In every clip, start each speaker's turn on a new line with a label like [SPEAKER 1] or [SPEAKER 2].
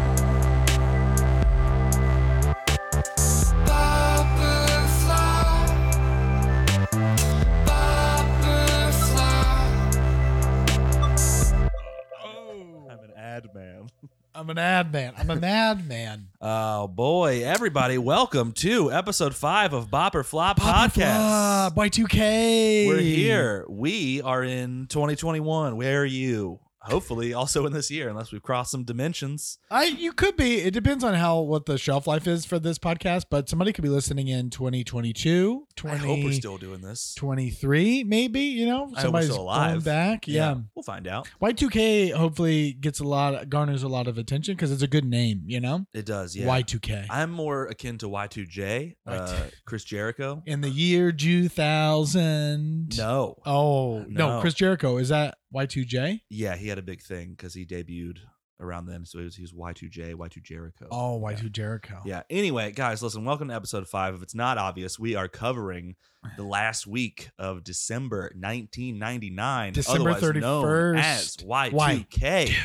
[SPEAKER 1] Oh,
[SPEAKER 2] man.
[SPEAKER 1] I'm an ad man. I'm a madman.
[SPEAKER 3] Oh boy, everybody, welcome to episode five of Bop or Flop podcast.
[SPEAKER 1] Pop, Y2K.
[SPEAKER 3] We're here. We are in 2021. Where are you? Hopefully, also in this year, unless we've crossed some dimensions.
[SPEAKER 1] I you could be. It depends on how what the shelf life is for this podcast, but somebody could be listening in 2022,
[SPEAKER 3] I hope we're
[SPEAKER 1] 2023,
[SPEAKER 3] still doing this.
[SPEAKER 1] maybe, you know,
[SPEAKER 3] I hope we're
[SPEAKER 1] somebody's
[SPEAKER 3] still alive.
[SPEAKER 1] going back. Yeah.
[SPEAKER 3] we'll find out.
[SPEAKER 1] Y2K hopefully gets a lot garners a lot of attention cuz it's a good name, you know?
[SPEAKER 3] It does. Yeah.
[SPEAKER 1] Y2K.
[SPEAKER 3] I'm more akin to Y2J, uh,
[SPEAKER 1] Y2J.
[SPEAKER 3] Chris Jericho.
[SPEAKER 1] In the year 2000.
[SPEAKER 3] No.
[SPEAKER 1] Oh, no.
[SPEAKER 3] No.
[SPEAKER 1] Chris Jericho, is that Y2J?
[SPEAKER 3] Yeah, he had a big thing because he debuted around then. So he was, he was Y2J, Y2 Jericho.
[SPEAKER 1] Oh, Y2 Jericho.
[SPEAKER 3] Yeah. Anyway, guys, listen, welcome to episode five. If it's not obvious, we are covering the last week of December 1999.
[SPEAKER 1] December
[SPEAKER 3] otherwise known
[SPEAKER 1] 31st.
[SPEAKER 3] As Y2K.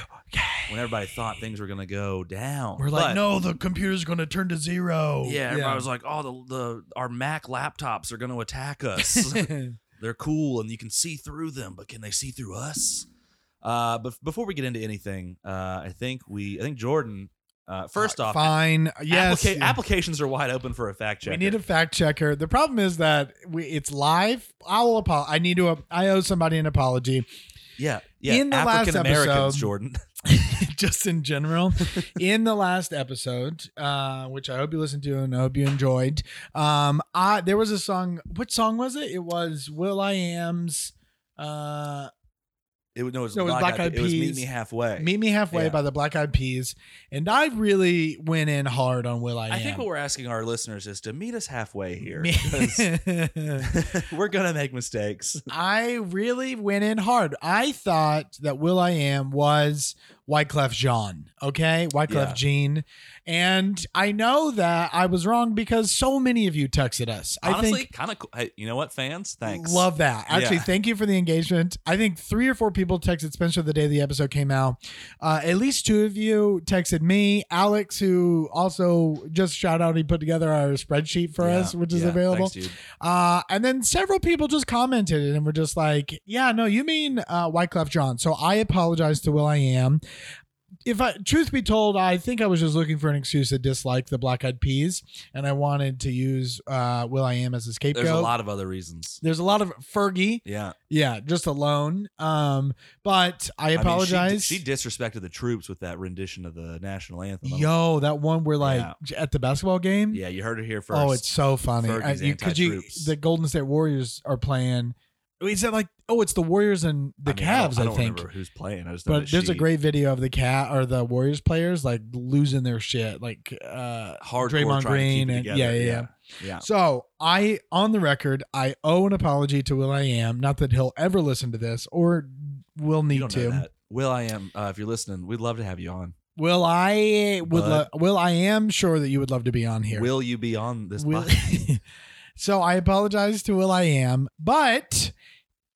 [SPEAKER 3] When everybody thought things were going to go down.
[SPEAKER 1] We're like,
[SPEAKER 3] But-
[SPEAKER 1] no, the computer's going to turn to zero.
[SPEAKER 3] Yeah, everybody was like, "Oh, the, the our Mac laptops are going to attack us. They're cool, and you can see through them, but can they see through us?" Uh, but before we get into anything, uh, I think we, I think Jordan. Uh, first off,
[SPEAKER 1] fine. Yes,
[SPEAKER 3] applica-
[SPEAKER 1] yeah.
[SPEAKER 3] applications are wide open for a fact check.
[SPEAKER 1] we need a fact checker. The problem is that we, it's live. I'll apo- I need to. I owe somebody an apology.
[SPEAKER 3] yeah, yeah.
[SPEAKER 1] in the last
[SPEAKER 3] African Americans,
[SPEAKER 1] episode-
[SPEAKER 3] Jordan.
[SPEAKER 1] just in general. in the last episode, uh, which I hope you listened to and I hope you enjoyed, um, I there was a song. What song was it? It was Will I Am's. Uh,
[SPEAKER 3] It was no, it was,
[SPEAKER 1] No, it was
[SPEAKER 3] Black
[SPEAKER 1] Black
[SPEAKER 3] Eyed
[SPEAKER 1] Eyed
[SPEAKER 3] Pe- It was Meet
[SPEAKER 1] Peas.
[SPEAKER 3] Me Halfway.
[SPEAKER 1] Meet Me Halfway
[SPEAKER 3] Yeah.
[SPEAKER 1] by the Black Eyed Peas, and I really went in hard on Will I Am.
[SPEAKER 3] I think what we're asking our listeners is to meet us halfway here.
[SPEAKER 1] Me-
[SPEAKER 3] 'cause we're gonna make mistakes.
[SPEAKER 1] I really went in hard. I thought that Will I Am was Wyclef Jean, okay? Wyclef
[SPEAKER 3] Yeah.
[SPEAKER 1] Jean. And I know that I was wrong because so many of you texted us. I
[SPEAKER 3] Honestly,
[SPEAKER 1] think
[SPEAKER 3] kind of cool. Hey, you know what, fans? Thanks.
[SPEAKER 1] Love that. Actually,
[SPEAKER 3] Yeah.
[SPEAKER 1] thank you for the engagement. I think three or four people texted Spencer the day the episode came out. Uh, at least two of you texted me. Alex, who also just shout out, he put together our spreadsheet for
[SPEAKER 3] Yeah,
[SPEAKER 1] us, which is
[SPEAKER 3] yeah,
[SPEAKER 1] available.
[SPEAKER 3] Thanks, dude.
[SPEAKER 1] Uh, and then several people just commented and were just like, "Yeah, no, you mean uh, Wyclef John." So I apologize to Will I Am. If I, truth be told, I think I was just looking for an excuse to dislike the Black Eyed Peas, and I wanted to use uh, Will I Am as a scapegoat.
[SPEAKER 3] There's a lot of other reasons.
[SPEAKER 1] There's a lot of Fergie,
[SPEAKER 3] Yeah,
[SPEAKER 1] yeah, just alone. Um, but I
[SPEAKER 3] I mean, she-
[SPEAKER 1] apologize.
[SPEAKER 3] she, disrespected the troops with that rendition of the national anthem.
[SPEAKER 1] Yo, that one where like at the basketball game.
[SPEAKER 3] yeah, you heard it here first.
[SPEAKER 1] Oh, it's so funny. I,
[SPEAKER 3] Fergie's
[SPEAKER 1] you, could you,
[SPEAKER 3] anti-troops.
[SPEAKER 1] the Golden State Warriors are playing. Is that like, oh, it's the Warriors and the
[SPEAKER 3] I mean, I
[SPEAKER 1] Cavs,
[SPEAKER 3] don't,
[SPEAKER 1] I,
[SPEAKER 3] don't
[SPEAKER 1] think.
[SPEAKER 3] remember who's playing. I just know
[SPEAKER 1] But
[SPEAKER 3] that
[SPEAKER 1] there's a
[SPEAKER 3] she-
[SPEAKER 1] great video of the cat or the Warriors players like losing their shit, like uh,
[SPEAKER 3] hardcore
[SPEAKER 1] Draymond
[SPEAKER 3] trying to keep
[SPEAKER 1] Green
[SPEAKER 3] it
[SPEAKER 1] and-
[SPEAKER 3] together.
[SPEAKER 1] yeah, yeah, yeah.
[SPEAKER 3] yeah. yeah.
[SPEAKER 1] So I, on the record, I owe an apology to Will I Am. Not that he'll ever listen to this or will
[SPEAKER 3] You
[SPEAKER 1] need
[SPEAKER 3] don't
[SPEAKER 1] to.
[SPEAKER 3] know that. Will I am? Uh, if you're listening, we'd love to have you on.
[SPEAKER 1] Will I would lo-
[SPEAKER 3] Bud.
[SPEAKER 1] Will I am sure that you would love to be on here.
[SPEAKER 3] Will you be on this?
[SPEAKER 1] Will-
[SPEAKER 3] podcast?
[SPEAKER 1] so I apologize to Will I Am, but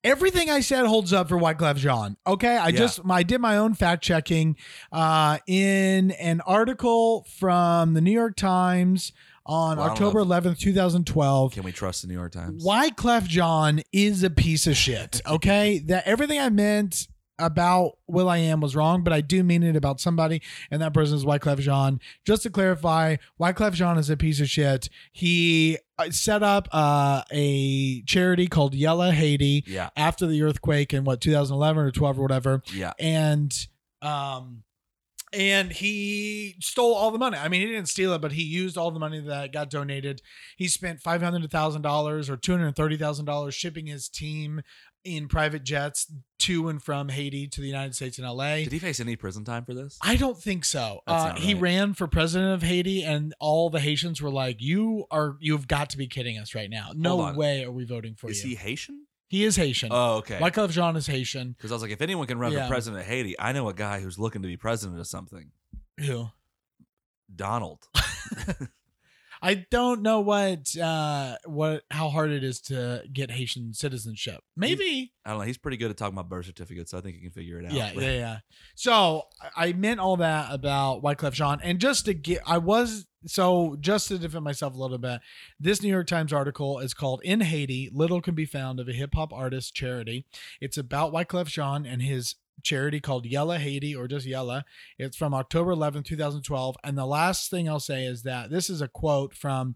[SPEAKER 1] everything I said holds up for Wyclef Jean. Okay, I
[SPEAKER 3] Yeah.
[SPEAKER 1] just I did my own fact checking uh, in an article from the New York Times on
[SPEAKER 3] Well, I don't know
[SPEAKER 1] October 11th, 2012.
[SPEAKER 3] Can we trust the New York Times?
[SPEAKER 1] Wyclef John is a piece of shit. Okay, that everything I meant about Will I Am was wrong, but I do mean it about somebody, and that person is Wyclef Jean. Just to clarify, Wyclef Jean is a piece of shit. He uh, set up uh, a charity called Yella Haiti
[SPEAKER 3] Yeah,
[SPEAKER 1] after the earthquake in what 2011 or 12 or whatever,
[SPEAKER 3] yeah.
[SPEAKER 1] and um and he stole all the money. I mean, he didn't steal it, but he used all the money that got donated. He spent five hundred thousand dollars or two hundred thirty thousand dollars shipping his team in private jets to and from Haiti to the United States and L.A.
[SPEAKER 3] Did he face any prison time for this?
[SPEAKER 1] I don't think so.
[SPEAKER 3] That's
[SPEAKER 1] Uh,
[SPEAKER 3] not
[SPEAKER 1] He
[SPEAKER 3] right.
[SPEAKER 1] ran for president of Haiti, and all the Haitians were like, "You are, you've got to be kidding us right now! No
[SPEAKER 3] on.
[SPEAKER 1] way are we voting for
[SPEAKER 3] Is
[SPEAKER 1] you."
[SPEAKER 3] he Haitian?
[SPEAKER 1] He, is Haitian.
[SPEAKER 3] Oh, okay.
[SPEAKER 1] Wyclef Jean is Haitian.
[SPEAKER 3] Because I was like, if anyone can run
[SPEAKER 1] Yeah.
[SPEAKER 3] for president of Haiti, I know a guy who's looking to be president of something.
[SPEAKER 1] Who?
[SPEAKER 3] Donald.
[SPEAKER 1] I don't know what uh what how hard it is to get Haitian citizenship. Maybe.
[SPEAKER 3] I don't know. He's pretty good at talking about birth certificates, so I think he can figure it out.
[SPEAKER 1] Yeah,
[SPEAKER 3] But-
[SPEAKER 1] yeah, yeah. So I- I meant all that about Wyclef Jean. And just to get I was so just to defend myself a little bit, this New York Times article is called In Haiti, Little Can Be Found of a Hip Hop Artist Charity. It's about Wyclef Jean and his charity called Yella Haiti or just Yella. It's from October 11, 2012. And the last thing I'll say is that this is a quote from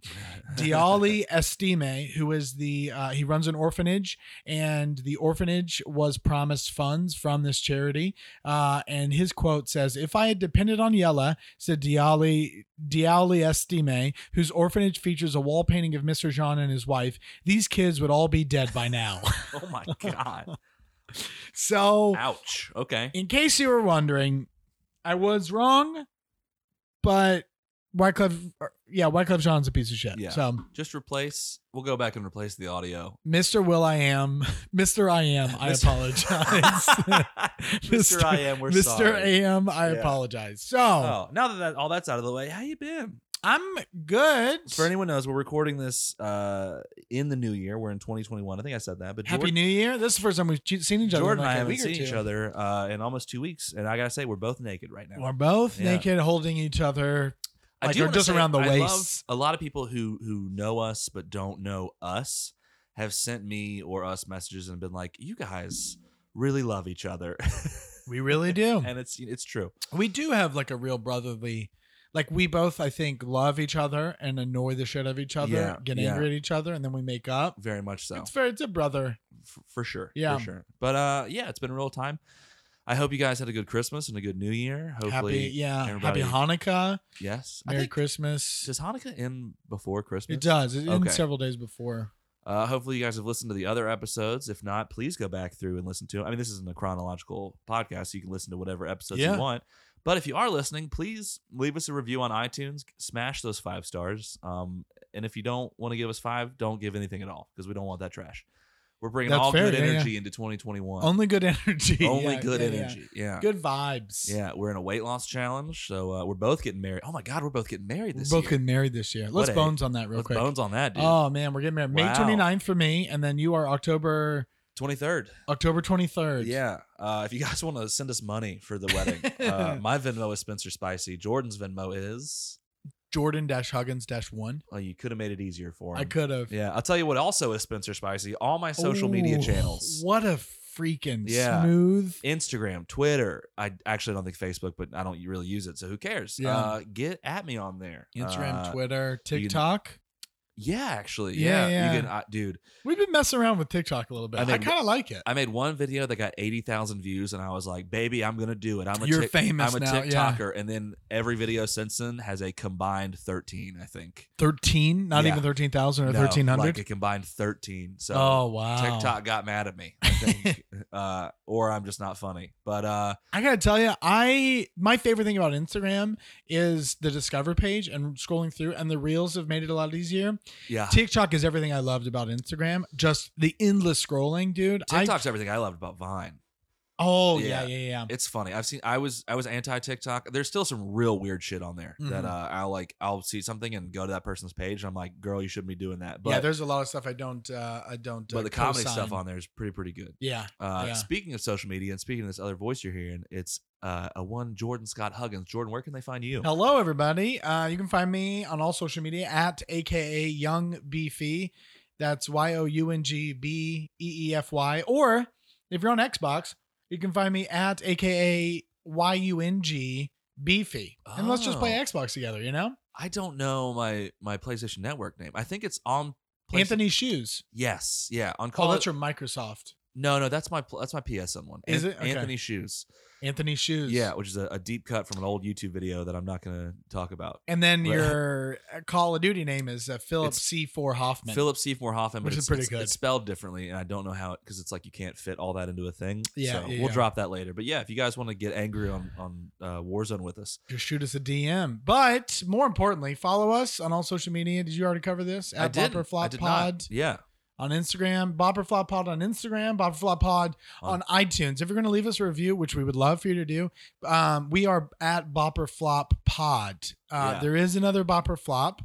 [SPEAKER 1] Diali Estime, who is the, uh, he runs an orphanage, and the orphanage was promised funds from this charity. Uh, and his quote says, If I had depended on Yella, said Diali, Diali Estime, whose orphanage features a wall painting of Mr. Jean and his wife, these kids would all be dead by now.
[SPEAKER 3] oh my god.
[SPEAKER 1] so.
[SPEAKER 3] Ouch. Okay.
[SPEAKER 1] in case you were wondering, I was wrong, but Wyclef, or- yeah, Wyclef Jean's a piece of shit.
[SPEAKER 3] Yeah.
[SPEAKER 1] So,
[SPEAKER 3] Just replace. We'll go back and replace the audio.
[SPEAKER 1] Mr. Will I Am, Mr. I Am, I
[SPEAKER 3] Mr.
[SPEAKER 1] apologize.
[SPEAKER 3] Mr. I am. We're
[SPEAKER 1] Mr.
[SPEAKER 3] sorry.
[SPEAKER 1] I Am, I
[SPEAKER 3] Yeah.
[SPEAKER 1] apologize. So,
[SPEAKER 3] Oh, now that, that all that's out of the way, how you been?
[SPEAKER 1] I'm good.
[SPEAKER 3] For anyone knows, we're recording this uh in the new year. We're in 2021. I think I said that, but
[SPEAKER 1] Happy
[SPEAKER 3] Jordan,
[SPEAKER 1] New Year. This is the first time we've che- seen each other.
[SPEAKER 3] Jordan
[SPEAKER 1] in
[SPEAKER 3] and I
[SPEAKER 1] like a
[SPEAKER 3] haven't
[SPEAKER 1] week or
[SPEAKER 3] seen
[SPEAKER 1] two.
[SPEAKER 3] each other uh in almost two weeks, and I gotta say, we're both naked right now.
[SPEAKER 1] We're both
[SPEAKER 3] Yeah.
[SPEAKER 1] naked, holding each other.
[SPEAKER 3] I
[SPEAKER 1] Like,
[SPEAKER 3] do
[SPEAKER 1] or
[SPEAKER 3] wanna
[SPEAKER 1] just around the
[SPEAKER 3] I love-
[SPEAKER 1] waist.
[SPEAKER 3] a lot of people who who know us but don't know us have sent me or us messages and been like, "You guys really love each other,"
[SPEAKER 1] We really do.
[SPEAKER 3] and it's it's true.
[SPEAKER 1] We do have like a real brotherly, like we both, I think, love each other and annoy the shit of each other,
[SPEAKER 3] Yeah,
[SPEAKER 1] get
[SPEAKER 3] yeah.
[SPEAKER 1] angry at each other, and then we make up.
[SPEAKER 3] Very much so.
[SPEAKER 1] It's very, it's a brother.
[SPEAKER 3] f- for sure.
[SPEAKER 1] Yeah.
[SPEAKER 3] for sure. But uh, yeah, it's been a real time. I hope you guys had a good Christmas and a good New Year. Hopefully,
[SPEAKER 1] happy, yeah. Happy
[SPEAKER 3] everybody-
[SPEAKER 1] Hanukkah,
[SPEAKER 3] yes. I
[SPEAKER 1] Merry
[SPEAKER 3] think
[SPEAKER 1] Christmas.
[SPEAKER 3] does Hanukkah end before Christmas?
[SPEAKER 1] It does. It ends
[SPEAKER 3] Okay.
[SPEAKER 1] several days before.
[SPEAKER 3] Uh, hopefully, you guys have listened to the other episodes. If not, please go back through and listen to. I mean, this isn't a chronological podcast. So you can listen to whatever episodes
[SPEAKER 1] Yeah.
[SPEAKER 3] you want. But if you are listening, please leave us a review on iTunes. Smash those five stars. Um, and if you don't want to give us five, don't give anything at all because we don't want that trash. We're bringing
[SPEAKER 1] That's
[SPEAKER 3] all
[SPEAKER 1] fair,
[SPEAKER 3] good
[SPEAKER 1] yeah, yeah.
[SPEAKER 3] energy into 2021.
[SPEAKER 1] Only good energy.
[SPEAKER 3] Only
[SPEAKER 1] Yeah,
[SPEAKER 3] good
[SPEAKER 1] yeah, yeah.
[SPEAKER 3] energy. Yeah.
[SPEAKER 1] Good vibes.
[SPEAKER 3] Yeah, we're in a weight loss challenge, so uh, we're both getting married. Oh my god, we're both getting married
[SPEAKER 1] We're
[SPEAKER 3] this
[SPEAKER 1] both
[SPEAKER 3] year.
[SPEAKER 1] getting married this year.
[SPEAKER 3] What
[SPEAKER 1] Let's
[SPEAKER 3] a-
[SPEAKER 1] bones on that real
[SPEAKER 3] Let's
[SPEAKER 1] quick.
[SPEAKER 3] bones on that, dude.
[SPEAKER 1] Oh man, we're getting married May
[SPEAKER 3] Wow.
[SPEAKER 1] 29th for me, and then you are October
[SPEAKER 3] Twenty third.
[SPEAKER 1] October 23rd.
[SPEAKER 3] Yeah. Uh, if you guys want to send us money for the wedding, uh, my Venmo is Spencer Spicy. Jordan's Venmo is.
[SPEAKER 1] Jordan dash Huggins dash one.
[SPEAKER 3] Oh, you could have made it easier for him.
[SPEAKER 1] I could have.
[SPEAKER 3] Yeah, I'll tell you what. Also, is Spencer Spicy. All my social media
[SPEAKER 1] Ooh,
[SPEAKER 3] channels.
[SPEAKER 1] What a freaking
[SPEAKER 3] Yeah.
[SPEAKER 1] smooth.
[SPEAKER 3] Instagram, Twitter. I actually don't think Facebook, but I don't really use it, so who cares?
[SPEAKER 1] Yeah.
[SPEAKER 3] Uh, get at me on there.
[SPEAKER 1] Instagram,
[SPEAKER 3] Uh,
[SPEAKER 1] Twitter,
[SPEAKER 3] you can-
[SPEAKER 1] TikTok.
[SPEAKER 3] Yeah, actually.
[SPEAKER 1] Yeah,
[SPEAKER 3] Yeah.
[SPEAKER 1] yeah.
[SPEAKER 3] You can, uh, dude,
[SPEAKER 1] We've been messing around with TikTok a little bit.
[SPEAKER 3] I
[SPEAKER 1] I,
[SPEAKER 3] think-
[SPEAKER 1] kind of like it.
[SPEAKER 3] I made one video that got 80,000 views and I was like, baby, I'm going to do it. I'm a,
[SPEAKER 1] You're
[SPEAKER 3] Tik-
[SPEAKER 1] famous
[SPEAKER 3] I'm a
[SPEAKER 1] now, yeah.
[SPEAKER 3] TikToker. And then every video since then has a combined 13, I think.
[SPEAKER 1] Thirteen, not
[SPEAKER 3] Yeah.
[SPEAKER 1] even thirteen thousand or
[SPEAKER 3] No,
[SPEAKER 1] Uh, thirteen
[SPEAKER 3] Like a
[SPEAKER 1] hundred.
[SPEAKER 3] combined 13. So
[SPEAKER 1] oh wow!
[SPEAKER 3] TikTok got mad at me, I think. uh, or I'm just not funny. But uh,
[SPEAKER 1] I gotta tell you, I my favorite thing about Instagram is the discover page and scrolling through, and the reels have made it a lot easier.
[SPEAKER 3] yeah,
[SPEAKER 1] TikTok is everything I loved about Instagram. Just the endless scrolling, dude. I,
[SPEAKER 3] TikTok's everything I loved about Vine.
[SPEAKER 1] oh yeah,
[SPEAKER 3] Yeah.
[SPEAKER 1] yeah, yeah.
[SPEAKER 3] It's funny. I've seen. I was. I was anti TikTok. There's still some real weird shit on there that
[SPEAKER 1] Mhm.
[SPEAKER 3] uh, I'll like. I'll see something and go to that person's page. And I'm like, girl, you shouldn't be doing that. But
[SPEAKER 1] yeah, there's a lot of stuff I don't, uh, I don't.
[SPEAKER 3] but
[SPEAKER 1] uh,
[SPEAKER 3] the comedy
[SPEAKER 1] co-sign.
[SPEAKER 3] stuff on there is pretty pretty good.
[SPEAKER 1] Yeah,
[SPEAKER 3] Uh,
[SPEAKER 1] Yeah.
[SPEAKER 3] Speaking of social media and speaking of this other voice you're hearing, it's uh, a one Jordan Scott Huggins. Jordan, where can they find you?
[SPEAKER 1] Hello, everybody. Uh, you can find me on all social media at aka Young Beefy. That's Y O U N G B E E F Y. Or if you're on Xbox, you can find me at aka Y U N G Beefy. And let's just play
[SPEAKER 3] Oh.
[SPEAKER 1] Xbox together, you know?
[SPEAKER 3] I don't know my my PlayStation Network name. I think it's on. PlayStation-
[SPEAKER 1] Anthony Shoes.
[SPEAKER 3] Yes. Yeah. On
[SPEAKER 1] Oh,
[SPEAKER 3] Call.
[SPEAKER 1] that's
[SPEAKER 3] of,
[SPEAKER 1] your Microsoft.
[SPEAKER 3] no, no, that's my pl- that's my PSN one.
[SPEAKER 1] Is
[SPEAKER 3] An-
[SPEAKER 1] it? Okay.
[SPEAKER 3] Anthony Shoes?
[SPEAKER 1] Anthony Shoes.
[SPEAKER 3] Yeah, which is a, a deep cut from an old YouTube video that I'm not gonna talk about.
[SPEAKER 1] And then
[SPEAKER 3] Right.
[SPEAKER 1] your Call of Duty name is uh, Philip
[SPEAKER 3] It's-
[SPEAKER 1] C4 Hoffman.
[SPEAKER 3] Philip Seymour Hoffman, but
[SPEAKER 1] Which is
[SPEAKER 3] it's,
[SPEAKER 1] pretty
[SPEAKER 3] it's-
[SPEAKER 1] good.
[SPEAKER 3] it's spelled differently, and I don't know how it because it's like you can't fit all that into a thing.
[SPEAKER 1] Yeah,
[SPEAKER 3] so
[SPEAKER 1] yeah,
[SPEAKER 3] we'll
[SPEAKER 1] yeah.
[SPEAKER 3] drop that later. But yeah, if you guys want to get angry on on uh, Warzone with us,
[SPEAKER 1] just shoot us a DM. But more importantly, follow us on all social media. Did you already cover this?
[SPEAKER 3] I did.
[SPEAKER 1] Bopper
[SPEAKER 3] I
[SPEAKER 1] Flop
[SPEAKER 3] did
[SPEAKER 1] Pod
[SPEAKER 3] not. Yeah,
[SPEAKER 1] on Instagram, Bopper Flop Pod on Instagram, Bopper Flop Pod on,
[SPEAKER 3] On-
[SPEAKER 1] iTunes. If you're going to leave us a review, which we would love for you to do, um, we are at Bopper Flop Pod. Uh,
[SPEAKER 3] Yeah.
[SPEAKER 1] There is another Bopper Flop.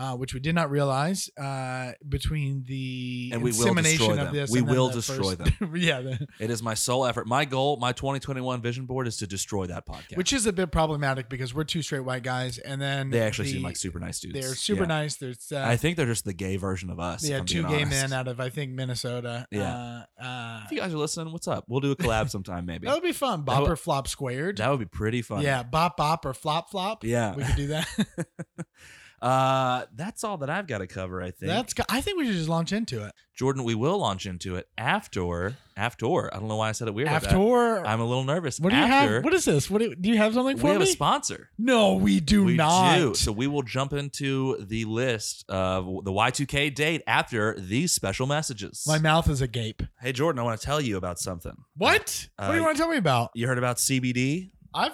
[SPEAKER 1] uh, which we did not realize uh, between the
[SPEAKER 3] And we will
[SPEAKER 1] dissemination
[SPEAKER 3] destroy
[SPEAKER 1] of
[SPEAKER 3] them.
[SPEAKER 1] this.
[SPEAKER 3] We
[SPEAKER 1] and then
[SPEAKER 3] will
[SPEAKER 1] the
[SPEAKER 3] destroy
[SPEAKER 1] first- yeah, the-
[SPEAKER 3] It is my sole effort. My goal, my 2021 vision board is to destroy that podcast.
[SPEAKER 1] which is a bit problematic because we're two straight white guys, and then
[SPEAKER 3] they actually seem
[SPEAKER 1] the-
[SPEAKER 3] like super nice dudes.
[SPEAKER 1] They're super
[SPEAKER 3] Yeah.
[SPEAKER 1] nice. There's uh,
[SPEAKER 3] I think they're just the gay version of us.
[SPEAKER 1] yeah,
[SPEAKER 3] if I'm
[SPEAKER 1] two
[SPEAKER 3] being
[SPEAKER 1] gay
[SPEAKER 3] honest.
[SPEAKER 1] men uh, out of I think Minnesota.
[SPEAKER 3] Yeah.
[SPEAKER 1] uh, uh,
[SPEAKER 3] If you guys are listening, what's up? We'll do a collab sometime, maybe.
[SPEAKER 1] that would be fun.
[SPEAKER 3] That
[SPEAKER 1] Bop
[SPEAKER 3] would-
[SPEAKER 1] or flop squared.
[SPEAKER 3] That would be pretty fun.
[SPEAKER 1] Oh, Yeah, bop bop or flop flop.
[SPEAKER 3] Yeah.
[SPEAKER 1] we could do that.
[SPEAKER 3] Uh, that's all that I've got to cover, I think.
[SPEAKER 1] That's. go- I think we should just launch into it.
[SPEAKER 3] Jordan, we will launch into it after. After. I don't know why I said it weird. like that.
[SPEAKER 1] After.
[SPEAKER 3] I'm a little nervous.
[SPEAKER 1] what do you
[SPEAKER 3] after,
[SPEAKER 1] have? What is this? What do, do you have something
[SPEAKER 3] we
[SPEAKER 1] for
[SPEAKER 3] have
[SPEAKER 1] me?
[SPEAKER 3] a sponsor.
[SPEAKER 1] no, we do
[SPEAKER 3] we
[SPEAKER 1] not.
[SPEAKER 3] do. So we will jump into the list of the Y2K date after these special messages.
[SPEAKER 1] My mouth is agape.
[SPEAKER 3] hey, Jordan, I want to tell you about something.
[SPEAKER 1] What? what do
[SPEAKER 3] Uh,
[SPEAKER 1] you want to tell me about?
[SPEAKER 3] You heard about CBD?
[SPEAKER 1] I've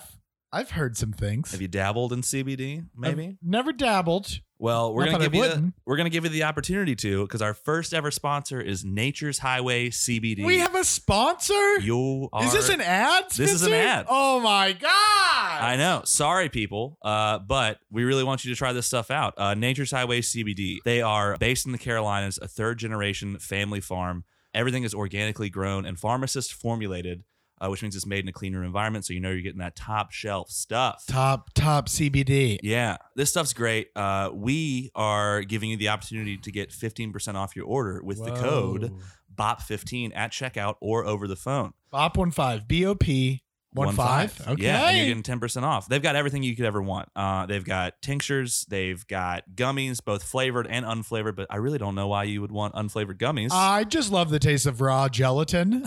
[SPEAKER 1] I've heard some things.
[SPEAKER 3] Have you dabbled in CBD?
[SPEAKER 1] I've
[SPEAKER 3] Maybe.
[SPEAKER 1] never dabbled.
[SPEAKER 3] Well,
[SPEAKER 1] Not
[SPEAKER 3] we're gonna
[SPEAKER 1] that I
[SPEAKER 3] give you the,
[SPEAKER 1] wouldn't.
[SPEAKER 3] we're gonna give you the opportunity to because our first ever sponsor is Nature's Highway CBD.
[SPEAKER 1] We have a sponsor.
[SPEAKER 3] you are
[SPEAKER 1] Is this an ad?
[SPEAKER 3] This is an
[SPEAKER 1] Spencer?
[SPEAKER 3] ad.
[SPEAKER 1] Oh my god!
[SPEAKER 3] I know. Sorry, people, uh, but we really want you to try this stuff out. Uh, Nature's Highway CBD. They are based in the Carolinas, a third generation family farm. Everything is organically grown and pharmacist formulated, uh, which means it's made in a cleaner environment. So you know you're getting that top shelf stuff.
[SPEAKER 1] Top top CBD.
[SPEAKER 3] Yeah, this stuff's great. Uh, we are giving you the opportunity to get 15% off your order with the code BOP15 at checkout or over the phone.
[SPEAKER 1] BOP one five B O P one five. Okay.
[SPEAKER 3] Yeah, and you're getting ten percent off. They've got everything you could ever want. Uh, they've got tinctures, they've got gummies, both flavored and unflavored. But I really don't know why you would want unflavored gummies.
[SPEAKER 1] I just love the taste of raw gelatin.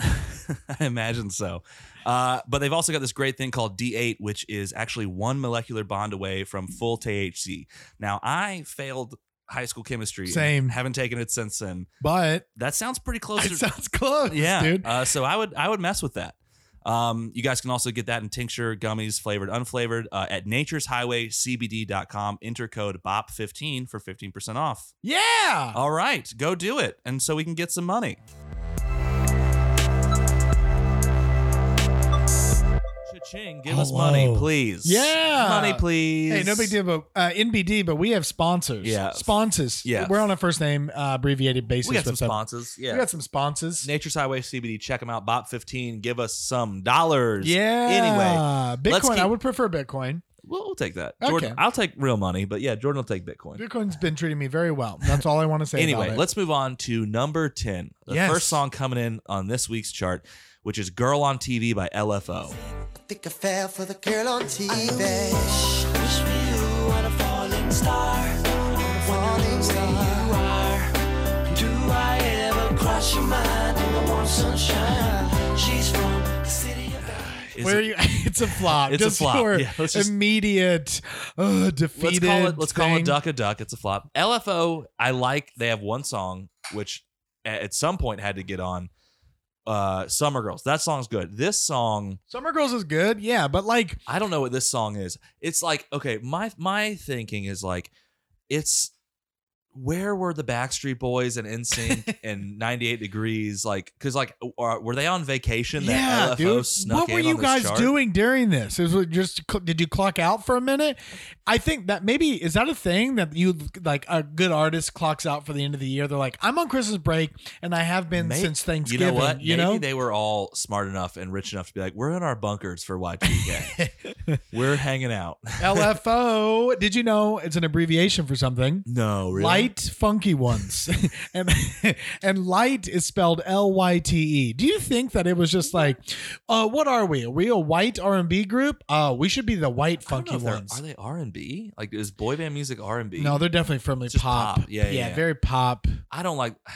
[SPEAKER 3] I imagine so. Uh, but they've also got this great thing called D8, which is actually one molecular bond away from full THC. Now, I failed high school chemistry. and
[SPEAKER 1] Same.
[SPEAKER 3] Haven't taken it since then.
[SPEAKER 1] But
[SPEAKER 3] That sounds pretty close.
[SPEAKER 1] it
[SPEAKER 3] to-
[SPEAKER 1] sounds close,
[SPEAKER 3] yeah,
[SPEAKER 1] dude.
[SPEAKER 3] Uh, so I would I would mess with that. Um, you guys can also get that in tincture, gummies, flavored, unflavored uh, at natureshighwaycbd.com. Enter code BOP15 for 15% off.
[SPEAKER 1] Yeah.
[SPEAKER 3] All right, go do it. And so we can get some money. Cha-ching, give us money,
[SPEAKER 1] Hello.
[SPEAKER 3] please.
[SPEAKER 1] Yeah.
[SPEAKER 3] Money, please.
[SPEAKER 1] Hey, no big deal, but uh, NBD, but we have sponsors.
[SPEAKER 3] Yeah.
[SPEAKER 1] Sponsors.
[SPEAKER 3] Yeah.
[SPEAKER 1] We're on a first name uh, abbreviated basis.
[SPEAKER 3] We got some
[SPEAKER 1] with them.
[SPEAKER 3] sponsors. Yeah.
[SPEAKER 1] We got some sponsors.
[SPEAKER 3] Nature's Highway CBD. Check them out. BOP15. Give us some dollars.
[SPEAKER 1] Yeah.
[SPEAKER 3] Anyway, let's
[SPEAKER 1] Bitcoin.
[SPEAKER 3] keep-
[SPEAKER 1] I would prefer Bitcoin.
[SPEAKER 3] We'll, we'll take that.
[SPEAKER 1] Okay.
[SPEAKER 3] Jordan, I'll take real money, but yeah, Jordan will take Bitcoin.
[SPEAKER 1] Bitcoin's been treating me very well. That's all I want to say.
[SPEAKER 3] Anyway,
[SPEAKER 1] about it.
[SPEAKER 3] let's move on to number 10. The
[SPEAKER 1] Yes.
[SPEAKER 3] first song coming in on this week's chart, which is Girl on TV by LFO.
[SPEAKER 2] Think I fell for the girl on TV.
[SPEAKER 4] Wish me you were a falling star. Wondering where you are. Do I ever cross your mind? Do I want sunshine? She's from the city of.
[SPEAKER 3] Is
[SPEAKER 1] Where
[SPEAKER 3] it-
[SPEAKER 1] you, it's a flop.
[SPEAKER 3] It's a
[SPEAKER 1] Just
[SPEAKER 3] flop.
[SPEAKER 1] Your
[SPEAKER 3] Yeah, let's just-
[SPEAKER 1] immediate uh,
[SPEAKER 3] let's
[SPEAKER 1] defeated.
[SPEAKER 3] call it let's call
[SPEAKER 1] thing.
[SPEAKER 3] it duck a duck. It's a flop. LFO, I like they have one song which a- at some point had to get on uh Summer Girls. That song's good. This song
[SPEAKER 1] Summer Girls is good, yeah, but like
[SPEAKER 3] I don't know what this song is. It's like okay, my my thinking is like it's where were the Backstreet Boys and NSYNC and 98 Degrees like cuz like are, were they on vacation
[SPEAKER 1] yeah,
[SPEAKER 3] that LFO
[SPEAKER 1] dude.
[SPEAKER 3] snuck
[SPEAKER 1] What were
[SPEAKER 3] in on
[SPEAKER 1] you
[SPEAKER 3] this
[SPEAKER 1] guys
[SPEAKER 3] chart?
[SPEAKER 1] doing during this? Is it just cl- did you clock out for a minute? I think that maybe is that a thing that you like a good artist clocks out for the end of the year. They're like, I'm on Christmas break and I have been
[SPEAKER 3] May-
[SPEAKER 1] since
[SPEAKER 3] You
[SPEAKER 1] Thanksgiving.
[SPEAKER 3] know what?
[SPEAKER 1] You
[SPEAKER 3] Maybe
[SPEAKER 1] know,
[SPEAKER 3] they were all smart enough and rich enough to be like, we're in our bunkers for Y2K. we're hanging out.
[SPEAKER 1] LFO. Did you know it's an abbreviation for something?
[SPEAKER 3] No, really.
[SPEAKER 1] Light funky ones, and and light is spelled L Y T E. Do you think that it was just like, uh, what are we? Are we a white R and B group? Uh, we should be the white
[SPEAKER 3] I don't
[SPEAKER 1] funky
[SPEAKER 3] know if they're-
[SPEAKER 1] ones.
[SPEAKER 3] Are they R&B? Like is boy band music R&B?
[SPEAKER 1] no, they're definitely firmly
[SPEAKER 3] It's just
[SPEAKER 1] pop.
[SPEAKER 3] pop. Yeah, yeah, yeah.
[SPEAKER 1] very pop.
[SPEAKER 3] I don't like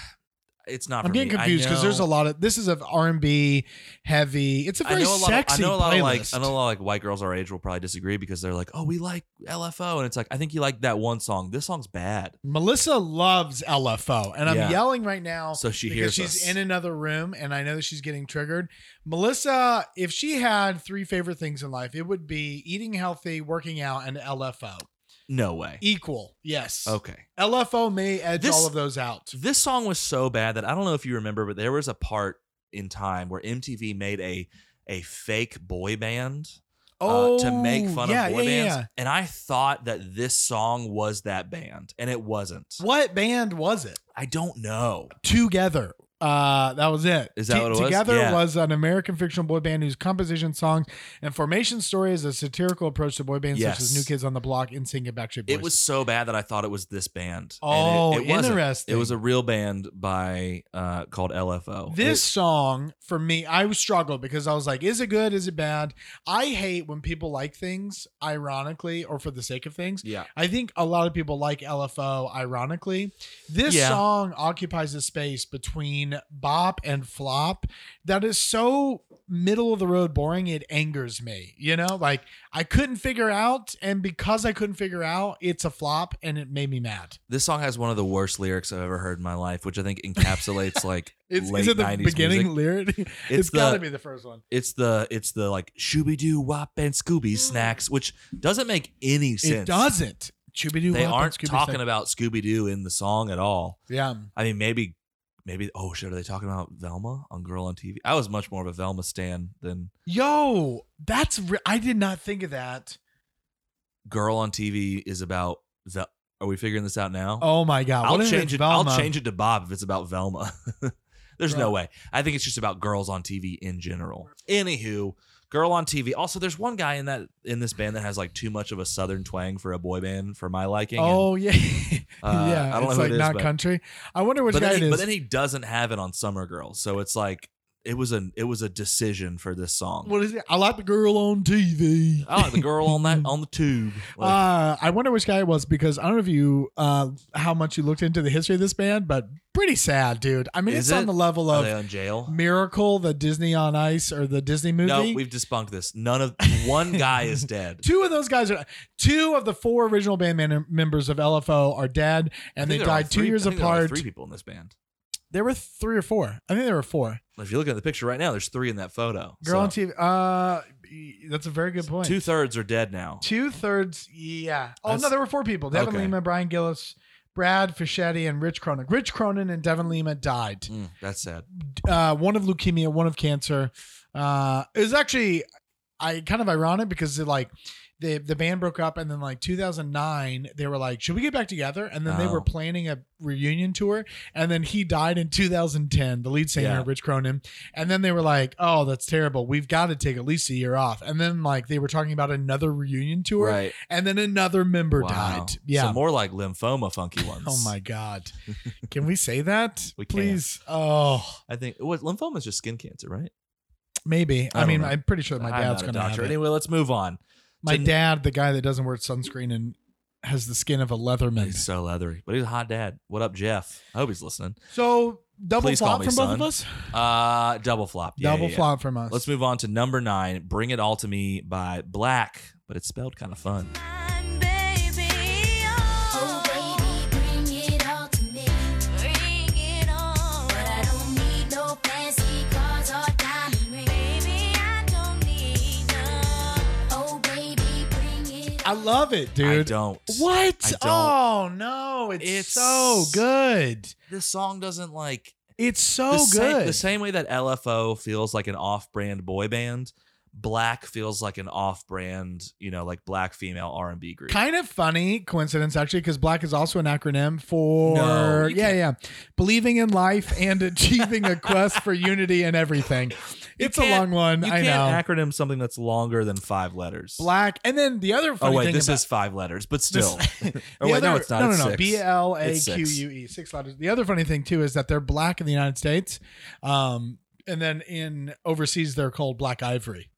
[SPEAKER 3] it's not
[SPEAKER 1] I'm
[SPEAKER 3] for
[SPEAKER 1] getting
[SPEAKER 3] me. I
[SPEAKER 1] confused because there's a
[SPEAKER 3] know-
[SPEAKER 1] lot of this is of R and B heavy. It's a
[SPEAKER 3] I
[SPEAKER 1] very
[SPEAKER 3] know a lot.
[SPEAKER 1] sexy
[SPEAKER 3] of, I know a lot of like
[SPEAKER 1] playlist.
[SPEAKER 3] I know a lot of like white girls our age will probably disagree because they're like, oh, we like LFO, and it's like I think you like that one song. This song's bad.
[SPEAKER 1] Melissa loves LFO, and I'm
[SPEAKER 3] Yeah.
[SPEAKER 1] yelling right now.
[SPEAKER 3] So she
[SPEAKER 1] Oh, because
[SPEAKER 3] hears
[SPEAKER 1] she's
[SPEAKER 3] us.
[SPEAKER 1] in another room, and I know that she's getting triggered. Melissa, if she had three favorite things in life, it would be eating healthy, working out, and LFO.
[SPEAKER 3] No way.
[SPEAKER 1] Equal, yes.
[SPEAKER 3] Okay.
[SPEAKER 1] LFO may edge
[SPEAKER 3] Oh. This-
[SPEAKER 1] all of those out.
[SPEAKER 3] This song was so bad that I don't know if you remember, but there was a part in time where MTV made a a fake boy band uh, to make fun
[SPEAKER 1] Oh, yeah,
[SPEAKER 3] of boy
[SPEAKER 1] yeah, yeah,
[SPEAKER 3] bands.
[SPEAKER 1] yeah.
[SPEAKER 3] And I thought that this song was that band, and it wasn't.
[SPEAKER 1] What band was it?
[SPEAKER 3] I don't know.
[SPEAKER 1] Together. Uh, that was it.
[SPEAKER 3] Is that what it was?
[SPEAKER 1] Together
[SPEAKER 3] Yeah.
[SPEAKER 1] was an American fictional boy band whose composition, songs, and formation story is a satirical approach to boy bands
[SPEAKER 3] Yes.
[SPEAKER 1] such as New Kids on the Block, NSYNC, and Backstreet Boys.
[SPEAKER 3] It was so bad that I thought it was this band.
[SPEAKER 1] Oh,
[SPEAKER 3] and it, it wasn't.
[SPEAKER 1] interesting.
[SPEAKER 3] It was a real band by uh, called LFO.
[SPEAKER 1] This
[SPEAKER 3] It-
[SPEAKER 1] song for me, I struggled because I was like, is it good? Is it bad? I hate when people like things ironically or for the sake of things.
[SPEAKER 3] yeah.
[SPEAKER 1] I think a lot of people like LFO ironically. This
[SPEAKER 3] Yeah.
[SPEAKER 1] song occupies a space between bop and flop that is so middle of the road boring it angers me. You know, like I couldn't figure out and because I couldn't figure out, it's a flop and it made me mad.
[SPEAKER 3] This song has one of the worst lyrics I've ever heard in my life, which I think encapsulates like
[SPEAKER 1] It's,
[SPEAKER 3] late
[SPEAKER 1] is it the
[SPEAKER 3] 90s
[SPEAKER 1] beginning
[SPEAKER 3] music.
[SPEAKER 1] lyric? it's
[SPEAKER 3] It's the-
[SPEAKER 1] got to be the first one.
[SPEAKER 3] It's the it's the like Shooby Doo Wop and Scooby Snacks, which doesn't make any sense.
[SPEAKER 1] It doesn't. Chubby Doo.
[SPEAKER 3] They aren't talking about Scooby Doo in the song at all.
[SPEAKER 1] Yeah.
[SPEAKER 3] I mean, maybe maybe oh shit, are they talking about Velma on Girl on TV? I was much more of a Velma stan than
[SPEAKER 1] Yo, that's. Re- I did not think of that.
[SPEAKER 3] Girl on TV is about. Vel- Are we figuring this out now?
[SPEAKER 1] Oh my god.
[SPEAKER 3] I'll
[SPEAKER 1] What if
[SPEAKER 3] change
[SPEAKER 1] it's
[SPEAKER 3] it. I'll
[SPEAKER 1] Velma?
[SPEAKER 3] change it to Bob if it's about Velma. There's no way. I think it's just about girls on TV in general. Anywho, girl on TV. Also, there's one guy in that in this band that has like too much of a southern twang for a boy band for my liking. And-
[SPEAKER 1] Oh yeah,
[SPEAKER 3] Uh,
[SPEAKER 1] yeah.
[SPEAKER 3] I don't know
[SPEAKER 1] it's
[SPEAKER 3] who
[SPEAKER 1] like
[SPEAKER 3] it is,
[SPEAKER 1] not
[SPEAKER 3] but-
[SPEAKER 1] country. I wonder which
[SPEAKER 3] but,
[SPEAKER 1] guy
[SPEAKER 3] then
[SPEAKER 1] it
[SPEAKER 3] he,
[SPEAKER 1] is.
[SPEAKER 3] but then he doesn't have it on Summer Girls, so it's like it was an it was a decision for this song.
[SPEAKER 1] what is it? I like the girl on TV.
[SPEAKER 3] I like the girl on that on the tube. Like,
[SPEAKER 1] Uh, I wonder which guy it was because I don't know if you uh, how much you looked into the history of this band, but pretty sad, dude. I mean,
[SPEAKER 3] Is
[SPEAKER 1] it's on
[SPEAKER 3] it? Oh,
[SPEAKER 1] the level
[SPEAKER 3] are they
[SPEAKER 1] of
[SPEAKER 3] on jail?
[SPEAKER 1] Miracle, the Disney on Ice, or the Disney movie.
[SPEAKER 3] No, we've despunked this. None of one guy is dead.
[SPEAKER 1] Two of those guys are two of the four original band man- members of LFO are dead,
[SPEAKER 3] I
[SPEAKER 1] and they
[SPEAKER 3] think there are
[SPEAKER 1] died two
[SPEAKER 3] three-
[SPEAKER 1] years
[SPEAKER 3] I think there are
[SPEAKER 1] apart.
[SPEAKER 3] Three people in this band.
[SPEAKER 1] There were three or four. I think there were four.
[SPEAKER 3] If you look at the picture right now, there's three in that photo.
[SPEAKER 1] Girl on TV. Uh, that's a very good point.
[SPEAKER 3] Two thirds are dead now.
[SPEAKER 1] Two thirds. Yeah. Oh no,
[SPEAKER 3] That's-
[SPEAKER 1] there were four people: Devin
[SPEAKER 3] okay.
[SPEAKER 1] Lima, Brian Gillis, Brad Fischetti, and Rich Cronin. Rich Cronin and Devin Lima died.
[SPEAKER 3] Mm, that's sad.
[SPEAKER 1] Uh, one of leukemia, one of cancer. Uh, it was actually, I kind of ironic because it, like. The, the band broke up and then like 2009 they were like should we get back together and then they
[SPEAKER 3] Oh.
[SPEAKER 1] were planning a reunion tour and then he died in 2010 the lead singer
[SPEAKER 3] Yeah.
[SPEAKER 1] rich cronin and then they were like oh that's terrible we've got to take at least a year off and then like they were talking about another reunion tour and then another member
[SPEAKER 3] Wow.
[SPEAKER 1] died. Yeah.
[SPEAKER 3] So more like lymphoma funky ones.
[SPEAKER 1] oh my god. Can we say that?
[SPEAKER 3] We can.
[SPEAKER 1] Please. Oh,
[SPEAKER 3] I think what lymphoma is just skin cancer, right?
[SPEAKER 1] maybe.
[SPEAKER 3] I
[SPEAKER 1] I,
[SPEAKER 3] don't
[SPEAKER 1] mean,
[SPEAKER 3] know.
[SPEAKER 1] I'm pretty sure my
[SPEAKER 3] I'm
[SPEAKER 1] dad's
[SPEAKER 3] not a
[SPEAKER 1] going to have
[SPEAKER 3] doctor.
[SPEAKER 1] it.
[SPEAKER 3] Anyway, let's move on.
[SPEAKER 1] my
[SPEAKER 3] to-
[SPEAKER 1] dad, the guy that doesn't wear sunscreen and has the skin of a leatherman.
[SPEAKER 3] He's so leathery, but he's a hot dad. What up, Jeff? I hope he's listening.
[SPEAKER 1] So, double
[SPEAKER 3] Please
[SPEAKER 1] flop
[SPEAKER 3] call me
[SPEAKER 1] from both
[SPEAKER 3] son.
[SPEAKER 1] of us?
[SPEAKER 3] Uh, double flop. Yeah,
[SPEAKER 1] double
[SPEAKER 3] yeah, yeah.
[SPEAKER 1] flop from us.
[SPEAKER 3] Let's move on to number nine. Bring it all to me by Black, but it's spelled kind of fun.
[SPEAKER 5] Oh, baby, bring it all to me. But I don't need no fancy cars or diamond rings. Oh, baby, bring it
[SPEAKER 1] I love it, dude.
[SPEAKER 3] I don't.
[SPEAKER 1] What?
[SPEAKER 3] I
[SPEAKER 1] Oh,
[SPEAKER 3] don't.
[SPEAKER 1] no. It's,
[SPEAKER 3] It's-
[SPEAKER 1] so good.
[SPEAKER 3] This song doesn't like
[SPEAKER 1] It's so
[SPEAKER 3] the
[SPEAKER 1] Oh, good.
[SPEAKER 3] Same, the same way that LFO feels like an off-brand boy band, Black feels like an off-brand, you know, like black female R and B group.
[SPEAKER 1] Kind of funny coincidence, actually, because black is also an acronym for
[SPEAKER 3] No, you
[SPEAKER 1] yeah, yeah, believing in life and achieving a quest for unity and everything. It's a long
[SPEAKER 3] can't-
[SPEAKER 1] one,
[SPEAKER 3] you
[SPEAKER 1] I know.
[SPEAKER 3] can't acronym something that's longer than five letters.
[SPEAKER 1] black, and then the other
[SPEAKER 3] Oh
[SPEAKER 1] funny
[SPEAKER 3] wait,
[SPEAKER 1] thing
[SPEAKER 3] this
[SPEAKER 1] about,
[SPEAKER 3] is five letters, but still.
[SPEAKER 1] This-
[SPEAKER 3] oh
[SPEAKER 1] the
[SPEAKER 3] wait, no,
[SPEAKER 1] other-
[SPEAKER 3] it's not.
[SPEAKER 1] No,
[SPEAKER 3] It's
[SPEAKER 1] no, no.
[SPEAKER 3] six.
[SPEAKER 1] B L A
[SPEAKER 3] It's
[SPEAKER 1] Q
[SPEAKER 3] six.
[SPEAKER 1] U E, six letters. The other funny thing too is that they're black in the United States, um, and then in overseas they're called black ivory.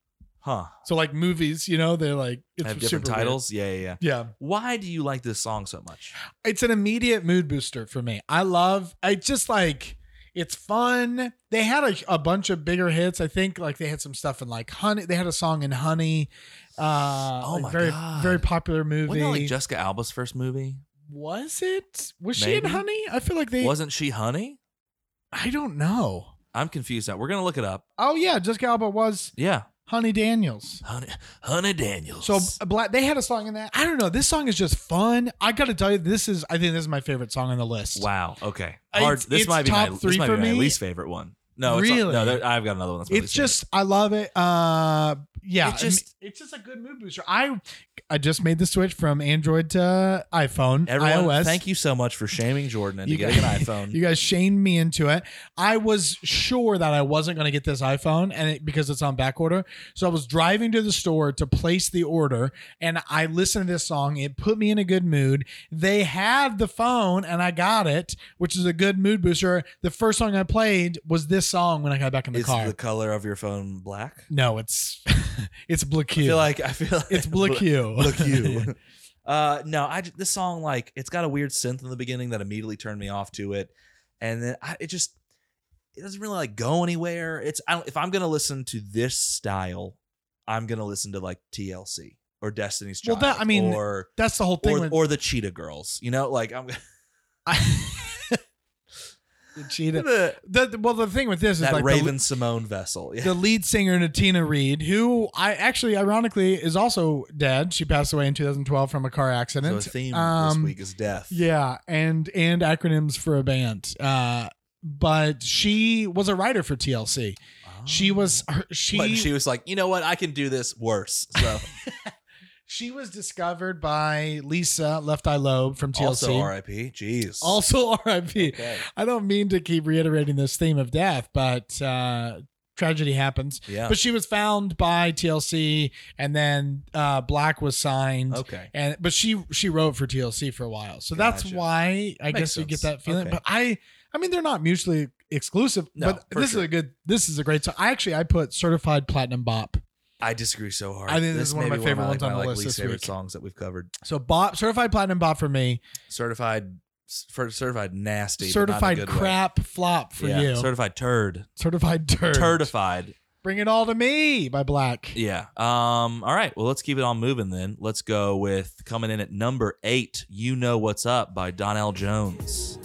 [SPEAKER 3] Huh?
[SPEAKER 1] So like movies, you know, they're like it's
[SPEAKER 3] I have different
[SPEAKER 1] super weird.
[SPEAKER 3] titles. Yeah, yeah, yeah.
[SPEAKER 1] Yeah.
[SPEAKER 3] Why do you like this song so much?
[SPEAKER 1] it's an immediate mood booster for me. I love I just like it's fun. They had a, a bunch of bigger hits. I think like they had some stuff in like Honey. They had a song in Honey. Uh,
[SPEAKER 3] Oh
[SPEAKER 1] like,
[SPEAKER 3] my
[SPEAKER 1] very
[SPEAKER 3] God.
[SPEAKER 1] very popular movie.
[SPEAKER 3] Wasn't that like Jessica Alba's first movie?
[SPEAKER 1] was it? Was she in
[SPEAKER 3] Maybe.
[SPEAKER 1] Honey? I feel like they.
[SPEAKER 3] Wasn't she Honey?
[SPEAKER 1] I don't know.
[SPEAKER 3] I'm confused now. We're gonna look it up.
[SPEAKER 1] Oh yeah, Jessica Alba was
[SPEAKER 3] Yeah,
[SPEAKER 1] Honey Daniels.
[SPEAKER 3] Honey, Honey Daniels.
[SPEAKER 1] So black, they had a song in that. I don't know. This song is just fun. I got to tell you, this is. I think this is my favorite song on the list.
[SPEAKER 3] Wow. Okay.
[SPEAKER 1] Uh,
[SPEAKER 3] Hard.
[SPEAKER 1] it's-
[SPEAKER 3] this
[SPEAKER 1] it's
[SPEAKER 3] might be
[SPEAKER 1] top
[SPEAKER 3] my, this
[SPEAKER 1] three
[SPEAKER 3] might
[SPEAKER 1] for
[SPEAKER 3] be my
[SPEAKER 1] me.
[SPEAKER 3] least favorite one. No, it's not-
[SPEAKER 1] Really?
[SPEAKER 3] no, there- I've got another one. That's my
[SPEAKER 1] it's
[SPEAKER 3] least
[SPEAKER 1] just I love it. Uh, yeah,
[SPEAKER 3] It just-
[SPEAKER 1] it's just a good mood booster. I I just made the switch from Android to iPhone,
[SPEAKER 3] Everyone,
[SPEAKER 1] iOS.
[SPEAKER 3] thank you so much for shaming Jordan into
[SPEAKER 1] You
[SPEAKER 3] getting
[SPEAKER 1] guys-
[SPEAKER 3] an iPhone.
[SPEAKER 1] You guys shamed me into it. I was sure that I wasn't going to get this iPhone, and it, because it's on back order, so I was driving to the store to place the order, and I listened to this song. It put me in a good mood. They had the phone, and I got it, which is a good mood booster. The first song I played was this song when I got back in the
[SPEAKER 3] Is
[SPEAKER 1] car.
[SPEAKER 3] the color of your phone black?
[SPEAKER 1] no, it's it's Blue
[SPEAKER 3] I
[SPEAKER 1] Q.
[SPEAKER 3] feel like I feel like
[SPEAKER 1] it's Blue Q.
[SPEAKER 3] Look you. uh, no, I ju- this song like it's got a weird synth in the beginning that immediately turned me off to it, and then I, it just it doesn't really like go anywhere. It's I don't, if I'm gonna listen to this style, I'm gonna listen to like TLC or Destiny's
[SPEAKER 1] Well,
[SPEAKER 3] Child.
[SPEAKER 1] that- I mean,
[SPEAKER 3] or
[SPEAKER 1] That's the whole thing.
[SPEAKER 3] or,
[SPEAKER 1] with,
[SPEAKER 3] or the Cheetah Girls. You know, like I'm.
[SPEAKER 1] cheetah.
[SPEAKER 3] that
[SPEAKER 1] The- well, the thing with this is like the-
[SPEAKER 3] Raven Simone vessel. Yeah.
[SPEAKER 1] the lead singer Natina Reed, who I actually ironically is also dead. She passed away in 2012 from a car
[SPEAKER 3] So
[SPEAKER 1] accident.
[SPEAKER 3] the theme
[SPEAKER 1] Um,
[SPEAKER 3] this week is death.
[SPEAKER 1] Yeah, and and acronyms for a band. Uh, but she was a writer for TLC.
[SPEAKER 3] Oh.
[SPEAKER 1] She was her, she,
[SPEAKER 3] But she
[SPEAKER 1] she
[SPEAKER 3] was like, you know what? I can do this worse. So
[SPEAKER 1] was discovered by Lisa Left Eye Lobe from TLC.
[SPEAKER 3] also R.I.P. Jeez.
[SPEAKER 1] Also R.I.P.
[SPEAKER 3] Okay.
[SPEAKER 1] I don't mean to keep reiterating this theme of death, but uh, tragedy happens.
[SPEAKER 3] Yeah.
[SPEAKER 1] But she was found by TLC, and then uh, Black was signed.
[SPEAKER 3] okay.
[SPEAKER 1] and but she she wrote for TLC for a while, so that's
[SPEAKER 3] Gotcha.
[SPEAKER 1] why I
[SPEAKER 3] Makes
[SPEAKER 1] guess you
[SPEAKER 3] sense.
[SPEAKER 1] get that feeling.
[SPEAKER 3] Okay.
[SPEAKER 1] But I I mean they're not mutually exclusive,
[SPEAKER 3] No,
[SPEAKER 1] but
[SPEAKER 3] for
[SPEAKER 1] this
[SPEAKER 3] sure.
[SPEAKER 1] is a good this is a great song. I actually I put Certified Platinum Bop.
[SPEAKER 3] I disagree so hard.
[SPEAKER 1] I think this is one of
[SPEAKER 3] may
[SPEAKER 1] my
[SPEAKER 3] be
[SPEAKER 1] favorite ones
[SPEAKER 3] like,
[SPEAKER 1] on
[SPEAKER 3] my,
[SPEAKER 1] the
[SPEAKER 3] like,
[SPEAKER 1] list
[SPEAKER 3] least
[SPEAKER 1] this
[SPEAKER 3] favorite
[SPEAKER 1] week.
[SPEAKER 3] songs that we've covered.
[SPEAKER 1] So Bop Certified Platinum Bop for me,
[SPEAKER 3] Certified, cer- certified nasty, but not in a
[SPEAKER 1] certified
[SPEAKER 3] good way.
[SPEAKER 1] crap flop for
[SPEAKER 3] Yeah,
[SPEAKER 1] you,
[SPEAKER 3] Certified turd.
[SPEAKER 1] certified turd.
[SPEAKER 3] Turdified.
[SPEAKER 1] Bring it all to me by Black.
[SPEAKER 3] Yeah. Um. All right. Well, let's keep it on moving then. Let's go with coming in at number eight. You know what's up by Donnell Jones.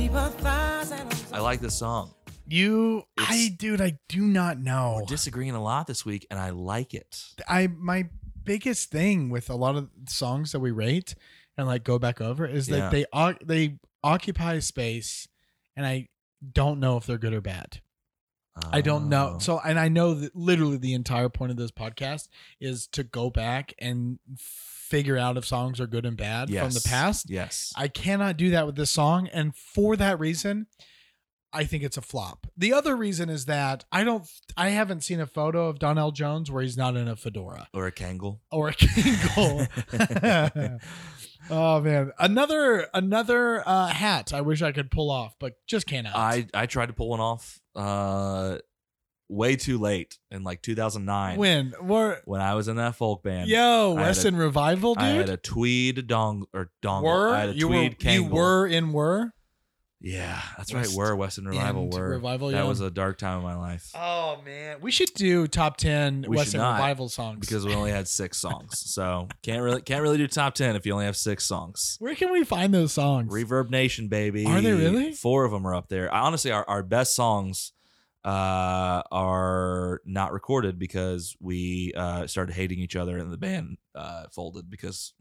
[SPEAKER 3] I like this song.
[SPEAKER 1] You,
[SPEAKER 3] It's-
[SPEAKER 1] I dude, I do not know.
[SPEAKER 3] We're disagreeing a lot this week, and I like it.
[SPEAKER 1] I my biggest thing with a lot of songs that we rate and like go back over is
[SPEAKER 3] Yeah.
[SPEAKER 1] that they oc they occupy space, and I don't know if they're good or bad. I don't know.
[SPEAKER 3] Oh.
[SPEAKER 1] So and I know that literally the entire point of this podcast is to go back and figure out if songs are good and bad from the
[SPEAKER 3] Yes.
[SPEAKER 1] past.
[SPEAKER 3] Yes.
[SPEAKER 1] I cannot do that with this song. And for that reason, I think it's a flop. The other reason is that I don't, I haven't seen a photo of Donnell Jones where he's not in a fedora
[SPEAKER 3] or a Kangle.
[SPEAKER 1] or a Kangol. oh man, another another uh, hat. I wish I could pull off, but just cannot.
[SPEAKER 3] I I tried to pull one off uh way too late in like 2009
[SPEAKER 1] when we're
[SPEAKER 3] when I was in that folk band.
[SPEAKER 1] yo
[SPEAKER 3] I had
[SPEAKER 1] Weston revival, dude.
[SPEAKER 3] I had a tweed dong or dongle.
[SPEAKER 1] were
[SPEAKER 3] I had a
[SPEAKER 1] you were
[SPEAKER 3] tweed
[SPEAKER 1] you
[SPEAKER 3] Kangol.
[SPEAKER 1] were in were
[SPEAKER 3] Yeah, that's
[SPEAKER 1] West
[SPEAKER 3] right. Were Western Revival
[SPEAKER 1] End
[SPEAKER 3] were.
[SPEAKER 1] Revival,
[SPEAKER 3] that
[SPEAKER 1] yeah.
[SPEAKER 3] was a dark time in my life
[SPEAKER 1] Oh man, we should do top ten
[SPEAKER 3] We should
[SPEAKER 1] Weston
[SPEAKER 3] not,
[SPEAKER 1] revival songs
[SPEAKER 3] because we only had 6 songs. So, can't really can't really do top 10 if you only have 6 songs.
[SPEAKER 1] where can we find those songs?
[SPEAKER 3] Reverb Nation, baby.
[SPEAKER 1] Are they really?
[SPEAKER 3] Four of them are up there. I, honestly, our, our best songs uh, are not recorded because we uh, started hating each other and the band uh, folded because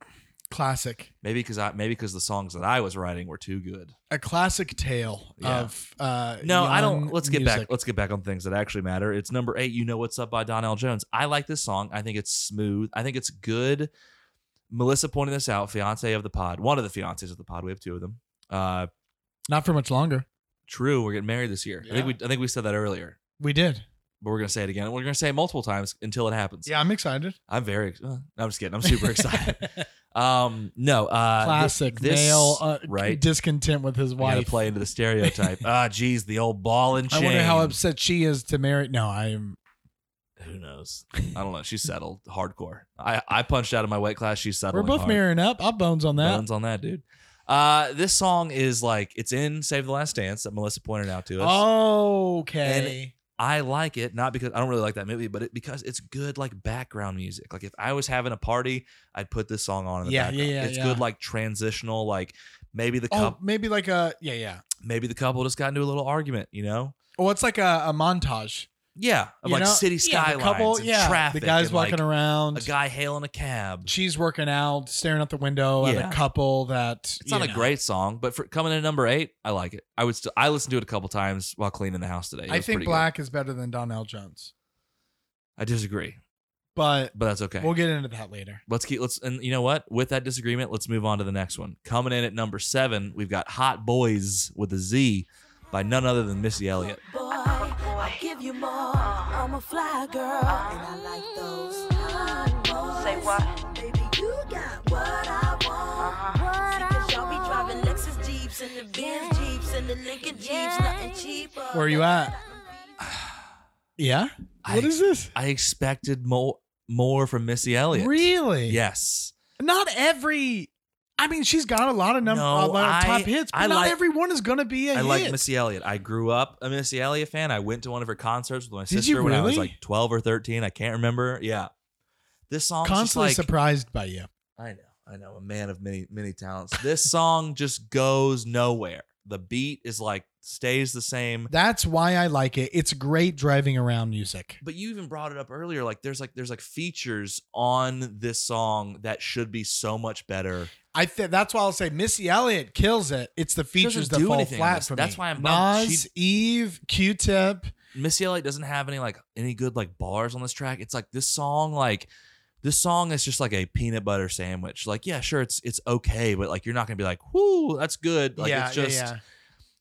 [SPEAKER 1] classic.
[SPEAKER 3] maybe because I maybe because the songs that I was writing were too good.
[SPEAKER 1] a classic tale
[SPEAKER 3] Yeah.
[SPEAKER 1] of uh
[SPEAKER 3] No, I don't.
[SPEAKER 1] young
[SPEAKER 3] Let's get back.
[SPEAKER 1] music.
[SPEAKER 3] Let's get back on things that actually matter. It's number eight. You know what's up by Donnell Jones. I like this song. I think it's smooth. I think it's good. Melissa pointed this out. Fiance of the pod. One of the fiancés of the pod. We have two of them. Uh,
[SPEAKER 1] Not for much longer.
[SPEAKER 3] True, we're getting married this year. I think we I think we said that earlier,
[SPEAKER 1] We did.
[SPEAKER 3] but we're gonna say it again. We're gonna say it multiple times until it happens.
[SPEAKER 1] Yeah, I'm excited.
[SPEAKER 3] I'm very. Uh, no, I'm just kidding. I'm super excited. Um, no, uh,
[SPEAKER 1] Classic
[SPEAKER 3] this,
[SPEAKER 1] male uh,
[SPEAKER 3] right?
[SPEAKER 1] discontent with his
[SPEAKER 3] Why
[SPEAKER 1] wife.
[SPEAKER 3] play into the stereotype? ah, geez, the old ball and
[SPEAKER 1] I
[SPEAKER 3] chain.
[SPEAKER 1] wonder how upset she is to marry. No, I'm.
[SPEAKER 3] Who knows? I don't know. She's settled hardcore. I I punched out of my weight class. She's
[SPEAKER 1] We're
[SPEAKER 3] settled.
[SPEAKER 1] both marrying up. I'll bones on that.
[SPEAKER 3] Bones on that, dude. Uh, this song is like it's in "Save the Last Dance" that Melissa pointed out to us.
[SPEAKER 1] Oh, Okay.
[SPEAKER 3] I like it not because I don't really like that movie, but it, because it's good like background music. Like if I was having a party, I'd put this song on in the
[SPEAKER 1] Yeah, yeah,
[SPEAKER 3] background.
[SPEAKER 1] yeah,
[SPEAKER 3] it's
[SPEAKER 1] yeah.
[SPEAKER 3] good like transitional. Like maybe the
[SPEAKER 1] Oh,
[SPEAKER 3] couple,
[SPEAKER 1] maybe like a yeah, yeah.
[SPEAKER 3] maybe the couple just got into a little argument. You know?
[SPEAKER 1] Oh, it's like a, a montage.
[SPEAKER 3] Yeah, of
[SPEAKER 1] you
[SPEAKER 3] like
[SPEAKER 1] know?
[SPEAKER 3] city
[SPEAKER 1] Yeah, the
[SPEAKER 3] skylines and traffic.
[SPEAKER 1] The guy's
[SPEAKER 3] and,
[SPEAKER 1] walking
[SPEAKER 3] like,
[SPEAKER 1] around.
[SPEAKER 3] A guy hailing a cab.
[SPEAKER 1] she's working out, staring out the window
[SPEAKER 3] Yeah.
[SPEAKER 1] at a couple that.
[SPEAKER 3] It's not
[SPEAKER 1] you
[SPEAKER 3] a
[SPEAKER 1] know.
[SPEAKER 3] great song, but for coming in at number eight, I like it. I would still I listened to it a couple times while cleaning the house today. It
[SPEAKER 1] I
[SPEAKER 3] was
[SPEAKER 1] think
[SPEAKER 3] pretty good.
[SPEAKER 1] Black is better than Donnell Jones,
[SPEAKER 3] I disagree,
[SPEAKER 1] but
[SPEAKER 3] but that's okay.
[SPEAKER 1] we'll get into that later.
[SPEAKER 3] let's keep let's and you know what? With that disagreement, let's move on to the next one. Coming in at number seven, we've got Hot Boys with a Z by none other than Missy Elliott.
[SPEAKER 6] boy. I'll give you more. I'm a fly girl, and I like those hot boys. Say what? Uh-huh. Baby, you got what I want. See, 'cause y'all be driving Lexus Jeeps and the Benz Jeeps and the Lincoln Jeeps, nothing cheaper.
[SPEAKER 1] Where are you at? Yeah.
[SPEAKER 3] I-
[SPEAKER 1] what is this?
[SPEAKER 3] I expected more more from Missy Elliott.
[SPEAKER 1] Really?
[SPEAKER 3] Yes.
[SPEAKER 1] Not every. I mean, she's got a lot of number a
[SPEAKER 3] No,
[SPEAKER 1] lot of
[SPEAKER 3] I-
[SPEAKER 1] top hits, but
[SPEAKER 3] I
[SPEAKER 1] not
[SPEAKER 3] like-
[SPEAKER 1] every one is gonna be a
[SPEAKER 3] I
[SPEAKER 1] hit.
[SPEAKER 3] like Missy Elliott. I grew up a Missy Elliott fan. I went to one of her concerts with my
[SPEAKER 1] Did you
[SPEAKER 3] sister when I was
[SPEAKER 1] really?
[SPEAKER 3] like 12 or 13. I can't remember. Yeah. This song
[SPEAKER 1] Constantly
[SPEAKER 3] like,
[SPEAKER 1] surprised by you.
[SPEAKER 3] I know. I know. A man of many, many talents. This song just goes nowhere. The beat is like stays the same.
[SPEAKER 1] That's why I like it. It's great driving around music.
[SPEAKER 3] But you even brought it up earlier. Like there's like there's like features on this song that should be so much better.
[SPEAKER 1] I think that's why I'll say Missy Elliott kills it. It's the features
[SPEAKER 3] Doesn't
[SPEAKER 1] that
[SPEAKER 3] do
[SPEAKER 1] fall
[SPEAKER 3] anything.
[SPEAKER 1] flat
[SPEAKER 3] That's-
[SPEAKER 1] for
[SPEAKER 3] that's
[SPEAKER 1] me.
[SPEAKER 3] why I'm bummed.
[SPEAKER 1] Nas, Eve, Q-Tip.
[SPEAKER 3] Missy Elliott doesn't have any like any good like bars on this track. It's like this song like this song is just like a peanut butter sandwich. Like yeah, sure it's it's okay, but like you're not gonna be like whoo that's good. Like
[SPEAKER 1] yeah,
[SPEAKER 3] it's just
[SPEAKER 1] yeah,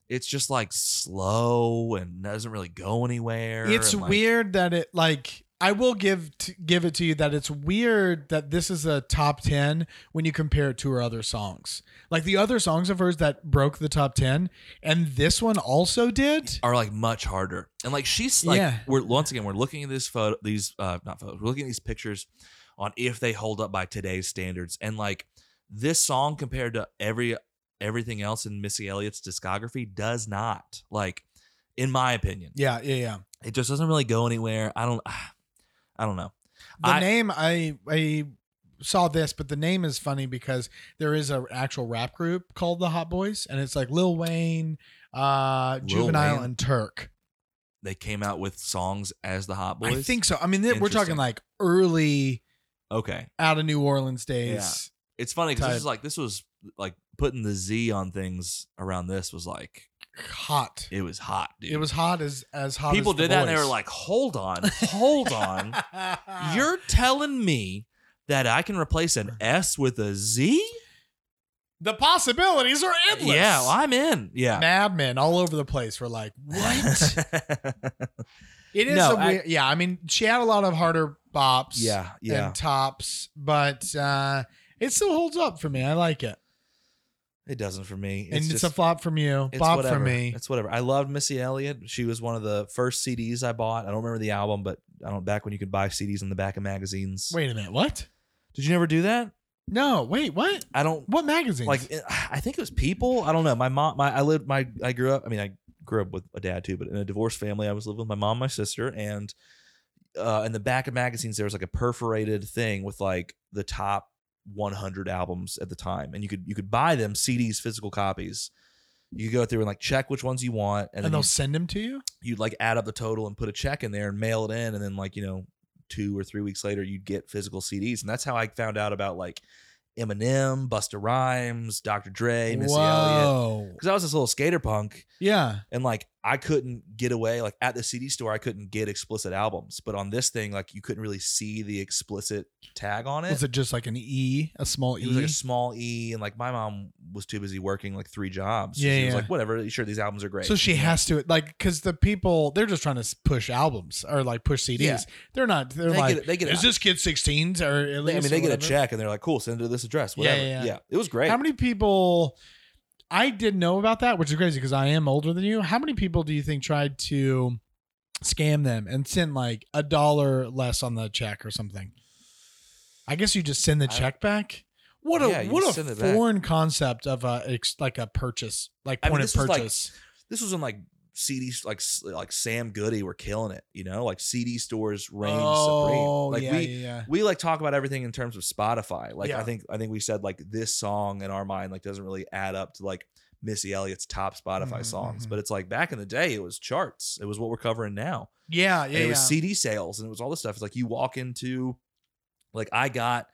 [SPEAKER 3] it's just like slow and doesn't really go anywhere.
[SPEAKER 1] yeah. It's
[SPEAKER 3] and, like,
[SPEAKER 1] weird that it like I will give t- give it to you that it's weird that this is a top ten when you compare it to her other songs. Like the other songs of hers that broke the top ten, and this one also did.
[SPEAKER 3] Are like much harder, and like she's like
[SPEAKER 1] Yeah.
[SPEAKER 3] we're once again we're looking at this photo, these uh not photos, we're looking at these pictures on if they hold up by today's standards, and like this song compared to every everything else in Missy Elliott's discography does not like, in my opinion,
[SPEAKER 1] Yeah, yeah, yeah.
[SPEAKER 3] it just doesn't really go anywhere. I don't, I don't know.
[SPEAKER 1] The
[SPEAKER 3] I-
[SPEAKER 1] name I I saw this, but the name is funny because there is an actual rap group called the Hot Boys, and it's like Lil Wayne, uh,
[SPEAKER 3] Lil
[SPEAKER 1] Juvenile,
[SPEAKER 3] Wayne?
[SPEAKER 1] and Turk.
[SPEAKER 3] They came out with songs as the Hot Boys.
[SPEAKER 1] I think so. I mean, th- we're talking
[SPEAKER 3] Interesting.
[SPEAKER 1] like early
[SPEAKER 3] okay.
[SPEAKER 1] out of New Orleans days.
[SPEAKER 3] It's funny because this
[SPEAKER 1] type.
[SPEAKER 3] is like this was like putting the Z on things around this was like
[SPEAKER 1] Hot.
[SPEAKER 3] it was hot, dude.
[SPEAKER 1] It was hot as as hot.
[SPEAKER 3] people
[SPEAKER 1] as the
[SPEAKER 3] did that and they
[SPEAKER 1] boys.
[SPEAKER 3] were like, hold on, hold on. You're telling me that I can replace an S with a Z?
[SPEAKER 1] the possibilities are endless.
[SPEAKER 3] Yeah, well, I'm in. Yeah.
[SPEAKER 1] madmen all over the place. were like, what? It is
[SPEAKER 3] No,
[SPEAKER 1] a
[SPEAKER 3] I-
[SPEAKER 1] weird. yeah, I mean, she had a lot of harder bops.
[SPEAKER 3] Yeah, yeah.
[SPEAKER 1] And tops, but uh it still holds up for me. I like it,
[SPEAKER 3] it doesn't for me.
[SPEAKER 1] and it's
[SPEAKER 3] just-
[SPEAKER 1] a flop from you,
[SPEAKER 3] it's
[SPEAKER 1] bop
[SPEAKER 3] whatever.
[SPEAKER 1] from me.
[SPEAKER 3] It's whatever. I loved Missy Elliott. She was one of the first CDs I bought. I don't remember the album, but I don't back when you could buy CDs in the back of magazines.
[SPEAKER 1] Wait a minute, what?
[SPEAKER 3] Did you never do that?
[SPEAKER 1] No, wait, what?
[SPEAKER 3] I don't
[SPEAKER 1] What magazines?
[SPEAKER 3] like it- I think it was people. I don't know. My mom, my I lived, my I grew up. I mean, I grew up with a dad too, but in a divorced family, I was living with my mom, my sister, and uh, in the back of magazines there was like a perforated thing with like the top 100 albums at the time, and you could you could buy them CDs, physical copies. You could go through and like check which ones you want, and,
[SPEAKER 1] and
[SPEAKER 3] then
[SPEAKER 1] they'll send them to you.
[SPEAKER 3] you'd, you'd like add up the total and put a check in there and mail it in, and then like you know two or three weeks later you'd get physical CDs, and that's how I found out about like. Eminem, Busta Rhymes, Dr. Dre, Missy Elliott,
[SPEAKER 1] Whoa,
[SPEAKER 3] because I was this little skater punk,
[SPEAKER 1] yeah,
[SPEAKER 3] and like I couldn't get away. Like at the CD store, I couldn't get explicit albums, but on this thing, like you couldn't really see the explicit tag on it.
[SPEAKER 1] was it just like an E, a small
[SPEAKER 3] It was
[SPEAKER 1] E?
[SPEAKER 3] like a small E, and like my mom was too busy working like three jobs.
[SPEAKER 1] Yeah,
[SPEAKER 3] she was
[SPEAKER 1] yeah.
[SPEAKER 3] like whatever. Sure, these albums are great.
[SPEAKER 1] so she
[SPEAKER 3] You know?
[SPEAKER 1] has to like because the people they're just trying to s- push albums or like push CDs.
[SPEAKER 3] Yeah.
[SPEAKER 1] They're not. They're
[SPEAKER 3] They get
[SPEAKER 1] like,
[SPEAKER 3] it- they get it
[SPEAKER 1] is
[SPEAKER 3] out.
[SPEAKER 1] this kid 16s or at
[SPEAKER 3] They-
[SPEAKER 1] least?
[SPEAKER 3] I mean,
[SPEAKER 1] or
[SPEAKER 3] they get a
[SPEAKER 1] whatever?
[SPEAKER 3] check, and they're like, "Cool, send it to this address."
[SPEAKER 1] Yeah, yeah,
[SPEAKER 3] Whatever. Yeah,
[SPEAKER 1] yeah.
[SPEAKER 3] it was great.
[SPEAKER 1] How many people? I didn't know about that, which is crazy because I am older than you. How many people do you think tried to scam them and send like a dollar less on the check or something? I guess you just send the
[SPEAKER 3] I-
[SPEAKER 1] check back. What
[SPEAKER 3] Yeah,
[SPEAKER 1] a
[SPEAKER 3] you
[SPEAKER 1] what
[SPEAKER 3] just
[SPEAKER 1] a
[SPEAKER 3] send it back.
[SPEAKER 1] foreign concept of a ex, like a purchase, like
[SPEAKER 3] I mean,
[SPEAKER 1] point of
[SPEAKER 3] this was like-
[SPEAKER 1] purchase.
[SPEAKER 3] this was in like CDs, like like Sam Goody were killing it. You know, like CD stores reigned
[SPEAKER 1] oh,
[SPEAKER 3] supreme. Like
[SPEAKER 1] yeah,
[SPEAKER 3] we,
[SPEAKER 1] yeah, yeah.
[SPEAKER 3] we like talk about everything in terms of Spotify. Like
[SPEAKER 1] Yeah.
[SPEAKER 3] I think I think we said like this song in our mind like doesn't really add up to like Missy Elliott's top Spotify
[SPEAKER 1] Mm-hmm,
[SPEAKER 3] songs. But it's like back in the day, it was charts. It was what we're covering now.
[SPEAKER 1] Yeah,
[SPEAKER 3] And
[SPEAKER 1] yeah,
[SPEAKER 3] it
[SPEAKER 1] yeah.
[SPEAKER 3] was CD sales and it was all this stuff. It's like you walk into, like I got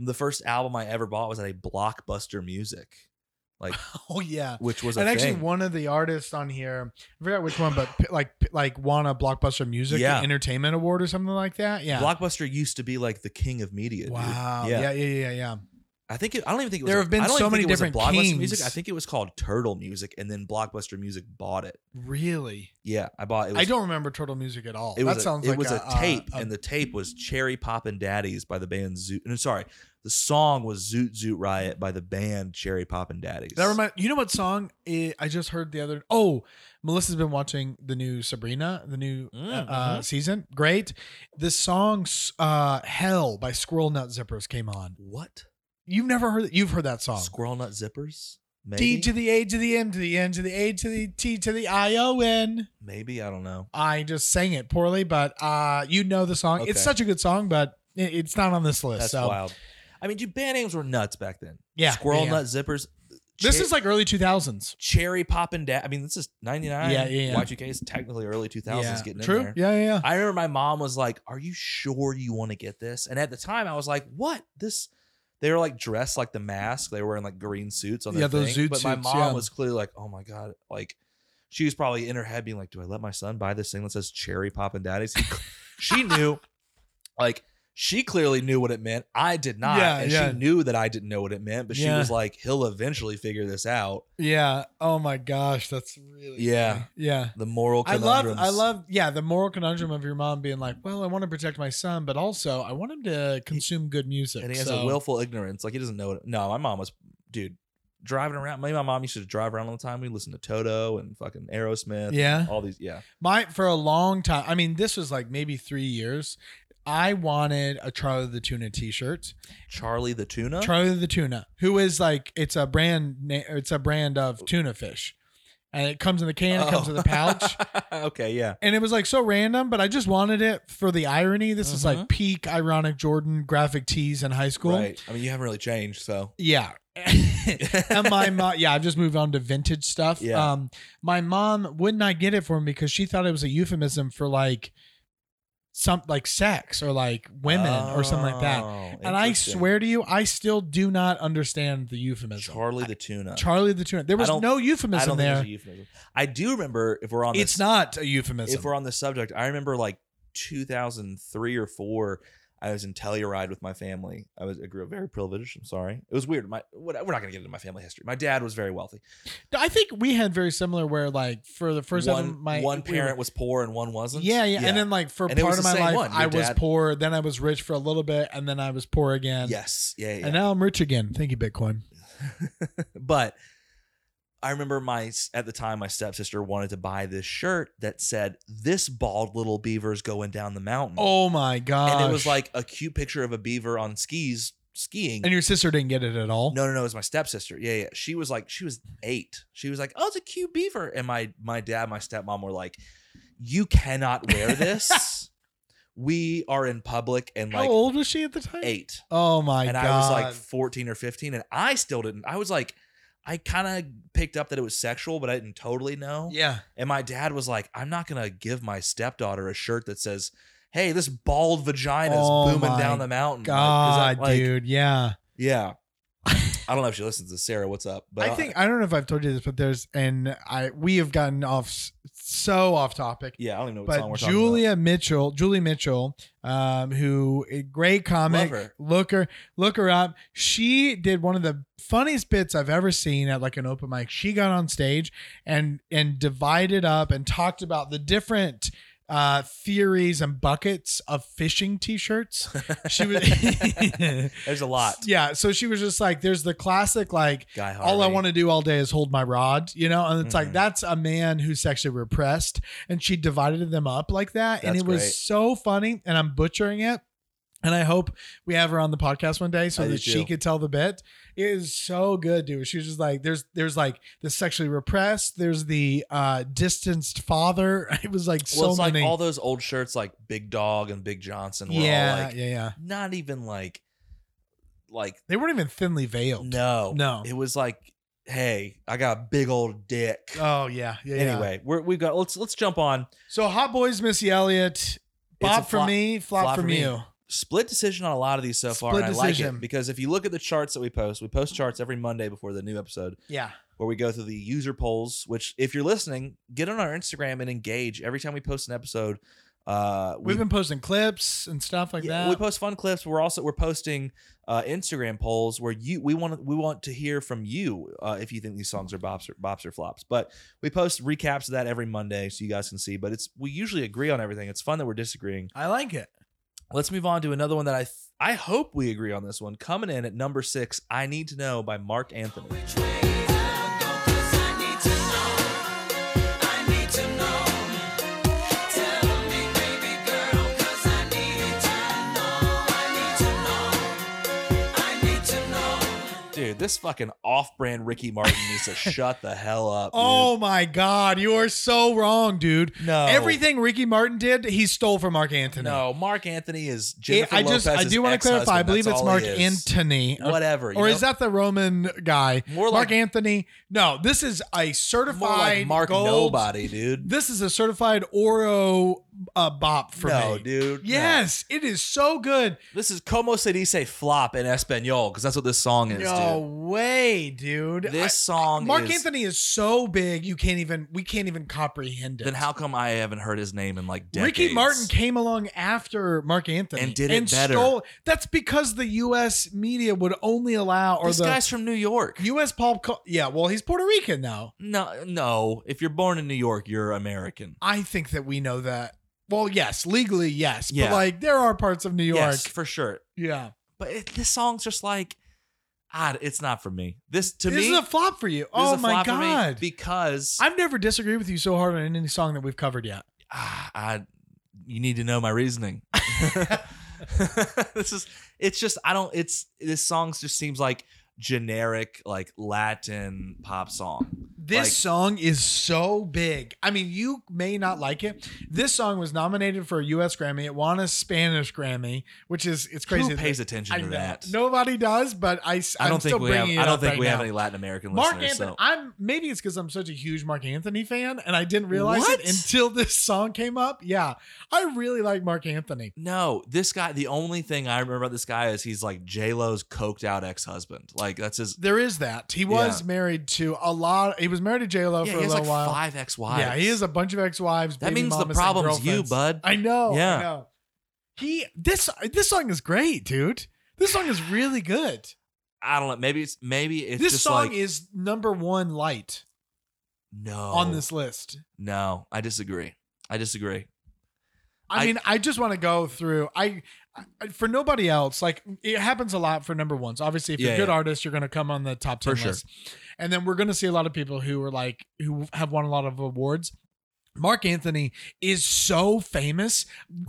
[SPEAKER 3] the first album I ever bought was at a Blockbuster Music, like
[SPEAKER 1] oh yeah.
[SPEAKER 3] which was a
[SPEAKER 1] And actually,
[SPEAKER 3] thing.
[SPEAKER 1] one of the artists on here, I forgot which one, but like like won a blockbuster music
[SPEAKER 3] Yeah.
[SPEAKER 1] entertainment award or something like that. Yeah.
[SPEAKER 3] Blockbuster used to be like the king of media. dude.
[SPEAKER 1] wow.
[SPEAKER 3] Yeah.
[SPEAKER 1] Yeah. Yeah. Yeah. Yeah.
[SPEAKER 3] I think it, I don't even think it was
[SPEAKER 1] There
[SPEAKER 3] a-
[SPEAKER 1] have been
[SPEAKER 3] I don't
[SPEAKER 1] so
[SPEAKER 3] even
[SPEAKER 1] many
[SPEAKER 3] think it was a
[SPEAKER 1] different
[SPEAKER 3] Blockbuster
[SPEAKER 1] kings.
[SPEAKER 3] Music. I think it was called Turtle Music, and then Blockbuster Music bought it.
[SPEAKER 1] Really.
[SPEAKER 3] Yeah, I bought it. Was,
[SPEAKER 1] I don't remember turtle music at all.
[SPEAKER 3] It was
[SPEAKER 1] that
[SPEAKER 3] a,
[SPEAKER 1] sounds
[SPEAKER 3] it
[SPEAKER 1] like
[SPEAKER 3] was a,
[SPEAKER 1] uh,
[SPEAKER 3] tape,
[SPEAKER 1] a-
[SPEAKER 3] and the tape was Cherry Poppin' Daddies by the band Zoot. No, sorry, the song was Zoot Zoot Riot by the band Cherry Poppin' Daddies.
[SPEAKER 1] that remind you know what song it, I just heard the other. Oh, Melissa's been watching the new Sabrina, the
[SPEAKER 3] Mm,
[SPEAKER 1] new uh,
[SPEAKER 3] mm-hmm.
[SPEAKER 1] uh, season. Great. The song uh, "Hell" by Squirrel Nut Zippers came on.
[SPEAKER 3] what
[SPEAKER 1] You've never heard. You've heard that song.
[SPEAKER 3] squirrel nut zippers?
[SPEAKER 1] Oh.
[SPEAKER 3] Maybe,
[SPEAKER 1] D to the A to the M to the N to the A to the T to the I O N.
[SPEAKER 3] maybe I don't know.
[SPEAKER 1] I just sang it poorly, but uh, you know the song.
[SPEAKER 3] Okay.
[SPEAKER 1] It's such a good song, but i- it's not on this list.
[SPEAKER 3] That's
[SPEAKER 1] so
[SPEAKER 3] wild. I mean, dude, band names were nuts back then.
[SPEAKER 1] Yeah,
[SPEAKER 3] squirrel
[SPEAKER 1] yeah, yeah.
[SPEAKER 3] nut zippers.
[SPEAKER 1] this
[SPEAKER 3] Cher-
[SPEAKER 1] is like early two thousands.
[SPEAKER 3] cherry poppin' dad. I mean, this is '99.
[SPEAKER 1] Yeah, yeah, yeah.
[SPEAKER 3] Y2K is technically early 2000s. Getting
[SPEAKER 1] True.
[SPEAKER 3] In there.
[SPEAKER 1] Yeah, yeah, yeah.
[SPEAKER 3] I remember my mom was like, "Are you sure you want to get this?" And at the time, I was like, "What this?" They were like dressed like the mask. They were in like green suits on their
[SPEAKER 1] Yeah, those
[SPEAKER 3] thing.
[SPEAKER 1] zoot
[SPEAKER 3] But my
[SPEAKER 1] suits,
[SPEAKER 3] mom
[SPEAKER 1] yeah.
[SPEAKER 3] was clearly like, "Oh my god!" Like she was probably in her head being like, "Do I let my son buy this thing that says Cherry Poppin' Daddies?" He- she knew, like she clearly knew what it meant. I did not,
[SPEAKER 1] Yeah,
[SPEAKER 3] and
[SPEAKER 1] yeah.
[SPEAKER 3] she knew that I didn't know what it meant. But she
[SPEAKER 1] Yeah.
[SPEAKER 3] was like, "He'll eventually figure this out."
[SPEAKER 1] yeah. Oh my gosh, that's really
[SPEAKER 3] Yeah.
[SPEAKER 1] funny. yeah.
[SPEAKER 3] The moral
[SPEAKER 1] I love,
[SPEAKER 3] conundrums.
[SPEAKER 1] I love, yeah, the moral conundrum of your mom being like, "Well, I want to protect my son, but also I want him to consume good music."
[SPEAKER 3] and he has
[SPEAKER 1] so-
[SPEAKER 3] a willful ignorance. Like he doesn't know. It. No, my mom was, dude, driving around. Maybe my mom used to drive around all the time. We listened to Toto and fucking Aerosmith.
[SPEAKER 1] Yeah.
[SPEAKER 3] all these. Yeah,
[SPEAKER 1] My for a long time. I mean, this was like maybe three years. I wanted a Charlie the Tuna T-shirt.
[SPEAKER 3] Charlie the Tuna.
[SPEAKER 1] Charlie the Tuna, who is like it's a brand name. It's a brand of tuna fish, and it comes in the can. It comes
[SPEAKER 3] Oh.
[SPEAKER 1] in the pouch.
[SPEAKER 3] okay, yeah.
[SPEAKER 1] And it was like so random, but I just wanted it for the irony. This is like
[SPEAKER 3] Mhm.
[SPEAKER 1] peak ironic Jordan graphic tees in high school.
[SPEAKER 3] Right. I mean, you haven't really changed, so
[SPEAKER 1] Yeah. and my mom, yeah, I've just moved on to vintage stuff.
[SPEAKER 3] Yeah.
[SPEAKER 1] Um, my mom would not get it for me because she thought it was a euphemism for like some like sex or like women or something like that.
[SPEAKER 3] Oh,
[SPEAKER 1] And I
[SPEAKER 3] interesting.
[SPEAKER 1] swear to you, I still do not understand the euphemism.
[SPEAKER 3] Charlie the Tuna.
[SPEAKER 1] Charlie the Tuna. There was
[SPEAKER 3] don't-
[SPEAKER 1] no
[SPEAKER 3] uh, I
[SPEAKER 1] euphemism
[SPEAKER 3] don't think
[SPEAKER 1] there.
[SPEAKER 3] it's a euphemism. I do remember if we're on.
[SPEAKER 1] It's
[SPEAKER 3] this,
[SPEAKER 1] not a
[SPEAKER 3] If
[SPEAKER 1] euphemism.
[SPEAKER 3] we're on the subject, I remember like 2003 or four. I was in Telluride with my family. I was I grew up very privileged. I'm sorry. It was weird. My what, we're not gonna get into my family history. My dad was very wealthy.
[SPEAKER 1] I think we had very similar where like for the first
[SPEAKER 3] one,
[SPEAKER 1] time my
[SPEAKER 3] one
[SPEAKER 1] we were-
[SPEAKER 3] parent was poor and one wasn't.
[SPEAKER 1] Yeah, yeah, And then like for
[SPEAKER 3] And it
[SPEAKER 1] part
[SPEAKER 3] was
[SPEAKER 1] of
[SPEAKER 3] the
[SPEAKER 1] my
[SPEAKER 3] same
[SPEAKER 1] life,
[SPEAKER 3] one. Your
[SPEAKER 1] I was
[SPEAKER 3] dad-
[SPEAKER 1] poor, then I was rich for a little bit, and then I was poor again.
[SPEAKER 3] yes, yeah, yeah.
[SPEAKER 1] And now I'm rich again. Thank you, Bitcoin.
[SPEAKER 3] but I remember my at the time my stepsister wanted to buy this shirt that said "This bald little beaver's going down the mountain."
[SPEAKER 1] Oh my god!
[SPEAKER 3] and it was like a cute picture of a beaver on skis skiing.
[SPEAKER 1] and your sister didn't get it at all.
[SPEAKER 3] no, no, no, it was my stepsister. Yeah, yeah. She was like, she was eight. She was like, "Oh, it's a cute beaver." And my my dad, my stepmom were like, "You cannot wear this. we are in public and
[SPEAKER 1] How
[SPEAKER 3] like
[SPEAKER 1] old was she at the time?
[SPEAKER 3] eight.
[SPEAKER 1] Oh my
[SPEAKER 3] and
[SPEAKER 1] god!
[SPEAKER 3] I was like 14 or 15, and I still didn't. I was like, I kind of picked up that it was sexual, but I didn't totally know.
[SPEAKER 1] yeah,
[SPEAKER 3] And my dad was like, I'm not gonna give my stepdaughter a shirt that says, "Hey, this bald vagina is
[SPEAKER 1] Oh
[SPEAKER 3] booming
[SPEAKER 1] my
[SPEAKER 3] down the mountain." Like, 'cause I-
[SPEAKER 1] God,
[SPEAKER 3] like,
[SPEAKER 1] dude, yeah.
[SPEAKER 3] Yeah. I don't know if she listens to Sarah. What's up? But
[SPEAKER 1] I think I don't know if I've told you this, but there's and I we have gotten off s- so off topic.
[SPEAKER 3] yeah, I don't even know what song
[SPEAKER 1] but
[SPEAKER 3] we're
[SPEAKER 1] Julia Mitchell, Julie Mitchell, um, who a great comic,
[SPEAKER 3] Love her.
[SPEAKER 1] look her, look her up. She did one of the funniest bits I've ever seen at like an open mic. She got on stage and and divided up and talked about the different uh theories and buckets of fishing t-shirts she was
[SPEAKER 3] talking about. There's a lot.
[SPEAKER 1] yeah so she was just like there's the classic like
[SPEAKER 3] Guy
[SPEAKER 1] all I want to do all day is hold my rod, you know? And it's like,
[SPEAKER 3] Mhm.
[SPEAKER 1] that's a man who's sexually repressed. And she divided them up like that. and
[SPEAKER 3] That's
[SPEAKER 1] it was
[SPEAKER 3] great.
[SPEAKER 1] so funny. And I'm butchering it. And I hope we have her on the podcast one day so
[SPEAKER 3] I do
[SPEAKER 1] that she
[SPEAKER 3] too.
[SPEAKER 1] could tell the bit. It is so good, dude. She was just like, there's there's like the sexually repressed, there's the uh distanced father. It was like
[SPEAKER 3] well,
[SPEAKER 1] so
[SPEAKER 3] it's
[SPEAKER 1] many.
[SPEAKER 3] like all those old shirts, like Big Dog and Big Johnson, were
[SPEAKER 1] yeah,
[SPEAKER 3] all like
[SPEAKER 1] yeah, yeah.
[SPEAKER 3] not even like like
[SPEAKER 1] They weren't even thinly veiled.
[SPEAKER 3] No,
[SPEAKER 1] No.
[SPEAKER 3] It was like hey, I got a big old dick.
[SPEAKER 1] Oh yeah. yeah yeah.
[SPEAKER 3] Anyway, we're, we've got let's let's jump on.
[SPEAKER 1] So Hot Boys, Missy Elliott,
[SPEAKER 3] a
[SPEAKER 1] Bob for
[SPEAKER 3] flop-
[SPEAKER 1] me, flop,
[SPEAKER 3] flop
[SPEAKER 1] from
[SPEAKER 3] for me.
[SPEAKER 1] you.
[SPEAKER 3] Split decision on a lot of these so far,
[SPEAKER 1] Split
[SPEAKER 3] and I like
[SPEAKER 1] decision.
[SPEAKER 3] it because if you look at the charts that we post, we post charts every Monday before the new episode
[SPEAKER 1] Yeah.
[SPEAKER 3] where we go through the user polls. Which, if you're listening, get on our Instagram and engage every time we post an episode. Uh, we-
[SPEAKER 1] We've been posting clips and stuff like
[SPEAKER 3] Yeah,
[SPEAKER 1] that.
[SPEAKER 3] We post fun clips. We're also we're posting uh, Instagram polls where you we want we want to hear from you uh, if you think these songs are bops or bops or flops. But we post recaps of that every Monday so you guys can see. But it's we usually agree on everything. It's fun that we're disagreeing.
[SPEAKER 1] I like it.
[SPEAKER 3] Let's move on to another one that I th- I hope we agree on this one. Coming in at number six, I need to know by Mark Anthony. Dude, this fucking off-brand Ricky Martin needs to shut the hell up. dude.
[SPEAKER 1] Oh my God, you are so wrong, dude.
[SPEAKER 3] No.
[SPEAKER 1] Everything Ricky Martin did, he stole from Mark Anthony.
[SPEAKER 3] no, Mark Anthony is
[SPEAKER 1] It-
[SPEAKER 3] Jennifer
[SPEAKER 1] I just I
[SPEAKER 3] Lopez's
[SPEAKER 1] do want to clarify. I
[SPEAKER 3] ex-husband.
[SPEAKER 1] believe
[SPEAKER 3] That's
[SPEAKER 1] it's
[SPEAKER 3] all
[SPEAKER 1] Mark
[SPEAKER 3] he is.
[SPEAKER 1] Anthony. Or-
[SPEAKER 3] Whatever, you
[SPEAKER 1] Or is
[SPEAKER 3] know?
[SPEAKER 1] that the Roman guy?
[SPEAKER 3] More
[SPEAKER 1] Mark
[SPEAKER 3] like-
[SPEAKER 1] Anthony. No, this is a certified
[SPEAKER 3] More like Mark
[SPEAKER 1] gold-
[SPEAKER 3] Nobody, dude.
[SPEAKER 1] This is a certified Oro uh, bop for
[SPEAKER 3] no,
[SPEAKER 1] me.
[SPEAKER 3] dude. no.
[SPEAKER 1] Yes, it is so good.
[SPEAKER 3] This is Como se dice flop in Espanol because that's what this song is,
[SPEAKER 1] No
[SPEAKER 3] dude.
[SPEAKER 1] way, dude.
[SPEAKER 3] This
[SPEAKER 1] I-
[SPEAKER 3] song
[SPEAKER 1] Mark
[SPEAKER 3] is-
[SPEAKER 1] Anthony is so big you can't even we can't even comprehend it.
[SPEAKER 3] Then how come I haven't heard his name in like decades?
[SPEAKER 1] Ricky Martin came along after Mark Anthony
[SPEAKER 3] And did it better.
[SPEAKER 1] that's because the U.S. media would only allow or
[SPEAKER 3] This
[SPEAKER 1] the
[SPEAKER 3] guy's from New York.
[SPEAKER 1] U.S. pop. cul- yeah, well, he's Puerto Rican now.
[SPEAKER 3] no, no. If you're born in New York, you're American.
[SPEAKER 1] I think that we know that. Well, yes, legally, yes,
[SPEAKER 3] Yeah.
[SPEAKER 1] but like there are parts of New York.
[SPEAKER 3] Yes, for sure.
[SPEAKER 1] Yeah,
[SPEAKER 3] But it, this song's just like, ah, it's not for me. This to
[SPEAKER 1] this
[SPEAKER 3] me,
[SPEAKER 1] is a flop for you.
[SPEAKER 3] this is
[SPEAKER 1] Oh
[SPEAKER 3] a
[SPEAKER 1] my
[SPEAKER 3] flop for me
[SPEAKER 1] god,
[SPEAKER 3] because
[SPEAKER 1] I've never disagreed with you so hard on any song that we've covered yet.
[SPEAKER 3] ah, I, you need to know my reasoning. this is, it's just, I don't, it's, this song just seems like generic, like Latin pop song.
[SPEAKER 1] This
[SPEAKER 3] Like-
[SPEAKER 1] song is so big. I mean, you may not like it. This song was nominated for a U.S. Grammy. It won a Spanish Grammy, which is it's crazy.
[SPEAKER 3] Who
[SPEAKER 1] that-
[SPEAKER 3] pays attention
[SPEAKER 1] I
[SPEAKER 3] to
[SPEAKER 1] know.
[SPEAKER 3] that?
[SPEAKER 1] Nobody does, but I.
[SPEAKER 3] I don't think we have, I don't think we have any
[SPEAKER 1] any.
[SPEAKER 3] Latin American
[SPEAKER 1] Mark
[SPEAKER 3] listeners.
[SPEAKER 1] Anthony.
[SPEAKER 3] so.
[SPEAKER 1] I'm maybe it's because I'm such a huge Mark Anthony fan, and I didn't realize
[SPEAKER 3] What?
[SPEAKER 1] it until this song came up. Yeah, I really like Mark Anthony.
[SPEAKER 3] no, this guy. The only thing I remember about this guy is he's like J Lo's coked out ex husband. Like that's his.
[SPEAKER 1] There is that he was
[SPEAKER 3] Yeah.
[SPEAKER 1] married to a lot. He was married to J Lo
[SPEAKER 3] Yeah,
[SPEAKER 1] for
[SPEAKER 3] he
[SPEAKER 1] a
[SPEAKER 3] has
[SPEAKER 1] little
[SPEAKER 3] like
[SPEAKER 1] while.
[SPEAKER 3] five ex wives.
[SPEAKER 1] Yeah, he has a bunch of ex-wives.
[SPEAKER 3] That
[SPEAKER 1] baby
[SPEAKER 3] means the
[SPEAKER 1] mamas, and
[SPEAKER 3] problem's you,
[SPEAKER 1] girlfriends.
[SPEAKER 3] bud.
[SPEAKER 1] I know. Yeah.
[SPEAKER 3] Yeah.
[SPEAKER 1] I know. He this this song is great, dude. This song is really good.
[SPEAKER 3] I don't know. Maybe it's maybe it's
[SPEAKER 1] this
[SPEAKER 3] just
[SPEAKER 1] song
[SPEAKER 3] like
[SPEAKER 1] is number one light
[SPEAKER 3] no
[SPEAKER 1] on this list.
[SPEAKER 3] No, I disagree. I disagree.
[SPEAKER 1] I,
[SPEAKER 3] I-
[SPEAKER 1] mean, I just want to go through. I, I for nobody else. Like it happens a lot for number ones. Obviously, if you're
[SPEAKER 3] Yeah,
[SPEAKER 1] a good
[SPEAKER 3] yeah.
[SPEAKER 1] artist, you're going to come on the top ten
[SPEAKER 3] For sure.
[SPEAKER 1] list. And then we're going to see a lot of people who are like who have won a lot of awards. Mark Anthony is so famous.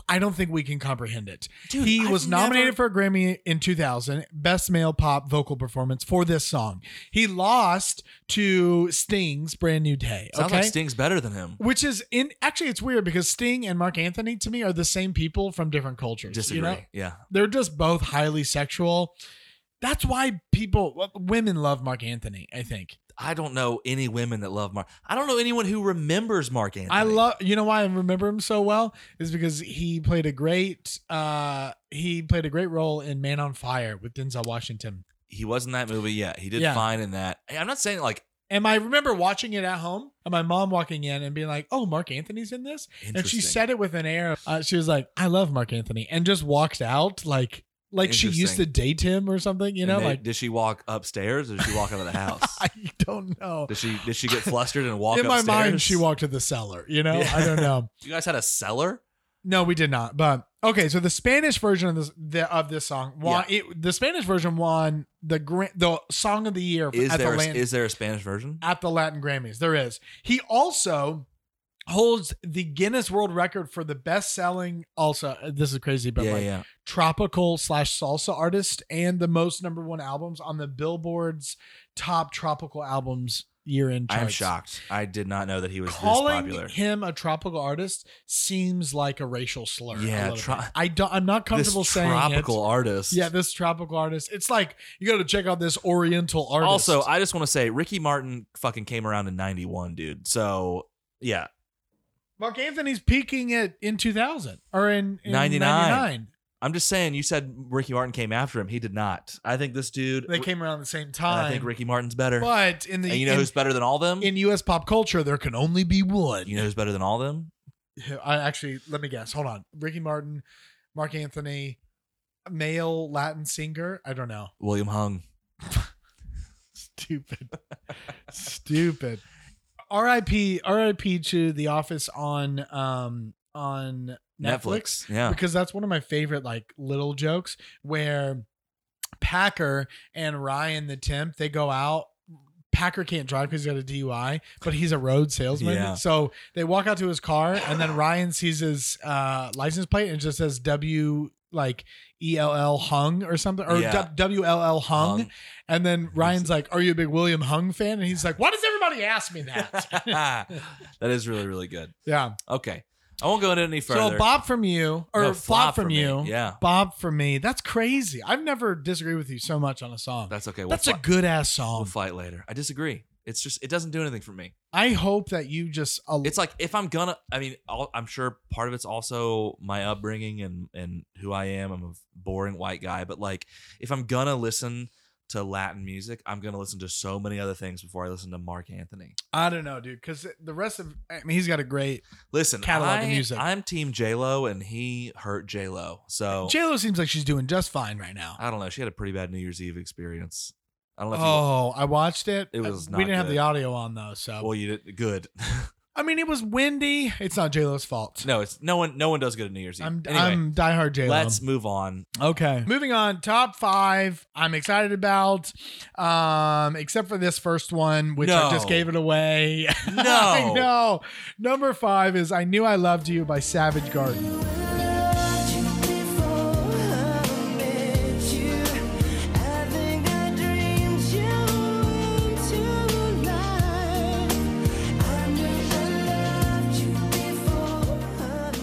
[SPEAKER 1] I don't think we can comprehend it.
[SPEAKER 3] Dude,
[SPEAKER 1] he
[SPEAKER 3] I've
[SPEAKER 1] was nominated
[SPEAKER 3] never-
[SPEAKER 1] for a Grammy in 2000, Best Male Pop Vocal Performance for this song. He lost to Sting's Brand New Day.
[SPEAKER 3] Sounds
[SPEAKER 1] okay.
[SPEAKER 3] like Sting's better than him.
[SPEAKER 1] Which is in actually it's weird because Sting and Mark Anthony to me are the same people from different cultures.
[SPEAKER 3] Disagree.
[SPEAKER 1] You know?
[SPEAKER 3] Yeah.
[SPEAKER 1] They're just both highly sexual. That's why people women love Mark Anthony, I think.
[SPEAKER 3] I don't know any women that love Mark. I don't know anyone who remembers Mark Anthony.
[SPEAKER 1] I love you know why I remember him so well is because he played a great uh he played a great role in Man on Fire with Denzel Washington.
[SPEAKER 3] He was in that movie. Yeah, he did
[SPEAKER 1] Yeah.
[SPEAKER 3] fine in that. Hey, I'm not saying like
[SPEAKER 1] And I remember watching it at home and my mom walking in and being like, "Oh, Mark Anthony's in this." And she
[SPEAKER 3] Interesting.
[SPEAKER 1] said it with an air. of- Uh, she was like, "I love Mark Anthony," and just walked out like like she used to
[SPEAKER 3] Interesting.
[SPEAKER 1] date him or something. You
[SPEAKER 3] and
[SPEAKER 1] know,
[SPEAKER 3] they-
[SPEAKER 1] like
[SPEAKER 3] did she walk upstairs or did she walk out of the house?
[SPEAKER 1] I don't know.
[SPEAKER 3] did she did she get flustered and walk
[SPEAKER 1] In my
[SPEAKER 3] upstairs?
[SPEAKER 1] mind, she walked to the cellar. You know,
[SPEAKER 3] Yeah.
[SPEAKER 1] I don't know.
[SPEAKER 3] You guys had a cellar?
[SPEAKER 1] No, we did not. But okay, so the Spanish version of this the, of this song won. It, the Spanish version won the grand the song of the year
[SPEAKER 3] Is
[SPEAKER 1] at
[SPEAKER 3] there
[SPEAKER 1] the
[SPEAKER 3] a,
[SPEAKER 1] land.
[SPEAKER 3] is there a Spanish version?
[SPEAKER 1] at the Latin Grammys. There is. He also holds the Guinness World Record for the best selling, also, uh, this is crazy, but
[SPEAKER 3] yeah,
[SPEAKER 1] like
[SPEAKER 3] yeah.
[SPEAKER 1] tropical slash salsa artist and the most number one albums on the Billboard's top tropical albums year end charts.
[SPEAKER 3] I'm shocked. I did not know that he was this
[SPEAKER 1] Calling
[SPEAKER 3] popular.
[SPEAKER 1] him a tropical artist seems like a racial slur. a
[SPEAKER 3] Yeah,
[SPEAKER 1] little
[SPEAKER 3] tro-
[SPEAKER 1] bit. I don't. I'm not comfortable
[SPEAKER 3] this
[SPEAKER 1] saying
[SPEAKER 3] tropical
[SPEAKER 1] It.
[SPEAKER 3] artist.
[SPEAKER 1] Yeah, this tropical artist. It's like you got to check out this Oriental artist.
[SPEAKER 3] Also, I just want to say Ricky Martin fucking came around in '91, dude. So yeah,
[SPEAKER 1] Mark Anthony's peaking at in 2000 or in, in 99.
[SPEAKER 3] 99. I'm just saying. You said Ricky Martin came after him. He did not. I think this dude.
[SPEAKER 1] They came around at the same
[SPEAKER 3] and
[SPEAKER 1] time.
[SPEAKER 3] I think Ricky Martin's better.
[SPEAKER 1] but in the
[SPEAKER 3] and you know
[SPEAKER 1] in,
[SPEAKER 3] who's better than all them?
[SPEAKER 1] in U.S. pop culture, there can only be one.
[SPEAKER 3] you know who's better than all them?
[SPEAKER 1] I actually let me guess. Hold on, Ricky Martin, Mark Anthony, male Latin singer. I don't know.
[SPEAKER 3] William Hung.
[SPEAKER 1] Stupid, stupid. R.I.P. R.I.P. to The Office on um on Netflix.
[SPEAKER 3] Netflix. Yeah.
[SPEAKER 1] because that's one of my favorite like little jokes where Packer and Ryan the temp they go out. Packer can't drive because he's got a DUI, but he's a road salesman.
[SPEAKER 3] Yeah.
[SPEAKER 1] So they walk out to his car, and then Ryan sees his uh, license plate and it just says W like E L L hung or something or
[SPEAKER 3] Yeah.
[SPEAKER 1] W L L hung.
[SPEAKER 3] Hung.
[SPEAKER 1] And then Ryan's like, "Are you a big William Hung fan?" And he's like, "Why does everybody ask me that?"
[SPEAKER 3] that is really really good.
[SPEAKER 1] yeah.
[SPEAKER 3] Okay, I won't go into any further.
[SPEAKER 1] So Bob from you or
[SPEAKER 3] No,
[SPEAKER 1] Flop, from,
[SPEAKER 3] me.
[SPEAKER 1] you.
[SPEAKER 3] Yeah,
[SPEAKER 1] Bob from me. That's crazy. I've never disagreed with you so much on a song.
[SPEAKER 3] that's okay. We'll
[SPEAKER 1] That's a
[SPEAKER 3] fi-
[SPEAKER 1] good ass
[SPEAKER 3] We'll
[SPEAKER 1] song.
[SPEAKER 3] fight later. I disagree. It's just it doesn't do anything for me.
[SPEAKER 1] I hope that you just a-
[SPEAKER 3] It's like if I'm gonna. I mean, I'll, I'm sure part of it's also my upbringing and and who I am. I'm a boring white guy, but like if I'm gonna listen to Latin music, I'm gonna listen to so many other things before I listen to Mark Anthony.
[SPEAKER 1] I don't know, dude, because the rest of I mean he's got a great
[SPEAKER 3] Listen,
[SPEAKER 1] Catalog
[SPEAKER 3] catalog
[SPEAKER 1] of
[SPEAKER 3] I,
[SPEAKER 1] music.
[SPEAKER 3] I'm Team J Lo, and he hurt J Lo. So
[SPEAKER 1] J Lo seems like she's doing just fine right now.
[SPEAKER 3] Oh. I don't know. She had a pretty bad New Year's Eve experience. I don't know. If
[SPEAKER 1] Oh, I watched it.
[SPEAKER 3] It was
[SPEAKER 1] Uh,
[SPEAKER 3] not
[SPEAKER 1] we didn't have
[SPEAKER 3] good.
[SPEAKER 1] the audio on though, so
[SPEAKER 3] you, well, you did good.
[SPEAKER 1] I mean it was windy. It's not J Lo's fault.
[SPEAKER 3] no, it's no one. No one does good at New Year's Eve.
[SPEAKER 1] I'm
[SPEAKER 3] anyway,
[SPEAKER 1] I'm diehard J Lo.
[SPEAKER 3] let's move on.
[SPEAKER 1] Okay. Moving on, top five I'm excited about. Um, except for this first one, which I
[SPEAKER 3] No.
[SPEAKER 1] just gave it away.
[SPEAKER 3] No.
[SPEAKER 1] I know. Number five is I Knew I Loved You by Savage Garden.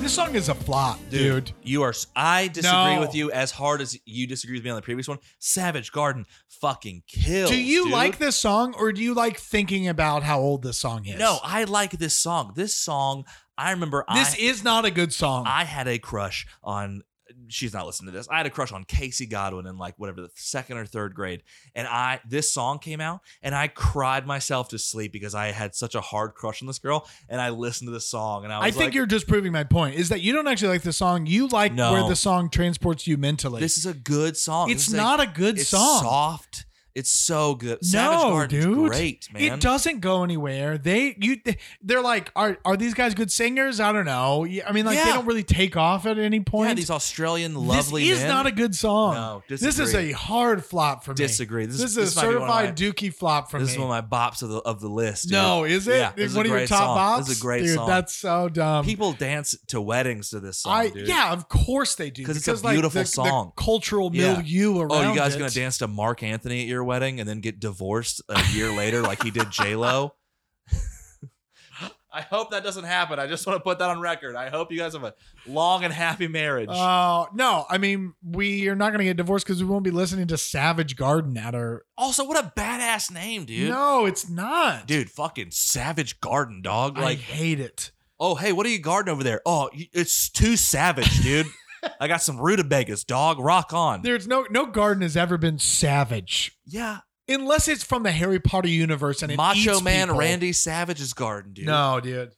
[SPEAKER 1] This song is a flop, dude.
[SPEAKER 3] You are. s- I disagree
[SPEAKER 1] No.
[SPEAKER 3] with you as hard as you disagree with me on the previous one. Savage Garden fucking kills.
[SPEAKER 1] Do you
[SPEAKER 3] dude.
[SPEAKER 1] like this song or do you like thinking about how old this song is?
[SPEAKER 3] No, I like this song. This song. I remember.
[SPEAKER 1] This
[SPEAKER 3] I,
[SPEAKER 1] is not a good song.
[SPEAKER 3] I had a crush on. She's not listening to this. I had a crush on Casey Godwin in like whatever the second or third grade, and I this song came out and I cried myself to sleep because I had such a hard crush on this girl. And I listened to this song and I
[SPEAKER 1] I
[SPEAKER 3] was
[SPEAKER 1] think
[SPEAKER 3] like,
[SPEAKER 1] you're just proving my point is that you don't actually like the song. You like
[SPEAKER 3] No.
[SPEAKER 1] where the song transports you mentally.
[SPEAKER 3] "This is a good song.
[SPEAKER 1] it's
[SPEAKER 3] This is
[SPEAKER 1] not a good
[SPEAKER 3] it's
[SPEAKER 1] song.
[SPEAKER 3] Soft. It's so good. Savage
[SPEAKER 1] No,
[SPEAKER 3] Garden's
[SPEAKER 1] dude.
[SPEAKER 3] great man.
[SPEAKER 1] It doesn't go anywhere. They you they're like are are these guys good singers? I don't know. Yeah, I mean like they
[SPEAKER 3] Yeah.
[SPEAKER 1] don't really take off at any point.
[SPEAKER 3] Yeah, these Australian
[SPEAKER 1] this
[SPEAKER 3] lovely
[SPEAKER 1] is
[SPEAKER 3] men.
[SPEAKER 1] not a good song.
[SPEAKER 3] No,
[SPEAKER 1] This is
[SPEAKER 3] disagree.
[SPEAKER 1] a hard flop for me.
[SPEAKER 3] Disagree. This
[SPEAKER 1] This,
[SPEAKER 3] is-
[SPEAKER 1] is a
[SPEAKER 3] this might be one of
[SPEAKER 1] certified
[SPEAKER 3] my-
[SPEAKER 1] dookie flop for
[SPEAKER 3] this
[SPEAKER 1] me.
[SPEAKER 3] is one of my bops of the of the list. dude.
[SPEAKER 1] no, is it?
[SPEAKER 3] Yeah, this
[SPEAKER 1] It's
[SPEAKER 3] is a
[SPEAKER 1] one of your
[SPEAKER 3] great
[SPEAKER 1] top
[SPEAKER 3] song.
[SPEAKER 1] bops.
[SPEAKER 3] This is a great
[SPEAKER 1] dude,
[SPEAKER 3] song.
[SPEAKER 1] That's so dumb.
[SPEAKER 3] People dance to weddings to this song.
[SPEAKER 1] I
[SPEAKER 3] dude.
[SPEAKER 1] yeah, of course they do
[SPEAKER 3] 'Cause it's a
[SPEAKER 1] like, the-
[SPEAKER 3] beautiful
[SPEAKER 1] the,
[SPEAKER 3] song.
[SPEAKER 1] cultural
[SPEAKER 3] Yeah.
[SPEAKER 1] milieu around.
[SPEAKER 3] Oh, you guys
[SPEAKER 1] it.
[SPEAKER 3] gonna dance to Mark Anthony at your wedding and then get divorced a year later like he did J Lo? I hope that doesn't happen. I just want to put that on record. I hope you guys have a long and happy marriage.
[SPEAKER 1] Oh no! I mean, we are not going to get divorced because we won't be listening to Savage Garden at our
[SPEAKER 3] also, what a badass name, dude.
[SPEAKER 1] No, it's not.
[SPEAKER 3] Dude, fucking Savage Garden, dog.
[SPEAKER 1] I
[SPEAKER 3] Like,
[SPEAKER 1] hate it.
[SPEAKER 3] oh, hey, what are you guarding over there? Oh, y- it's too savage, dude. I got some rutabagas, dog. Rock on.
[SPEAKER 1] There's no no garden has ever been savage.
[SPEAKER 3] yeah.
[SPEAKER 1] Unless it's from the Harry Potter universe and it
[SPEAKER 3] Macho
[SPEAKER 1] eats
[SPEAKER 3] Man
[SPEAKER 1] people.
[SPEAKER 3] Randy Savage's garden, dude.
[SPEAKER 1] No, dude.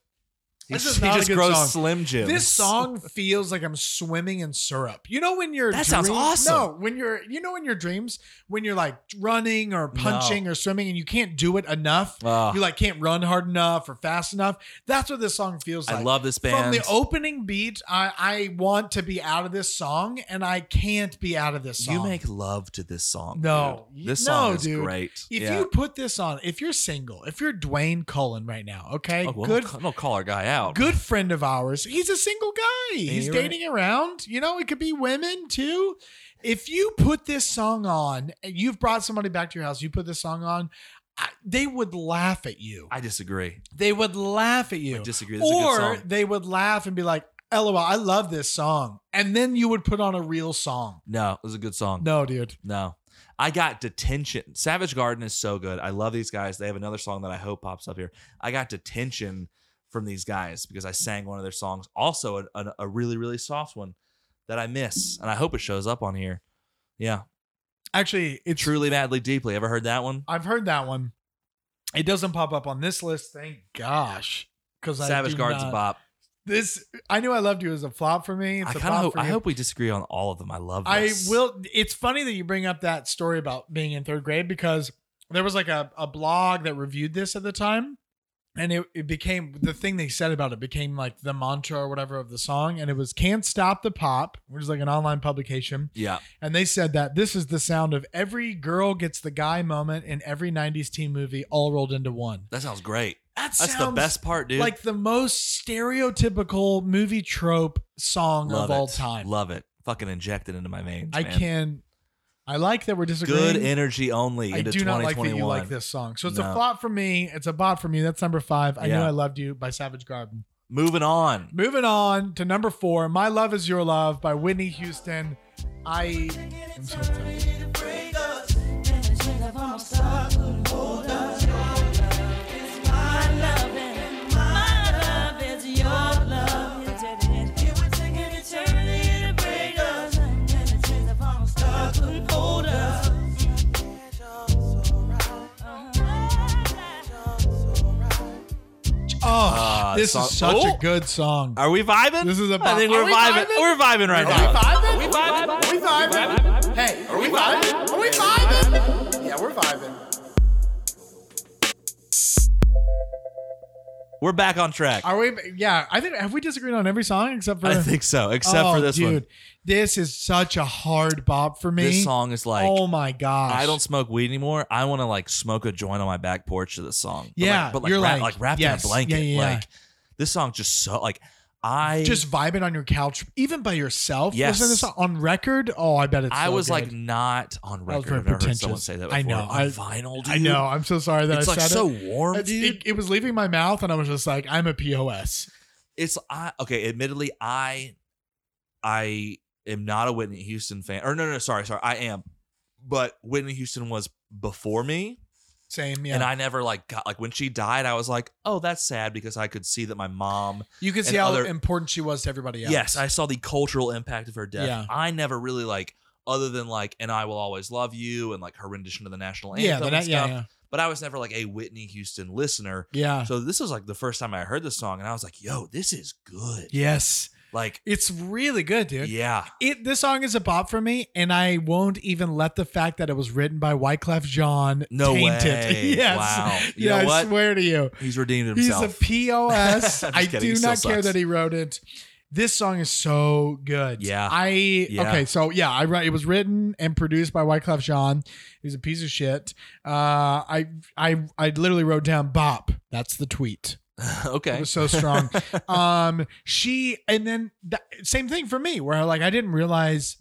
[SPEAKER 3] he,
[SPEAKER 1] this is
[SPEAKER 3] he
[SPEAKER 1] not a
[SPEAKER 3] just
[SPEAKER 1] good
[SPEAKER 3] grows
[SPEAKER 1] song.
[SPEAKER 3] Slim Jims.
[SPEAKER 1] This song feels like I'm swimming in syrup. You know when you're
[SPEAKER 3] That sounds awesome.
[SPEAKER 1] No, when you're you know in your dreams when you're like running or
[SPEAKER 3] No.
[SPEAKER 1] punching or swimming and you can't do it enough.
[SPEAKER 3] Ah.
[SPEAKER 1] you like can't run hard enough or fast enough. That's what this song feels
[SPEAKER 3] I
[SPEAKER 1] like.
[SPEAKER 3] love this band.
[SPEAKER 1] From the opening beat, I, I want to be out of this song, and I can't be out of this song.
[SPEAKER 3] You make love to this song.
[SPEAKER 1] No.
[SPEAKER 3] dude.
[SPEAKER 1] Y-
[SPEAKER 3] this
[SPEAKER 1] no,
[SPEAKER 3] song is
[SPEAKER 1] dude.
[SPEAKER 3] great.
[SPEAKER 1] if
[SPEAKER 3] Yeah. Oh,
[SPEAKER 1] you put this on, if you're single, if you're Dwayne Cullen right now, okay,
[SPEAKER 3] oh, well,
[SPEAKER 1] good,
[SPEAKER 3] don't, don't call our guy out.
[SPEAKER 1] good friend of ours. He's a single guy. He's
[SPEAKER 3] you're
[SPEAKER 1] dating around. You know, it could be women too. If you put this song on, and you've brought somebody back to your house, you put this song on. I- they would laugh at you.
[SPEAKER 3] I disagree.
[SPEAKER 1] They would laugh at you.
[SPEAKER 3] I disagree. This is a good
[SPEAKER 1] Or
[SPEAKER 3] song.
[SPEAKER 1] they would laugh and be like, "LOL, I love this song," and then you would put on a real song.
[SPEAKER 3] No, it was a good song.
[SPEAKER 1] No, dude.
[SPEAKER 3] No. I got detention. Savage Garden is so good. I love these guys. They have another song that I hope pops up here. I got detention from these guys because I sang one of their songs, also a, a, a really, really soft one that I miss. And I hope it shows up on here. Yeah.
[SPEAKER 1] Actually, it's true.
[SPEAKER 3] Truly, madly, deeply. Ever heard that one?
[SPEAKER 1] I've heard that one. It doesn't pop up on this list, thank gosh. Because
[SPEAKER 3] Savage Garden's a bop.
[SPEAKER 1] This I knew I loved you as a flop for me. It's
[SPEAKER 3] I
[SPEAKER 1] a
[SPEAKER 3] kind of
[SPEAKER 1] flop
[SPEAKER 3] hope,
[SPEAKER 1] for
[SPEAKER 3] I
[SPEAKER 1] you.
[SPEAKER 3] hope we disagree on all of them. I love
[SPEAKER 1] I
[SPEAKER 3] this.
[SPEAKER 1] will. It's funny that you bring up that story about being in third grade because there was like a, a blog that reviewed this at the time. And it, it became the thing they said about it became like the mantra or whatever of the song. And it was Can't Stop the Pop, which is like an online publication.
[SPEAKER 3] Yeah.
[SPEAKER 1] And they said that this is the sound of every girl gets the guy moment in every 90s teen movie all rolled into one.
[SPEAKER 3] That sounds great.
[SPEAKER 1] That
[SPEAKER 3] That's the
[SPEAKER 1] sounds
[SPEAKER 3] best part, dude.
[SPEAKER 1] Like the most stereotypical movie trope song of
[SPEAKER 3] love
[SPEAKER 1] all
[SPEAKER 3] it.
[SPEAKER 1] time.
[SPEAKER 3] Love it. Fucking inject it into my veins.
[SPEAKER 1] I
[SPEAKER 3] man.
[SPEAKER 1] can. I like that we're disagreeing.
[SPEAKER 3] Good energy only
[SPEAKER 1] I
[SPEAKER 3] into
[SPEAKER 1] do not like that
[SPEAKER 3] 2021.
[SPEAKER 1] you like this song. So it's a
[SPEAKER 3] No.
[SPEAKER 1] flop from me. It's a bot from you. That's number five. I knew
[SPEAKER 3] Yeah.
[SPEAKER 1] I loved you by Savage Garden.
[SPEAKER 3] Moving on.
[SPEAKER 1] Moving on to number four, "My Love Is Your Love" by Whitney Houston. I am so excited. Oh,
[SPEAKER 3] Ah,
[SPEAKER 1] this
[SPEAKER 3] song-
[SPEAKER 1] is such
[SPEAKER 3] Oh.
[SPEAKER 1] a good song.
[SPEAKER 3] Are we vibing?
[SPEAKER 1] This is a
[SPEAKER 3] I
[SPEAKER 1] bop.
[SPEAKER 3] think
[SPEAKER 1] Are
[SPEAKER 3] we're
[SPEAKER 1] we
[SPEAKER 3] vibing.
[SPEAKER 1] vibing?
[SPEAKER 3] We're vibing right
[SPEAKER 1] Are
[SPEAKER 3] now.
[SPEAKER 1] we vibing? Are we
[SPEAKER 3] vibing?
[SPEAKER 1] Are we vibing? Hey, are we vibing? Are we vibing? Yeah, we're vibing.
[SPEAKER 3] We're back on track.
[SPEAKER 1] Are we? Yeah, I think have we disagreed on every song except for
[SPEAKER 3] I think so, except
[SPEAKER 1] Oh,
[SPEAKER 3] for this one.
[SPEAKER 1] This is such a hard bop for me.
[SPEAKER 3] This song is like
[SPEAKER 1] oh my gosh!
[SPEAKER 3] I don't smoke weed anymore. I want to like smoke a joint on my back porch to this song. But,
[SPEAKER 1] Yeah,
[SPEAKER 3] like, but like,
[SPEAKER 1] you're
[SPEAKER 3] wrap-
[SPEAKER 1] like,
[SPEAKER 3] wrapped
[SPEAKER 1] yes,
[SPEAKER 3] in
[SPEAKER 1] yeah,
[SPEAKER 3] a
[SPEAKER 1] yeah,
[SPEAKER 3] blanket.
[SPEAKER 1] yeah.
[SPEAKER 3] Like this song just so like I
[SPEAKER 1] just vibing on your couch, even by yourself.
[SPEAKER 3] Yes.
[SPEAKER 1] Listen to this song on record. Oh, I bet it's.
[SPEAKER 3] I
[SPEAKER 1] so
[SPEAKER 3] was like
[SPEAKER 1] good.
[SPEAKER 3] not on
[SPEAKER 1] That was
[SPEAKER 3] record. I've
[SPEAKER 1] very
[SPEAKER 3] never heard someone
[SPEAKER 1] pretentious.
[SPEAKER 3] say that. Before.
[SPEAKER 1] I know.
[SPEAKER 3] On
[SPEAKER 1] I-
[SPEAKER 3] vinyl, dude.
[SPEAKER 1] I know. I'm so sorry that
[SPEAKER 3] It's
[SPEAKER 1] I
[SPEAKER 3] like
[SPEAKER 1] said
[SPEAKER 3] so
[SPEAKER 1] it.
[SPEAKER 3] warm,
[SPEAKER 1] It's-
[SPEAKER 3] dude.
[SPEAKER 1] It, it was leaving my mouth, and I was just like, I'm a pos.
[SPEAKER 3] it's I okay. Admittedly, I I am not a Whitney Houston fan. Or no, no, sorry, sorry, I am. But Whitney Houston was before me,
[SPEAKER 1] Same, yeah.
[SPEAKER 3] and I never like got like when she died. I was like, oh, that's sad because I could see that my mom.
[SPEAKER 1] you can see
[SPEAKER 3] and
[SPEAKER 1] how
[SPEAKER 3] other-
[SPEAKER 1] important she was to everybody else.
[SPEAKER 3] Yes, I saw the cultural impact of her death.
[SPEAKER 1] Yeah.
[SPEAKER 3] I never really like other than like, and I will always love you, and like her rendition of the national anthem.
[SPEAKER 1] yeah,
[SPEAKER 3] and
[SPEAKER 1] the, na- yeah,
[SPEAKER 3] stuff.
[SPEAKER 1] yeah,
[SPEAKER 3] But I was never like a Whitney Houston listener.
[SPEAKER 1] yeah.
[SPEAKER 3] So this was like the first time I heard this song, and I was like, "Yo, this is good."
[SPEAKER 1] Yes,
[SPEAKER 3] Like,
[SPEAKER 1] it's really good, dude.
[SPEAKER 3] yeah,
[SPEAKER 1] It this song is a bop for me, and I won't even let the fact that it was written by Wyclef Jean
[SPEAKER 3] No
[SPEAKER 1] taint
[SPEAKER 3] way.
[SPEAKER 1] it. Yes.
[SPEAKER 3] Wow. You
[SPEAKER 1] yeah,
[SPEAKER 3] know
[SPEAKER 1] I
[SPEAKER 3] what?
[SPEAKER 1] swear to you.
[SPEAKER 3] he's redeemed himself.
[SPEAKER 1] He's a POS.
[SPEAKER 3] I'm just
[SPEAKER 1] I
[SPEAKER 3] kidding.
[SPEAKER 1] do
[SPEAKER 3] He still
[SPEAKER 1] not care
[SPEAKER 3] sucks.
[SPEAKER 1] that he wrote it. This song is so good.
[SPEAKER 3] Yeah.
[SPEAKER 1] I
[SPEAKER 3] Yeah.
[SPEAKER 1] okay. So yeah, I wrote. It was written and produced by Wyclef Jean. He's a piece of shit. Uh, I I I literally wrote down bop. That's the tweet. It
[SPEAKER 3] okay.
[SPEAKER 1] was so strong. um, she and then that, same thing for me, where like I didn't realize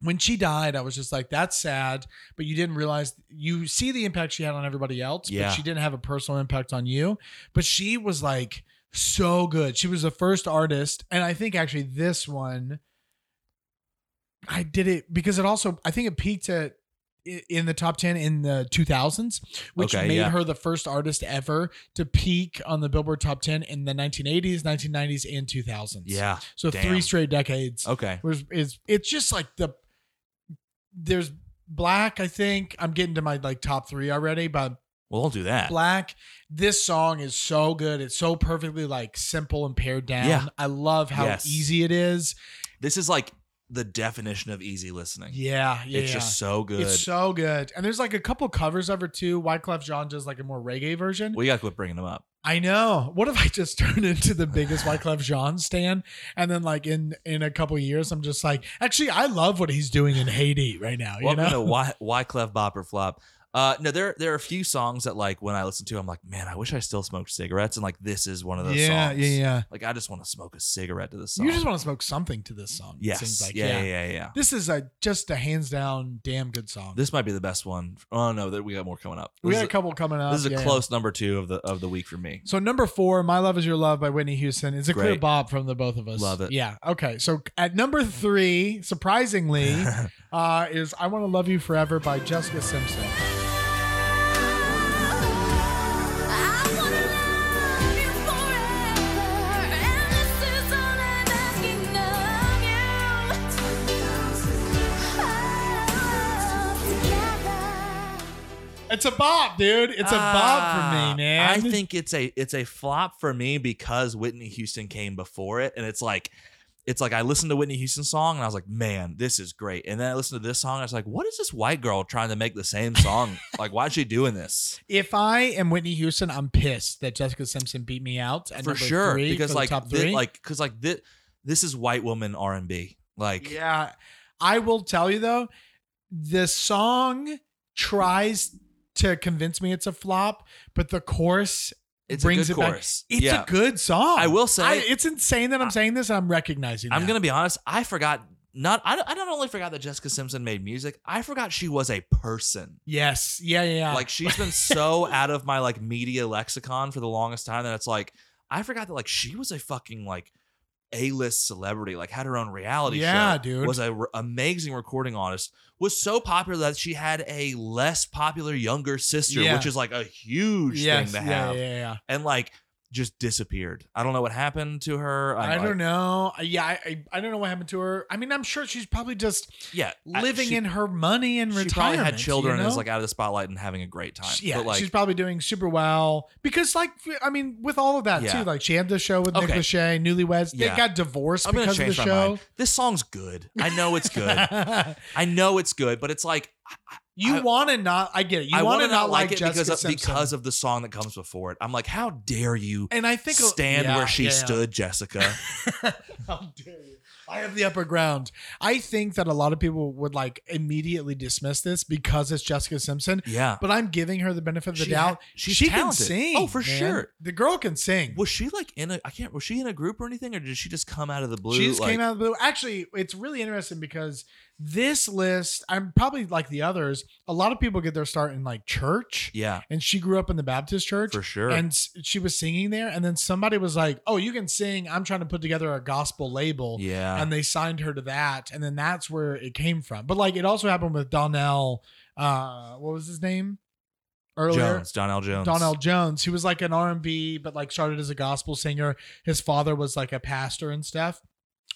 [SPEAKER 1] when she died, I was just like, "That's sad," but you didn't realize you see the impact she had on everybody else,
[SPEAKER 3] Yeah.
[SPEAKER 1] but she didn't have a personal impact on you. But she was like so good. She was the first artist, and I think actually this one, I did it because it also I think it peaked at i- in the top 10 in the 2000s which
[SPEAKER 3] Okay,
[SPEAKER 1] made
[SPEAKER 3] yeah.
[SPEAKER 1] her the first artist ever to peak on the Billboard top 10 in the 1980s, 1990s and 2000s.
[SPEAKER 3] Yeah.
[SPEAKER 1] So
[SPEAKER 3] damn. Oh.
[SPEAKER 1] three straight decades.
[SPEAKER 3] Okay.
[SPEAKER 1] Was is it's just like the there's Black, I think. I'm getting to my like top 3 already, but
[SPEAKER 3] Well, don't do that.
[SPEAKER 1] Black, this song is so good. It's so perfectly like simple and pared down.
[SPEAKER 3] Yeah.
[SPEAKER 1] I love how
[SPEAKER 3] Yes.
[SPEAKER 1] easy it is.
[SPEAKER 3] This is like the definition of easy listening.
[SPEAKER 1] Yeah, yeah.
[SPEAKER 3] it's
[SPEAKER 1] yeah.
[SPEAKER 3] just so good.
[SPEAKER 1] It's so good. And there's like a couple covers of it too. Wyclef Jean does like a more reggae version.
[SPEAKER 3] we gotta quit bringing them up.
[SPEAKER 1] I know. What if I just turn into the biggest Wyclef Jean stan, and then like in in a couple years, I'm just like, actually, I love what he's doing in Haiti right now. You
[SPEAKER 3] Welcome
[SPEAKER 1] know,
[SPEAKER 3] to Why Wyclef Bop or Flop. Uh, no, there there are a few songs that like when I listen to, I'm like, man, I wish I still smoked cigarettes, and like this is one of those
[SPEAKER 1] yeah,
[SPEAKER 3] songs.
[SPEAKER 1] yeah, yeah.
[SPEAKER 3] Like I just want to smoke a cigarette to this song.
[SPEAKER 1] You just want to smoke something to this song.
[SPEAKER 3] yes,
[SPEAKER 1] It seems like.
[SPEAKER 3] yeah, yeah, yeah, yeah.
[SPEAKER 1] This is a just a hands down damn good song.
[SPEAKER 3] This might be the best one. Oh no, that we got more coming up.
[SPEAKER 1] we
[SPEAKER 3] This
[SPEAKER 1] got
[SPEAKER 3] is
[SPEAKER 1] a couple coming up.
[SPEAKER 3] This is a
[SPEAKER 1] yeah, yeah.
[SPEAKER 3] close number two of the of the week for me.
[SPEAKER 1] So number four, "My Love Is Your Love" by Whitney Houston. It's a clear
[SPEAKER 3] Great.
[SPEAKER 1] bob from the both of us.
[SPEAKER 3] Love it.
[SPEAKER 1] Yeah. Okay. So at number three, surprisingly, uh, is "I Want to Love You Forever" by Jessica Simpson. It's a bob, dude. It's a bob for me, man.
[SPEAKER 3] Ah, I think it's a it's a flop for me because Whitney Houston came before it, and it's like it's like I listened to Whitney Houston's song and I was like, man, this is great. And then I listened to this song, and I was like, what is this white girl trying to make the same song? like, why is she doing this?
[SPEAKER 1] if I am Whitney Houston, I'm pissed that Jessica Simpson beat me out at
[SPEAKER 3] for
[SPEAKER 1] number
[SPEAKER 3] sure,
[SPEAKER 1] three
[SPEAKER 3] because
[SPEAKER 1] for the
[SPEAKER 3] like
[SPEAKER 1] top
[SPEAKER 3] thi-
[SPEAKER 1] three.
[SPEAKER 3] like because like this this is white woman R and B. Like
[SPEAKER 1] yeah, I will tell you though, the song tries to convince me it's a flop, but the chorus
[SPEAKER 3] it's
[SPEAKER 1] brings
[SPEAKER 3] a good
[SPEAKER 1] it
[SPEAKER 3] chorus.
[SPEAKER 1] back. It's
[SPEAKER 3] yeah.
[SPEAKER 1] a good song.
[SPEAKER 3] I will say-
[SPEAKER 1] it's insane that I'm saying this. and I'm recognizing.
[SPEAKER 3] I'm
[SPEAKER 1] that.
[SPEAKER 3] gonna be honest. I forgot. Not I, I not only forgot that Jessica Simpson made music. I forgot she was a person.
[SPEAKER 1] Yes. Yeah. Yeah. yeah.
[SPEAKER 3] Like she's been so out of my like media lexicon for the longest time that it's like I forgot that like she was a fucking like a-list celebrity, like had her own reality
[SPEAKER 1] Yeah,
[SPEAKER 3] show.
[SPEAKER 1] dude.
[SPEAKER 3] Was a re- amazing recording artist. Was so popular that she had a less popular younger sister,
[SPEAKER 1] Yeah.
[SPEAKER 3] which is like a huge
[SPEAKER 1] yes,
[SPEAKER 3] thing to
[SPEAKER 1] yeah,
[SPEAKER 3] have.
[SPEAKER 1] Yeah. Yeah.
[SPEAKER 3] And like just disappeared. I don't know what happened to her.
[SPEAKER 1] I
[SPEAKER 3] like-
[SPEAKER 1] don't know. Yeah, I, I I don't know what happened to her. I mean, I'm sure she's probably just
[SPEAKER 3] Yeah, I-
[SPEAKER 1] living
[SPEAKER 3] she-
[SPEAKER 1] in her money and
[SPEAKER 3] She
[SPEAKER 1] retirement.
[SPEAKER 3] probably had children
[SPEAKER 1] you
[SPEAKER 3] and is
[SPEAKER 1] know?
[SPEAKER 3] like out of the spotlight and having a great time.
[SPEAKER 1] She- Yeah,
[SPEAKER 3] but like,
[SPEAKER 1] she's probably doing super well because, like, I mean, with all of that
[SPEAKER 3] Yeah.
[SPEAKER 1] too, like she had the show with Nick
[SPEAKER 3] Okay.
[SPEAKER 1] Lachey, Newlyweds. They
[SPEAKER 3] Yeah.
[SPEAKER 1] got divorced
[SPEAKER 3] I'm gonna
[SPEAKER 1] because of the
[SPEAKER 3] change my mind.
[SPEAKER 1] show.
[SPEAKER 3] This song's good. I know it's good. I know it's good, but it's like I- I-
[SPEAKER 1] you
[SPEAKER 3] I-
[SPEAKER 1] want to not? I get it. You
[SPEAKER 3] I
[SPEAKER 1] want to
[SPEAKER 3] wanna not like it
[SPEAKER 1] Jessica
[SPEAKER 3] because of,
[SPEAKER 1] Simpson.
[SPEAKER 3] because of the song that comes before it. I'm like, how dare you
[SPEAKER 1] and I think
[SPEAKER 3] stand
[SPEAKER 1] yeah,
[SPEAKER 3] where she
[SPEAKER 1] yeah, yeah.
[SPEAKER 3] stood, Jessica?
[SPEAKER 1] How dare you? I have the upper ground. I think that a lot of people would like immediately dismiss this because it's Jessica Simpson.
[SPEAKER 3] yeah.
[SPEAKER 1] But I'm giving her the benefit of the
[SPEAKER 3] She ha-
[SPEAKER 1] doubt.
[SPEAKER 3] she's
[SPEAKER 1] she
[SPEAKER 3] talented.
[SPEAKER 1] can sing.
[SPEAKER 3] Oh, for
[SPEAKER 1] man.
[SPEAKER 3] sure.
[SPEAKER 1] The girl can sing.
[SPEAKER 3] Was she like in a? I can't. Was she in a group or anything, or did she just come out of the blue?
[SPEAKER 1] She just
[SPEAKER 3] like-
[SPEAKER 1] came out of the blue. Actually, it's really interesting because this list, I'm probably like the others, a lot of people get their start in like church.
[SPEAKER 3] Yeah,
[SPEAKER 1] And she grew up in the Baptist church.
[SPEAKER 3] for sure.
[SPEAKER 1] And s- she was singing there. And then somebody was like, oh, you can sing. I'm trying to put together a gospel label.
[SPEAKER 3] yeah,
[SPEAKER 1] And they signed her to that. And then that's where it came from. But like it also happened with Donnell, uh, what was his name? Earlier.
[SPEAKER 3] Jones, Donnell Jones,
[SPEAKER 1] Donnell Jones, who was like an R and B, but like started as a gospel singer. His father was like a pastor and stuff.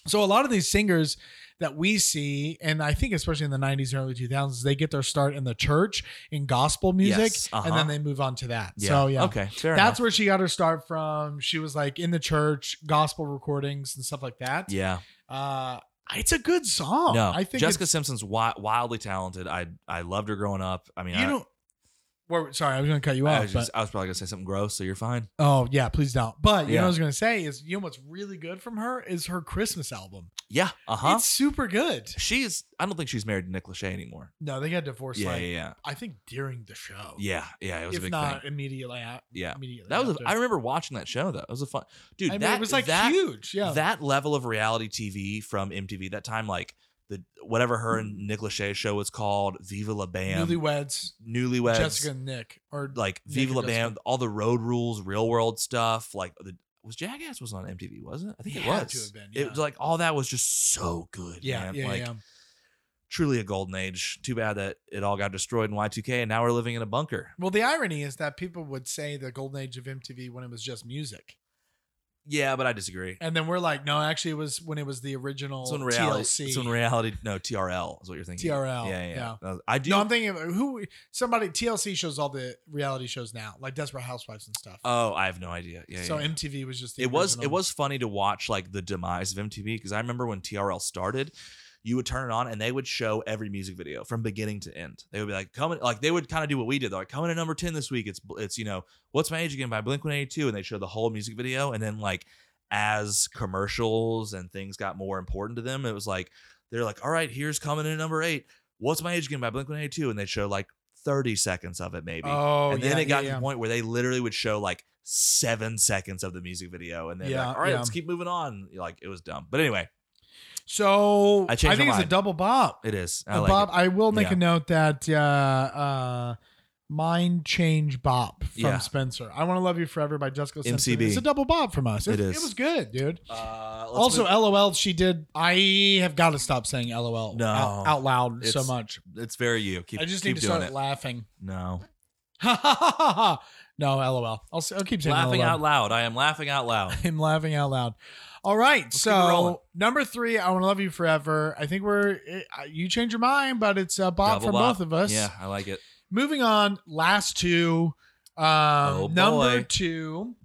[SPEAKER 1] So a lot of these singers that we see, and I think especially in the '90s and early 2000s, they get their start in the church in gospel music,
[SPEAKER 3] Yes, uh-huh.
[SPEAKER 1] and then they move on to that.
[SPEAKER 3] Yeah.
[SPEAKER 1] So yeah,
[SPEAKER 3] okay, fair
[SPEAKER 1] that's
[SPEAKER 3] enough.
[SPEAKER 1] where she got her start from. She was like in the church, gospel recordings and stuff like that.
[SPEAKER 3] yeah.
[SPEAKER 1] Uh, it's a good song.
[SPEAKER 3] No,
[SPEAKER 1] I think
[SPEAKER 3] Jessica
[SPEAKER 1] it's-
[SPEAKER 3] Simpson's wi- wildly talented. I I loved her growing up. I mean,
[SPEAKER 1] You
[SPEAKER 3] I,
[SPEAKER 1] don't. Well, sorry, I was going to cut you
[SPEAKER 3] I
[SPEAKER 1] off.
[SPEAKER 3] was
[SPEAKER 1] but
[SPEAKER 3] just, I was probably gonna say something gross, so you're fine.
[SPEAKER 1] Oh yeah, please don't. But you know
[SPEAKER 3] Yeah.
[SPEAKER 1] what I was gonna say is you know what's really good from her is her Christmas album.
[SPEAKER 3] Yeah, uh huh.
[SPEAKER 1] It's super good.
[SPEAKER 3] She's. I don't think she's married to Nick Lachey anymore.
[SPEAKER 1] No, they got divorced
[SPEAKER 3] Yeah,
[SPEAKER 1] like
[SPEAKER 3] yeah, yeah,
[SPEAKER 1] I think during the show.
[SPEAKER 3] yeah, yeah. It was a
[SPEAKER 1] if
[SPEAKER 3] big
[SPEAKER 1] not
[SPEAKER 3] thing.
[SPEAKER 1] immediately. a-
[SPEAKER 3] Yeah.
[SPEAKER 1] immediately.
[SPEAKER 3] That was.
[SPEAKER 1] after.
[SPEAKER 3] A, I remember watching that show. That was a fun dude.
[SPEAKER 1] I mean,
[SPEAKER 3] that
[SPEAKER 1] it was like
[SPEAKER 3] that,
[SPEAKER 1] huge. Yeah.
[SPEAKER 3] That level of reality TV from MTV that time, like the whatever her and Nick Lachey's show was called, Viva La Bam,
[SPEAKER 1] Newlyweds,
[SPEAKER 3] Newlyweds,
[SPEAKER 1] Jessica and Nick. Or
[SPEAKER 3] like
[SPEAKER 1] Nick
[SPEAKER 3] Viva
[SPEAKER 1] and
[SPEAKER 3] La
[SPEAKER 1] Jessica.
[SPEAKER 3] Bam, all the road rules, real world stuff, like the. Was Jackass was on MTV, wasn't it? I think
[SPEAKER 1] It
[SPEAKER 3] it,
[SPEAKER 1] had
[SPEAKER 3] was.
[SPEAKER 1] to have been,
[SPEAKER 3] It
[SPEAKER 1] yeah.
[SPEAKER 3] was like all that was just so good.
[SPEAKER 1] Yeah,
[SPEAKER 3] man.
[SPEAKER 1] yeah,
[SPEAKER 3] like,
[SPEAKER 1] yeah.
[SPEAKER 3] truly a golden age. Too bad that it all got destroyed in Y2K and now we're living in a bunker.
[SPEAKER 1] Well, the irony is that people would say the golden age of MTV when it was just music.
[SPEAKER 3] Yeah, but I disagree.
[SPEAKER 1] And then we're like, no, actually it was when it was the original
[SPEAKER 3] It's when reality.
[SPEAKER 1] TLC.
[SPEAKER 3] It's when reality. No, TRL is what you're thinking.
[SPEAKER 1] TRL,
[SPEAKER 3] Yeah, yeah.
[SPEAKER 1] yeah.
[SPEAKER 3] yeah. I do.
[SPEAKER 1] No, I'm thinking of who somebody TLC shows all the reality shows now, like Desperate Housewives and stuff.
[SPEAKER 3] oh, I have no idea. Yeah.
[SPEAKER 1] so
[SPEAKER 3] yeah.
[SPEAKER 1] MTV was just the
[SPEAKER 3] it was it
[SPEAKER 1] original.
[SPEAKER 3] was funny to watch like the demise of MTV because I remember when TRL started. You would turn it on and they would show every music video from beginning to end. They would be like, coming, like they would kind of do what we did. They're like, coming to number 10 this week. It's, it's, you know, What's My Age Again by Blink 182. And they show the whole music video. And then, like, as commercials and things got more important to them, it was like, they're like, all right, here's coming in at number eight. What's My Age Again by Blink 182. And they show like 30 seconds of it, maybe.
[SPEAKER 1] Oh,
[SPEAKER 3] and then
[SPEAKER 1] yeah,
[SPEAKER 3] it got
[SPEAKER 1] yeah,
[SPEAKER 3] to
[SPEAKER 1] yeah.
[SPEAKER 3] the point where they literally would show like seven seconds of the music video, and then
[SPEAKER 1] Yeah,
[SPEAKER 3] like, all right,
[SPEAKER 1] yeah.
[SPEAKER 3] let's keep moving on. Like it was dumb, but anyway,
[SPEAKER 1] So
[SPEAKER 3] I
[SPEAKER 1] I,
[SPEAKER 3] changed
[SPEAKER 1] think
[SPEAKER 3] my
[SPEAKER 1] it's a
[SPEAKER 3] mind.
[SPEAKER 1] double bop.
[SPEAKER 3] it is. I
[SPEAKER 1] A
[SPEAKER 3] like
[SPEAKER 1] bop.
[SPEAKER 3] it.
[SPEAKER 1] I will make
[SPEAKER 3] Yeah.
[SPEAKER 1] a note that uh, uh, mind change bop from
[SPEAKER 3] Yeah.
[SPEAKER 1] Spencer. I want to love you forever by Jessica Simpson.
[SPEAKER 3] MCB.
[SPEAKER 1] It's a double bop from us. It,
[SPEAKER 3] It
[SPEAKER 1] it is.
[SPEAKER 3] is.
[SPEAKER 1] It was good, dude.
[SPEAKER 3] Uh, let's
[SPEAKER 1] also,
[SPEAKER 3] move-
[SPEAKER 1] LOL. She did. I have got to stop saying LOL
[SPEAKER 3] No.
[SPEAKER 1] out, out loud so
[SPEAKER 3] It's-
[SPEAKER 1] much.
[SPEAKER 3] it's very you. Keep,
[SPEAKER 1] I just
[SPEAKER 3] keep
[SPEAKER 1] need to
[SPEAKER 3] doing
[SPEAKER 1] start
[SPEAKER 3] it.
[SPEAKER 1] laughing.
[SPEAKER 3] no,
[SPEAKER 1] no, LOL. I'll, s- I'll keep saying
[SPEAKER 3] laughing
[SPEAKER 1] LOL.
[SPEAKER 3] out loud. I am laughing out loud.
[SPEAKER 1] I'm laughing out loud. All right,
[SPEAKER 3] keep it rolling.
[SPEAKER 1] so number three, I want to love you forever. I think we're eh, you change your mind, but it's a bop
[SPEAKER 3] Double
[SPEAKER 1] from
[SPEAKER 3] bop.
[SPEAKER 1] both of us.
[SPEAKER 3] Yeah, I like it.
[SPEAKER 1] Moving on, last two. Um,
[SPEAKER 3] Oh, boy.
[SPEAKER 1] number two,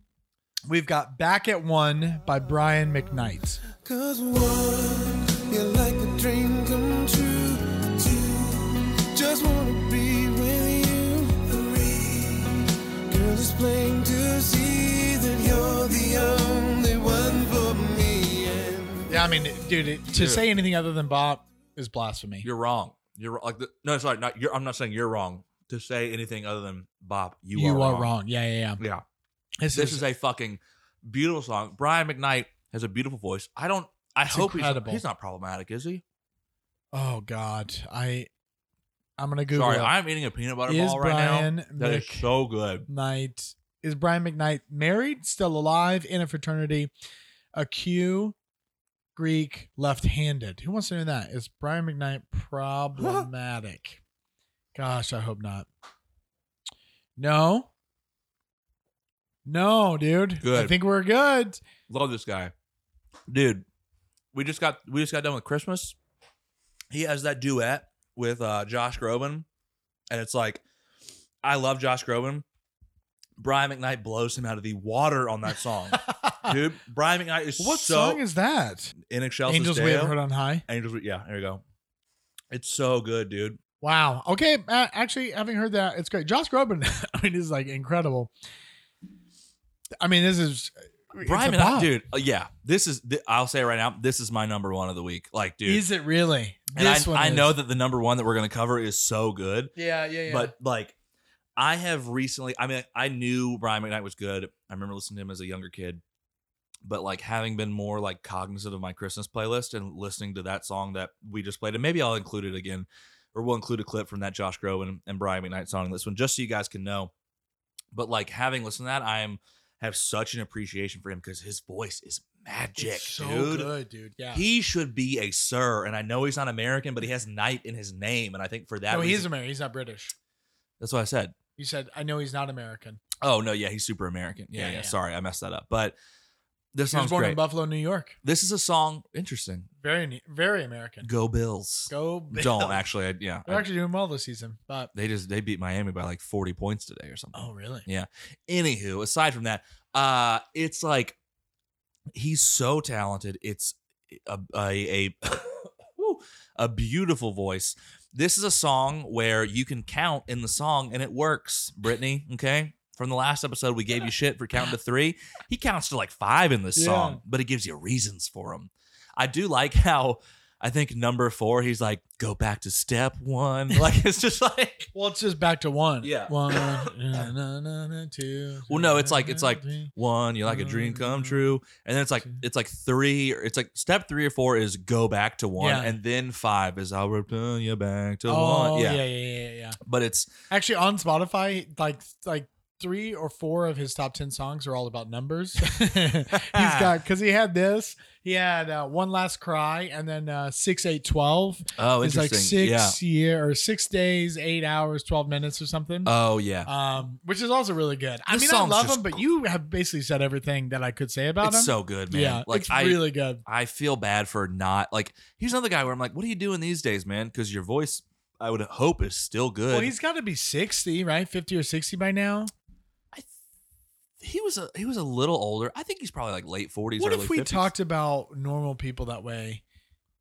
[SPEAKER 1] we've got "Back at One" by Brian McKnight.
[SPEAKER 2] Cause one, you're like a dream come true. Two, just wanna be with you. Three, girl, it's plain to see that you're the only one for me. And
[SPEAKER 1] Yeah, I mean, dude, it, to say anything other than bop is blasphemy.
[SPEAKER 3] You're wrong. You're like the, no, sorry. Not you're, I'm not saying you're wrong to say anything other than Bob. You,
[SPEAKER 1] You
[SPEAKER 3] are, wrong.
[SPEAKER 1] Yeah, yeah, yeah.
[SPEAKER 3] Yeah,
[SPEAKER 1] This,
[SPEAKER 3] this
[SPEAKER 1] is,
[SPEAKER 3] is a fucking beautiful song. Brian McKnight has a beautiful voice. I don't. I hope he's-
[SPEAKER 1] incredible.
[SPEAKER 3] he's not problematic, is he?
[SPEAKER 1] oh god, I I'm gonna Google.
[SPEAKER 3] Sorry,
[SPEAKER 1] it.
[SPEAKER 3] I'm eating a peanut butter
[SPEAKER 1] Is
[SPEAKER 3] ball right
[SPEAKER 1] Brian
[SPEAKER 3] now. That is
[SPEAKER 1] Mc-
[SPEAKER 3] so good.
[SPEAKER 1] Knight. Is Brian McKnight married, still alive, in a fraternity? A Q, Greek, left handed. Who wants to know that? Is Brian McKnight problematic? Gosh, I hope not. No. No, dude. I
[SPEAKER 3] Good.
[SPEAKER 1] think we're good.
[SPEAKER 3] Love this guy, dude. We just got we just got done with Christmas. He has that duet with uh, Josh Groban, and it's like, I love Josh Groban. Brian McKnight blows him out of the water on that song, dude. Brian McKnight is
[SPEAKER 1] What
[SPEAKER 3] so
[SPEAKER 1] song is that?
[SPEAKER 3] in Excelsis
[SPEAKER 1] Angels
[SPEAKER 3] Deo.
[SPEAKER 1] we have heard on high.
[SPEAKER 3] Angels, we- yeah, there you go. It's so good, dude.
[SPEAKER 1] Wow. Okay. uh, actually, having heard that, it's great. Josh Groban, I mean, is like incredible. I mean, this is it's
[SPEAKER 3] Brian
[SPEAKER 1] a
[SPEAKER 3] McKnight,
[SPEAKER 1] bop.
[SPEAKER 3] dude. uh, yeah, this is. th- I'll say right now, this is my number one of the week. Like, dude,
[SPEAKER 1] Is it really?
[SPEAKER 3] And I, I know
[SPEAKER 1] is.
[SPEAKER 3] that the number one that we're going to cover is so good,
[SPEAKER 1] Yeah, yeah, yeah.
[SPEAKER 3] but like, I have recently, I mean, I knew Brian McKnight was good. I remember listening to him as a younger kid, but like having been more like cognizant of my Christmas playlist and listening to that song that we just played, and maybe I'll include it again, or we'll include a clip from that Josh Groban and Brian McKnight song in this one, just so you guys can know. But like having listened to that, I am have such an appreciation for him because his voice is magic,
[SPEAKER 1] it's so
[SPEAKER 3] dude.
[SPEAKER 1] good, dude. Yeah.
[SPEAKER 3] He should be a sir, and I know he's not American, but he has knight in his name, and I think for that,
[SPEAKER 1] no, he's
[SPEAKER 3] reason-
[SPEAKER 1] American. He's not British.
[SPEAKER 3] that's what I said.
[SPEAKER 1] You said I know he's not American.
[SPEAKER 3] Oh no, yeah, he's super American. Yeah, yeah.
[SPEAKER 1] Yeah, yeah.
[SPEAKER 3] Sorry, I messed that up. But this
[SPEAKER 1] He was
[SPEAKER 3] song's
[SPEAKER 1] born in
[SPEAKER 3] great.
[SPEAKER 1] Buffalo, New York.
[SPEAKER 3] This is a song. Interesting.
[SPEAKER 1] Very, very American.
[SPEAKER 3] Go Bills.
[SPEAKER 1] Go.
[SPEAKER 3] Don't
[SPEAKER 1] Bills.
[SPEAKER 3] actually. I, yeah,
[SPEAKER 1] They're
[SPEAKER 3] I-
[SPEAKER 1] actually doing well this season, but
[SPEAKER 3] they just they beat Miami by like forty points today or something.
[SPEAKER 1] oh really?
[SPEAKER 3] Anywho, aside from that, uh, it's like he's so talented. It's a a a, whew, a beautiful voice. This is a song where you can count in the song and it works, Brittany. Okay. From the last episode, we gave you shit for counting to three. He counts to like five in this
[SPEAKER 1] Yeah.
[SPEAKER 3] song, but it gives you reasons for him. I do like how I think number four, he's like, go back to step one. Like, it's just like,
[SPEAKER 1] Well, it's just back to one.
[SPEAKER 3] Yeah.
[SPEAKER 1] One. na, na, na, na, two.
[SPEAKER 3] Well, no, it's like- it's like-
[SPEAKER 1] three.
[SPEAKER 3] one you're like a dream come true and then it's like it's like three or it's like step three or four is go back to one
[SPEAKER 1] Yeah.
[SPEAKER 3] and then five is i'll return you back to one.
[SPEAKER 1] Oh yeah. yeah,
[SPEAKER 3] yeah.
[SPEAKER 1] yeah, yeah, yeah.
[SPEAKER 3] but it's
[SPEAKER 1] Actually, on Spotify, like like three or four of his top ten songs are all about numbers. He's got because he had this. He had uh, one last cry, and then uh, six eight twelve.
[SPEAKER 3] oh
[SPEAKER 1] it's
[SPEAKER 3] interesting
[SPEAKER 1] like six
[SPEAKER 3] yeah
[SPEAKER 1] year or six days, eight hours, twelve minutes or something.
[SPEAKER 3] oh yeah
[SPEAKER 1] um, which is also really good. I
[SPEAKER 3] This
[SPEAKER 1] mean, I
[SPEAKER 3] song's
[SPEAKER 1] love
[SPEAKER 3] just
[SPEAKER 1] him, but you have basically said everything that I could say about him.
[SPEAKER 3] it's so good man
[SPEAKER 1] yeah,
[SPEAKER 3] like
[SPEAKER 1] it's
[SPEAKER 3] i
[SPEAKER 1] really good.
[SPEAKER 3] i feel bad for not like he's another guy where i'm like what are you doing these days man because your voice i would hope is still good
[SPEAKER 1] Well, he's got to be sixty, right? Fifty or sixty by now.
[SPEAKER 3] he was a he was a little older i think he's probably like late 40s
[SPEAKER 1] what
[SPEAKER 3] early
[SPEAKER 1] if we
[SPEAKER 3] 50s.
[SPEAKER 1] talked about normal people that way?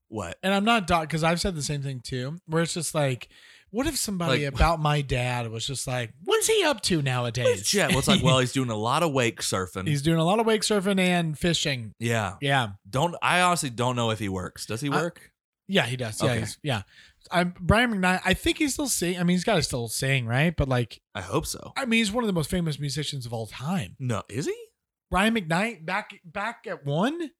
[SPEAKER 3] what
[SPEAKER 1] and I'm not doc because I've said the same thing too, where it's just like, what if somebody
[SPEAKER 3] Like-
[SPEAKER 1] about my dad was just like, what's he up to nowadays?
[SPEAKER 3] yeah well it's like well he's doing a lot of wake surfing
[SPEAKER 1] He's doing a lot of wake surfing and fishing.
[SPEAKER 3] yeah
[SPEAKER 1] Yeah,
[SPEAKER 3] Don't I honestly don't know if he works. Does he
[SPEAKER 1] I-
[SPEAKER 3] work?
[SPEAKER 1] yeah, he does. Yeah,
[SPEAKER 3] Okay.
[SPEAKER 1] he's, yeah. I'm Brian McKnight. I think he's still sing. I mean, he's got to still sing, right? But like,
[SPEAKER 3] I hope so.
[SPEAKER 1] I mean, he's one of the most famous musicians of all time.
[SPEAKER 3] No, is he?
[SPEAKER 1] Brian McKnight back back at one.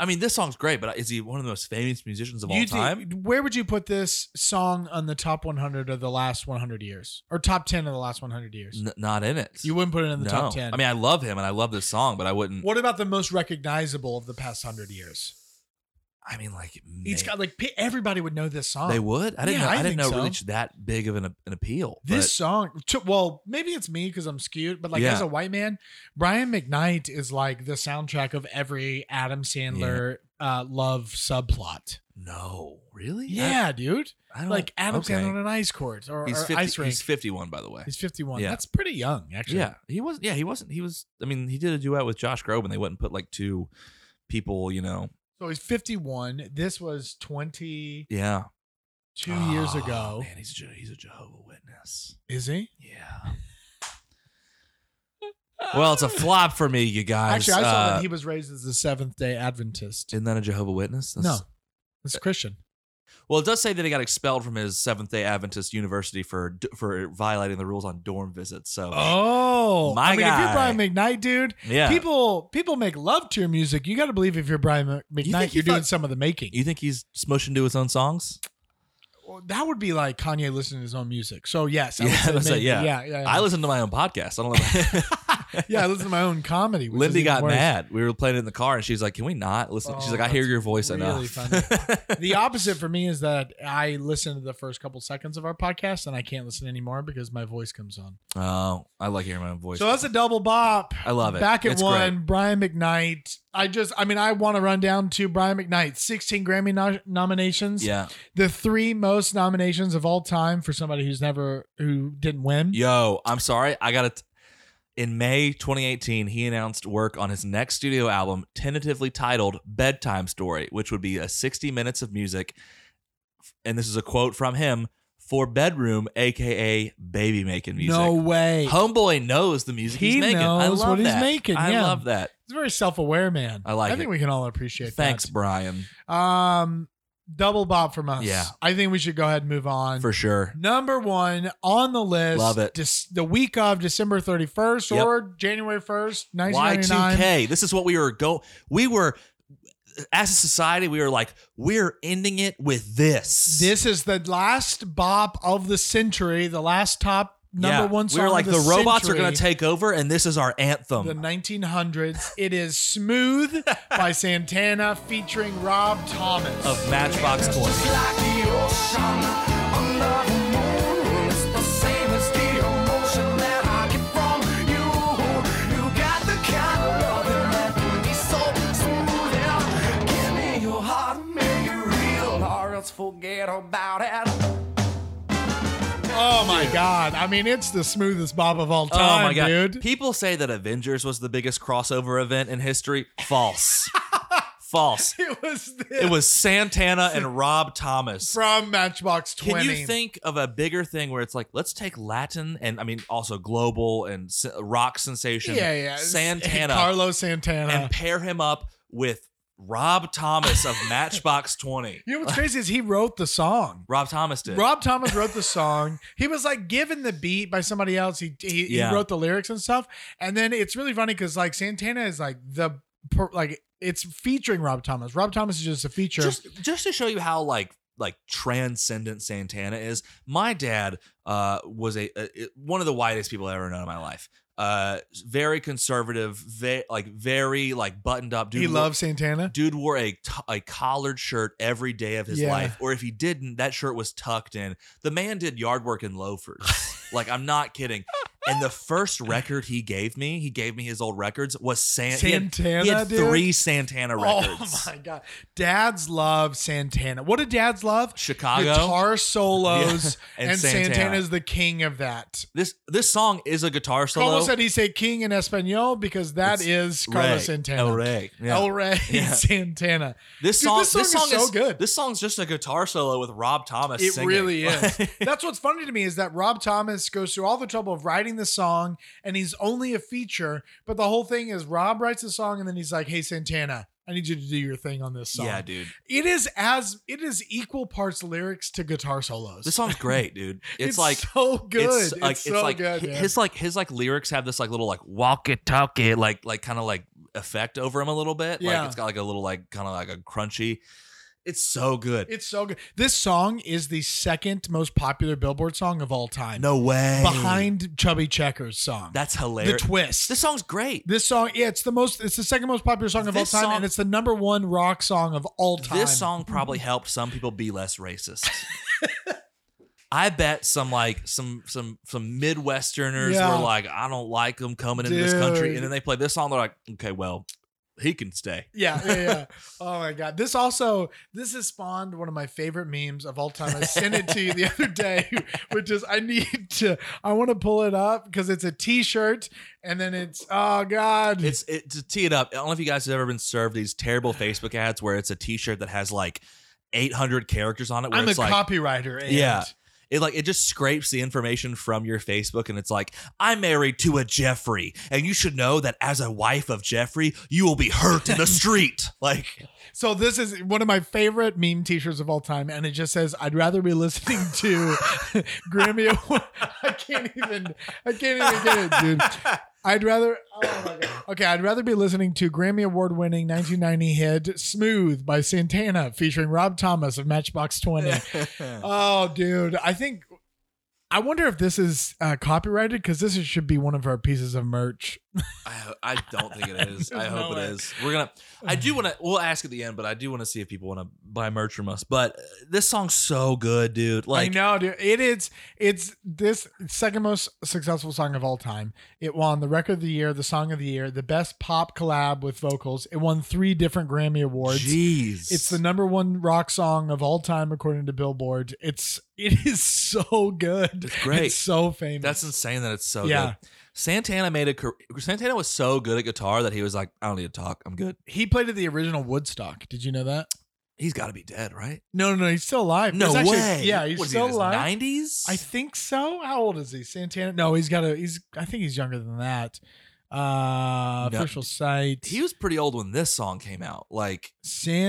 [SPEAKER 3] I mean, this song's great, but is he one of the most famous musicians of all
[SPEAKER 1] You thi-
[SPEAKER 3] time?
[SPEAKER 1] where would you put this song on the top 100 of the last 100 years or top 10 of the last 100 years?
[SPEAKER 3] N- not in it.
[SPEAKER 1] You wouldn't put it in the
[SPEAKER 3] no.
[SPEAKER 1] top 10.
[SPEAKER 3] I mean, I love him and I love this song, but I wouldn't.
[SPEAKER 1] what about the most recognizable of the past 100 years?
[SPEAKER 3] I mean, like
[SPEAKER 1] It's
[SPEAKER 3] man,
[SPEAKER 1] got like pe- everybody would know this song.
[SPEAKER 3] they would. I didn't
[SPEAKER 1] Yeah,
[SPEAKER 3] know.
[SPEAKER 1] I
[SPEAKER 3] I, didn't
[SPEAKER 1] think
[SPEAKER 3] know it
[SPEAKER 1] so.
[SPEAKER 3] really reached that big of an, an appeal.
[SPEAKER 1] This
[SPEAKER 3] but-
[SPEAKER 1] song, to, well, maybe it's me because I'm skewed, but like
[SPEAKER 3] Yeah.
[SPEAKER 1] as a white man, Brian McKnight is like the soundtrack of every Adam Sandler uh, love subplot.
[SPEAKER 3] no, really? I-
[SPEAKER 1] Yeah, dude.
[SPEAKER 3] I, don't
[SPEAKER 1] Like Adam
[SPEAKER 3] Oh, okay.
[SPEAKER 1] Sandler on an ice court or,
[SPEAKER 3] He's
[SPEAKER 1] or
[SPEAKER 3] 50,
[SPEAKER 1] ice rink.
[SPEAKER 3] He's fifty-one, by the way.
[SPEAKER 1] He's 51.
[SPEAKER 3] Yeah.
[SPEAKER 1] That's pretty young, actually.
[SPEAKER 3] Yeah, he was. Yeah, he wasn't. He was. I mean, he did a duet with Josh Groban. They wouldn't put like two people. You know.
[SPEAKER 1] So he's 51. This was 22
[SPEAKER 3] Yeah.
[SPEAKER 1] years
[SPEAKER 3] Oh,
[SPEAKER 1] ago.
[SPEAKER 3] Man, he's a Je- he's a Jehovah Witness.
[SPEAKER 1] Is he?
[SPEAKER 3] Yeah. Well, it's a flop for me, you guys.
[SPEAKER 1] Actually, I saw
[SPEAKER 3] Uh,
[SPEAKER 1] that he was raised as a Seventh day Adventist.
[SPEAKER 3] Isn't that a Jehovah Witness?
[SPEAKER 1] no, it's Christian.
[SPEAKER 3] Well, it does say that he got expelled from his Seventh Day Adventist University for for violating the rules on dorm visits. So,
[SPEAKER 1] Oh,
[SPEAKER 3] My
[SPEAKER 1] I mean,
[SPEAKER 3] guy.
[SPEAKER 1] if you're Brian McKnight, dude,
[SPEAKER 3] yeah.
[SPEAKER 1] people people make love to your music. You got to believe if you're Brian Mc-
[SPEAKER 3] You
[SPEAKER 1] McKnight,
[SPEAKER 3] think he
[SPEAKER 1] you are doing
[SPEAKER 3] thought-
[SPEAKER 1] some of the making.
[SPEAKER 3] you think he's smushing to his own songs?
[SPEAKER 1] Well, that would be like Kanye listening to his own music. So yes, I
[SPEAKER 3] Yeah, I
[SPEAKER 1] would
[SPEAKER 3] was
[SPEAKER 1] say
[SPEAKER 3] like,
[SPEAKER 1] maybe.
[SPEAKER 3] yeah.
[SPEAKER 1] yeah, yeah, yeah.
[SPEAKER 3] I listen to my own podcast. I don't know.
[SPEAKER 1] yeah, I listen to my own comedy. which is
[SPEAKER 3] Lindy
[SPEAKER 1] even
[SPEAKER 3] got
[SPEAKER 1] worse.
[SPEAKER 3] mad. We were playing it in the car, and she's like, "Can we not listen?" she's
[SPEAKER 1] Oh,
[SPEAKER 3] like, "I hear
[SPEAKER 1] that's
[SPEAKER 3] your voice
[SPEAKER 1] really
[SPEAKER 3] enough."
[SPEAKER 1] funny. The opposite for me is that I listen to the first couple seconds of our podcast and I can't listen anymore because my voice comes on.
[SPEAKER 3] oh, I like hearing my own voice.
[SPEAKER 1] So that's a double bop.
[SPEAKER 3] I love it.
[SPEAKER 1] Back at
[SPEAKER 3] It's
[SPEAKER 1] one, Brian McKnight. I just, I mean, I want to run down to Brian McKnight, 16 Grammy no- nominations,
[SPEAKER 3] Yeah,
[SPEAKER 1] the three most nominations of all time for somebody who's never, who didn't win.
[SPEAKER 3] yo, I'm sorry. I got to In May 2018, he announced work on his next studio album, tentatively titled "Bedtime Story," which would be a 60 minutes of music. And this is a quote from him for bedroom, aka baby making music.
[SPEAKER 1] no way.
[SPEAKER 3] Homeboy knows the music
[SPEAKER 1] He
[SPEAKER 3] he's making. I
[SPEAKER 1] knows
[SPEAKER 3] love
[SPEAKER 1] what he's
[SPEAKER 3] that.
[SPEAKER 1] making,
[SPEAKER 3] I
[SPEAKER 1] yeah.
[SPEAKER 3] love that.
[SPEAKER 1] He's a very self aware man.
[SPEAKER 3] I like
[SPEAKER 1] I think
[SPEAKER 3] it.
[SPEAKER 1] we can all appreciate
[SPEAKER 3] Thanks,
[SPEAKER 1] that.
[SPEAKER 3] Brian,
[SPEAKER 1] Um, double bop from us.
[SPEAKER 3] Yeah.
[SPEAKER 1] I think we should go ahead and move on.
[SPEAKER 3] for sure.
[SPEAKER 1] Number one on the list.
[SPEAKER 3] Love it.
[SPEAKER 1] Dis- the week of December 31st
[SPEAKER 3] Yep.
[SPEAKER 1] or January 1st, 1999.
[SPEAKER 3] Y2K. This is what we were go. We were as a society. We were like, we're ending it with this.
[SPEAKER 1] This is the last bop of the century, the last top number
[SPEAKER 3] Yeah.
[SPEAKER 1] one song.
[SPEAKER 3] We were like,
[SPEAKER 1] of
[SPEAKER 3] the, robots are
[SPEAKER 1] century,
[SPEAKER 3] going to take over, and this is our anthem.
[SPEAKER 1] the 1900s. it is Smooth by Santana featuring Rob Thomas.
[SPEAKER 3] of Matchbox Twenty.
[SPEAKER 4] Like the ocean under the moon, it's the same as the emotion that I get from you. You got the kind of love that can be so smooth. Yeah. Give me your heart, and make it real, or else forget about it.
[SPEAKER 1] oh my God. I mean, it's the smoothest bop of all
[SPEAKER 3] Oh
[SPEAKER 1] time,
[SPEAKER 3] my god!
[SPEAKER 1] dude.
[SPEAKER 3] People say that Avengers was the biggest crossover event in history. False. False.
[SPEAKER 1] it was this
[SPEAKER 3] It was Santana and Rob Thomas.
[SPEAKER 1] from Matchbox 20.
[SPEAKER 3] Can you think of a bigger thing where it's like, let's take Latin and I mean also global and s- rock sensation,
[SPEAKER 1] Yeah, yeah.
[SPEAKER 3] Santana,
[SPEAKER 1] Carlos Santana.
[SPEAKER 3] and pair him up with Rob Thomas of Matchbox Twenty.
[SPEAKER 1] you know what's crazy is he wrote the song.
[SPEAKER 3] Rob Thomas did.
[SPEAKER 1] Rob Thomas wrote the song. He was like given the beat by somebody else. He he, he
[SPEAKER 3] Yeah.
[SPEAKER 1] wrote the lyrics and stuff. And then it's really funny because like Santana is like the per, like it's featuring Rob Thomas. Rob Thomas is just a feature.
[SPEAKER 3] just just to show you how like like transcendent Santana is. My dad uh, was a, a- it- one of the whitest people I ever known in my life. Uh, very conservative, ve- like very like buttoned up. Dude
[SPEAKER 1] he
[SPEAKER 3] wo-
[SPEAKER 1] loves Santana.
[SPEAKER 3] Dude wore a, t- a collared shirt every day of his
[SPEAKER 1] Yeah.
[SPEAKER 3] life, or if he didn't, that shirt was tucked in. The man did yard work in loafers. like I'm not kidding. And the first record he gave me, he gave me his old records was San- he had-
[SPEAKER 1] Santana,
[SPEAKER 3] He had,
[SPEAKER 1] dude?
[SPEAKER 3] three Santana records.
[SPEAKER 1] Oh my god. Dads love Santana. What do dads love?
[SPEAKER 3] Chicago.
[SPEAKER 1] Guitar solos.
[SPEAKER 3] Yeah.
[SPEAKER 1] And,
[SPEAKER 3] And Santana.
[SPEAKER 1] Santana's the king of that.
[SPEAKER 3] This this song is a guitar solo.
[SPEAKER 1] Carlos said he said king in Espanol because that
[SPEAKER 3] It's
[SPEAKER 1] is Carlos
[SPEAKER 3] Ray.
[SPEAKER 1] Santana.
[SPEAKER 3] El Rey. Yeah.
[SPEAKER 1] El Rey
[SPEAKER 3] Yeah.
[SPEAKER 1] Santana.
[SPEAKER 3] This
[SPEAKER 1] Dude,
[SPEAKER 3] song,
[SPEAKER 1] this
[SPEAKER 3] this
[SPEAKER 1] song
[SPEAKER 3] song,
[SPEAKER 1] is so good.
[SPEAKER 3] This song's just a guitar solo with Rob Thomas.
[SPEAKER 1] It
[SPEAKER 3] singing.
[SPEAKER 1] really is.
[SPEAKER 3] Like,
[SPEAKER 1] That's what's funny to me is that Rob Thomas goes through all the trouble of writing the song and he's only a feature, but the whole thing is Rob writes the song and then he's like, hey, Santana, I need you to do your thing on this song.
[SPEAKER 3] Yeah, dude.
[SPEAKER 1] It is as it is equal parts lyrics to guitar solos.
[SPEAKER 3] This song's great, dude. It's, like
[SPEAKER 1] so good. It's,
[SPEAKER 3] like
[SPEAKER 1] so
[SPEAKER 3] like
[SPEAKER 1] good.
[SPEAKER 3] hi-
[SPEAKER 1] man.
[SPEAKER 3] his like his like lyrics have this like little like walkie talkie like like kind of like effect over him a little bit.
[SPEAKER 1] Yeah.
[SPEAKER 3] Like it's got like a little like kind of like a crunchy. It's so good.
[SPEAKER 1] it's so good. This song is the second most popular Billboard song of all time.
[SPEAKER 3] no way.
[SPEAKER 1] behind Chubby Checker's song.
[SPEAKER 3] that's
[SPEAKER 1] the
[SPEAKER 3] hilarious.
[SPEAKER 1] twist.
[SPEAKER 3] this song's great.
[SPEAKER 1] This song, yeah, it's the most, it's the second most popular song of
[SPEAKER 3] This
[SPEAKER 1] all time,
[SPEAKER 3] song-
[SPEAKER 1] and it's the number one rock song of all time.
[SPEAKER 3] This song probably helped some people be less racist. I bet some like some some some Midwesterners
[SPEAKER 1] Yeah.
[SPEAKER 3] were like, I don't like him coming into this country,
[SPEAKER 1] Dude.
[SPEAKER 3] and then they play this song. They're like, okay, well, he can stay.
[SPEAKER 1] Yeah, yeah, yeah. oh my god. This also this has spawned one of my favorite memes of all time. I sent it to you the other day, which is I need to I want to pull it up because it's a t-shirt and then it's oh god.
[SPEAKER 3] It's it, to tee it up. I don't know if you guys have ever been served these terrible Facebook ads where it's a T-shirt that has like 800 characters on it. Where
[SPEAKER 1] I'm a
[SPEAKER 3] it's like,
[SPEAKER 1] copywriter. And
[SPEAKER 3] Yeah. It like it just scrapes the information from your Facebook and it's like, I'm married to a Jeffrey, and you should know that as a wife of Jeffrey, you will be hurt in the street. Like
[SPEAKER 1] So this is one of my favorite meme t-shirts of all time, and it just says, "I'd rather be listening to Grammy." Award. I can't even. I can't even get it, dude. I'd rather. Oh my god. Okay, I'd rather be listening to Grammy Award-winning 1990 hit "Smooth" by Santana featuring Rob Thomas of Matchbox Twenty. oh, dude, I think. I wonder if this is uh, copyrighted because this is, should be one of our pieces of merch.
[SPEAKER 3] I, I don't think it is. I
[SPEAKER 1] There's
[SPEAKER 3] hope
[SPEAKER 1] no
[SPEAKER 3] it
[SPEAKER 1] way.
[SPEAKER 3] is. We're gonna. I do want to. We'll ask at the end, but I do want to see if people want to buy merch from us. But uh, this song's so good, dude. Like
[SPEAKER 1] I know, dude. It is. It's this second most successful song of all time. It won the record of the year, the song of the year, the best pop collab with vocals. It won three different Grammy awards.
[SPEAKER 3] jeez,
[SPEAKER 1] It's the number one rock song of all time according to Billboard. It's it is so good.
[SPEAKER 3] It's great.
[SPEAKER 1] It's so famous.
[SPEAKER 3] That's insane that it's so
[SPEAKER 1] Yeah.
[SPEAKER 3] good. Santana made a car- Santana was so good at guitar that he was like, I don't need to talk. I'm good.
[SPEAKER 1] he played at the original Woodstock. Did you know that?
[SPEAKER 3] He's got to be dead, right?
[SPEAKER 1] No, no, no. He's still alive.
[SPEAKER 3] No
[SPEAKER 1] It's actually-
[SPEAKER 3] way.
[SPEAKER 1] yeah, he's
[SPEAKER 3] What is he,
[SPEAKER 1] still
[SPEAKER 3] in his
[SPEAKER 1] alive.
[SPEAKER 3] 90s.
[SPEAKER 1] I think so. How old is he? Santana? No, he's got a. He's. I think he's younger than that. Uh,
[SPEAKER 3] No.
[SPEAKER 1] official site.
[SPEAKER 3] he was pretty old when this song came out. Like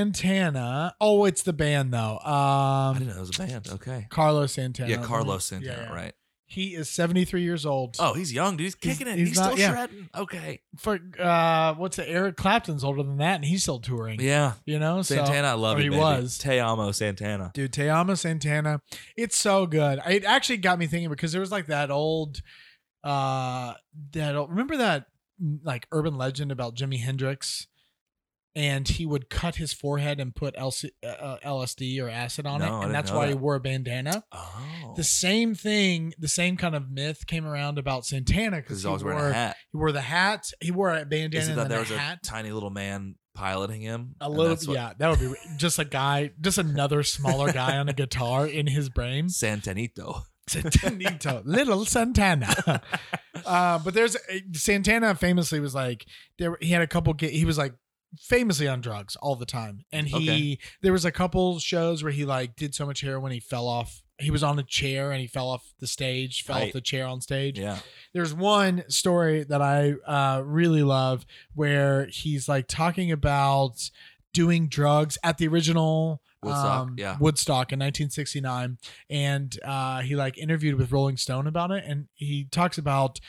[SPEAKER 1] Santana. Oh, it's the band though.
[SPEAKER 3] I
[SPEAKER 1] Um,
[SPEAKER 3] didn't know it was a band. Okay.
[SPEAKER 1] Carlos Santana.
[SPEAKER 3] yeah, Carlos
[SPEAKER 1] Let me-
[SPEAKER 3] Santana,
[SPEAKER 1] yeah, yeah.
[SPEAKER 3] right?
[SPEAKER 1] He is seventy three years old.
[SPEAKER 3] Oh, he's young, dude. He's
[SPEAKER 1] He's-
[SPEAKER 3] kicking it.
[SPEAKER 1] he's
[SPEAKER 3] He's,
[SPEAKER 1] not-
[SPEAKER 3] still
[SPEAKER 1] yeah.
[SPEAKER 3] shredding. Okay.
[SPEAKER 1] for uh, what's the Eric Clapton's older than that, and he's still touring.
[SPEAKER 3] Yeah.
[SPEAKER 1] you know so-
[SPEAKER 3] Santana, I love
[SPEAKER 1] or
[SPEAKER 3] you,
[SPEAKER 1] He
[SPEAKER 3] baby.
[SPEAKER 1] was.
[SPEAKER 3] Te amo, Santana.
[SPEAKER 1] Dude, Te Amo Santana. It's so good. It actually got me thinking because there was like that old uh that old, remember that mm, like urban legend about Jimi Hendrix and he would cut his forehead and put LC, uh, uh, LSD or acid on
[SPEAKER 3] No, I
[SPEAKER 1] it
[SPEAKER 3] didn't
[SPEAKER 1] and that's
[SPEAKER 3] know
[SPEAKER 1] why he
[SPEAKER 3] that.
[SPEAKER 1] wore a bandana.
[SPEAKER 3] Oh.
[SPEAKER 1] The same thing, the same kind of myth came around about Santana
[SPEAKER 3] because
[SPEAKER 1] cuz
[SPEAKER 3] he's
[SPEAKER 1] he,
[SPEAKER 3] always
[SPEAKER 1] wore
[SPEAKER 3] wearing a hat.
[SPEAKER 1] he wore the hat, he wore a bandana
[SPEAKER 3] Is it
[SPEAKER 1] and
[SPEAKER 3] that
[SPEAKER 1] then
[SPEAKER 3] there
[SPEAKER 1] a
[SPEAKER 3] was a
[SPEAKER 1] hat.
[SPEAKER 3] tiny little man piloting him?
[SPEAKER 1] A
[SPEAKER 3] And
[SPEAKER 1] little,
[SPEAKER 3] that's what-
[SPEAKER 1] yeah, that would be just a guy, just another smaller guy on a guitar in his brain.
[SPEAKER 3] Santanito.
[SPEAKER 1] Santanito, little Santana. uh, but there's Santana famously was like there. He had a couple. ga- He was like famously on drugs all the time, and he
[SPEAKER 3] Okay.
[SPEAKER 1] there was a couple shows where he like did so much heroin he fell off. He was on a chair and he fell off the stage, fell off
[SPEAKER 3] Right.
[SPEAKER 1] the chair on stage.
[SPEAKER 3] Yeah.
[SPEAKER 1] There's one story that I uh, really love where he's like talking about doing drugs at the original um,
[SPEAKER 3] Woodstock, yeah.
[SPEAKER 1] Woodstock in 1969, and uh, he like interviewed with Rolling Stone about it, and he talks about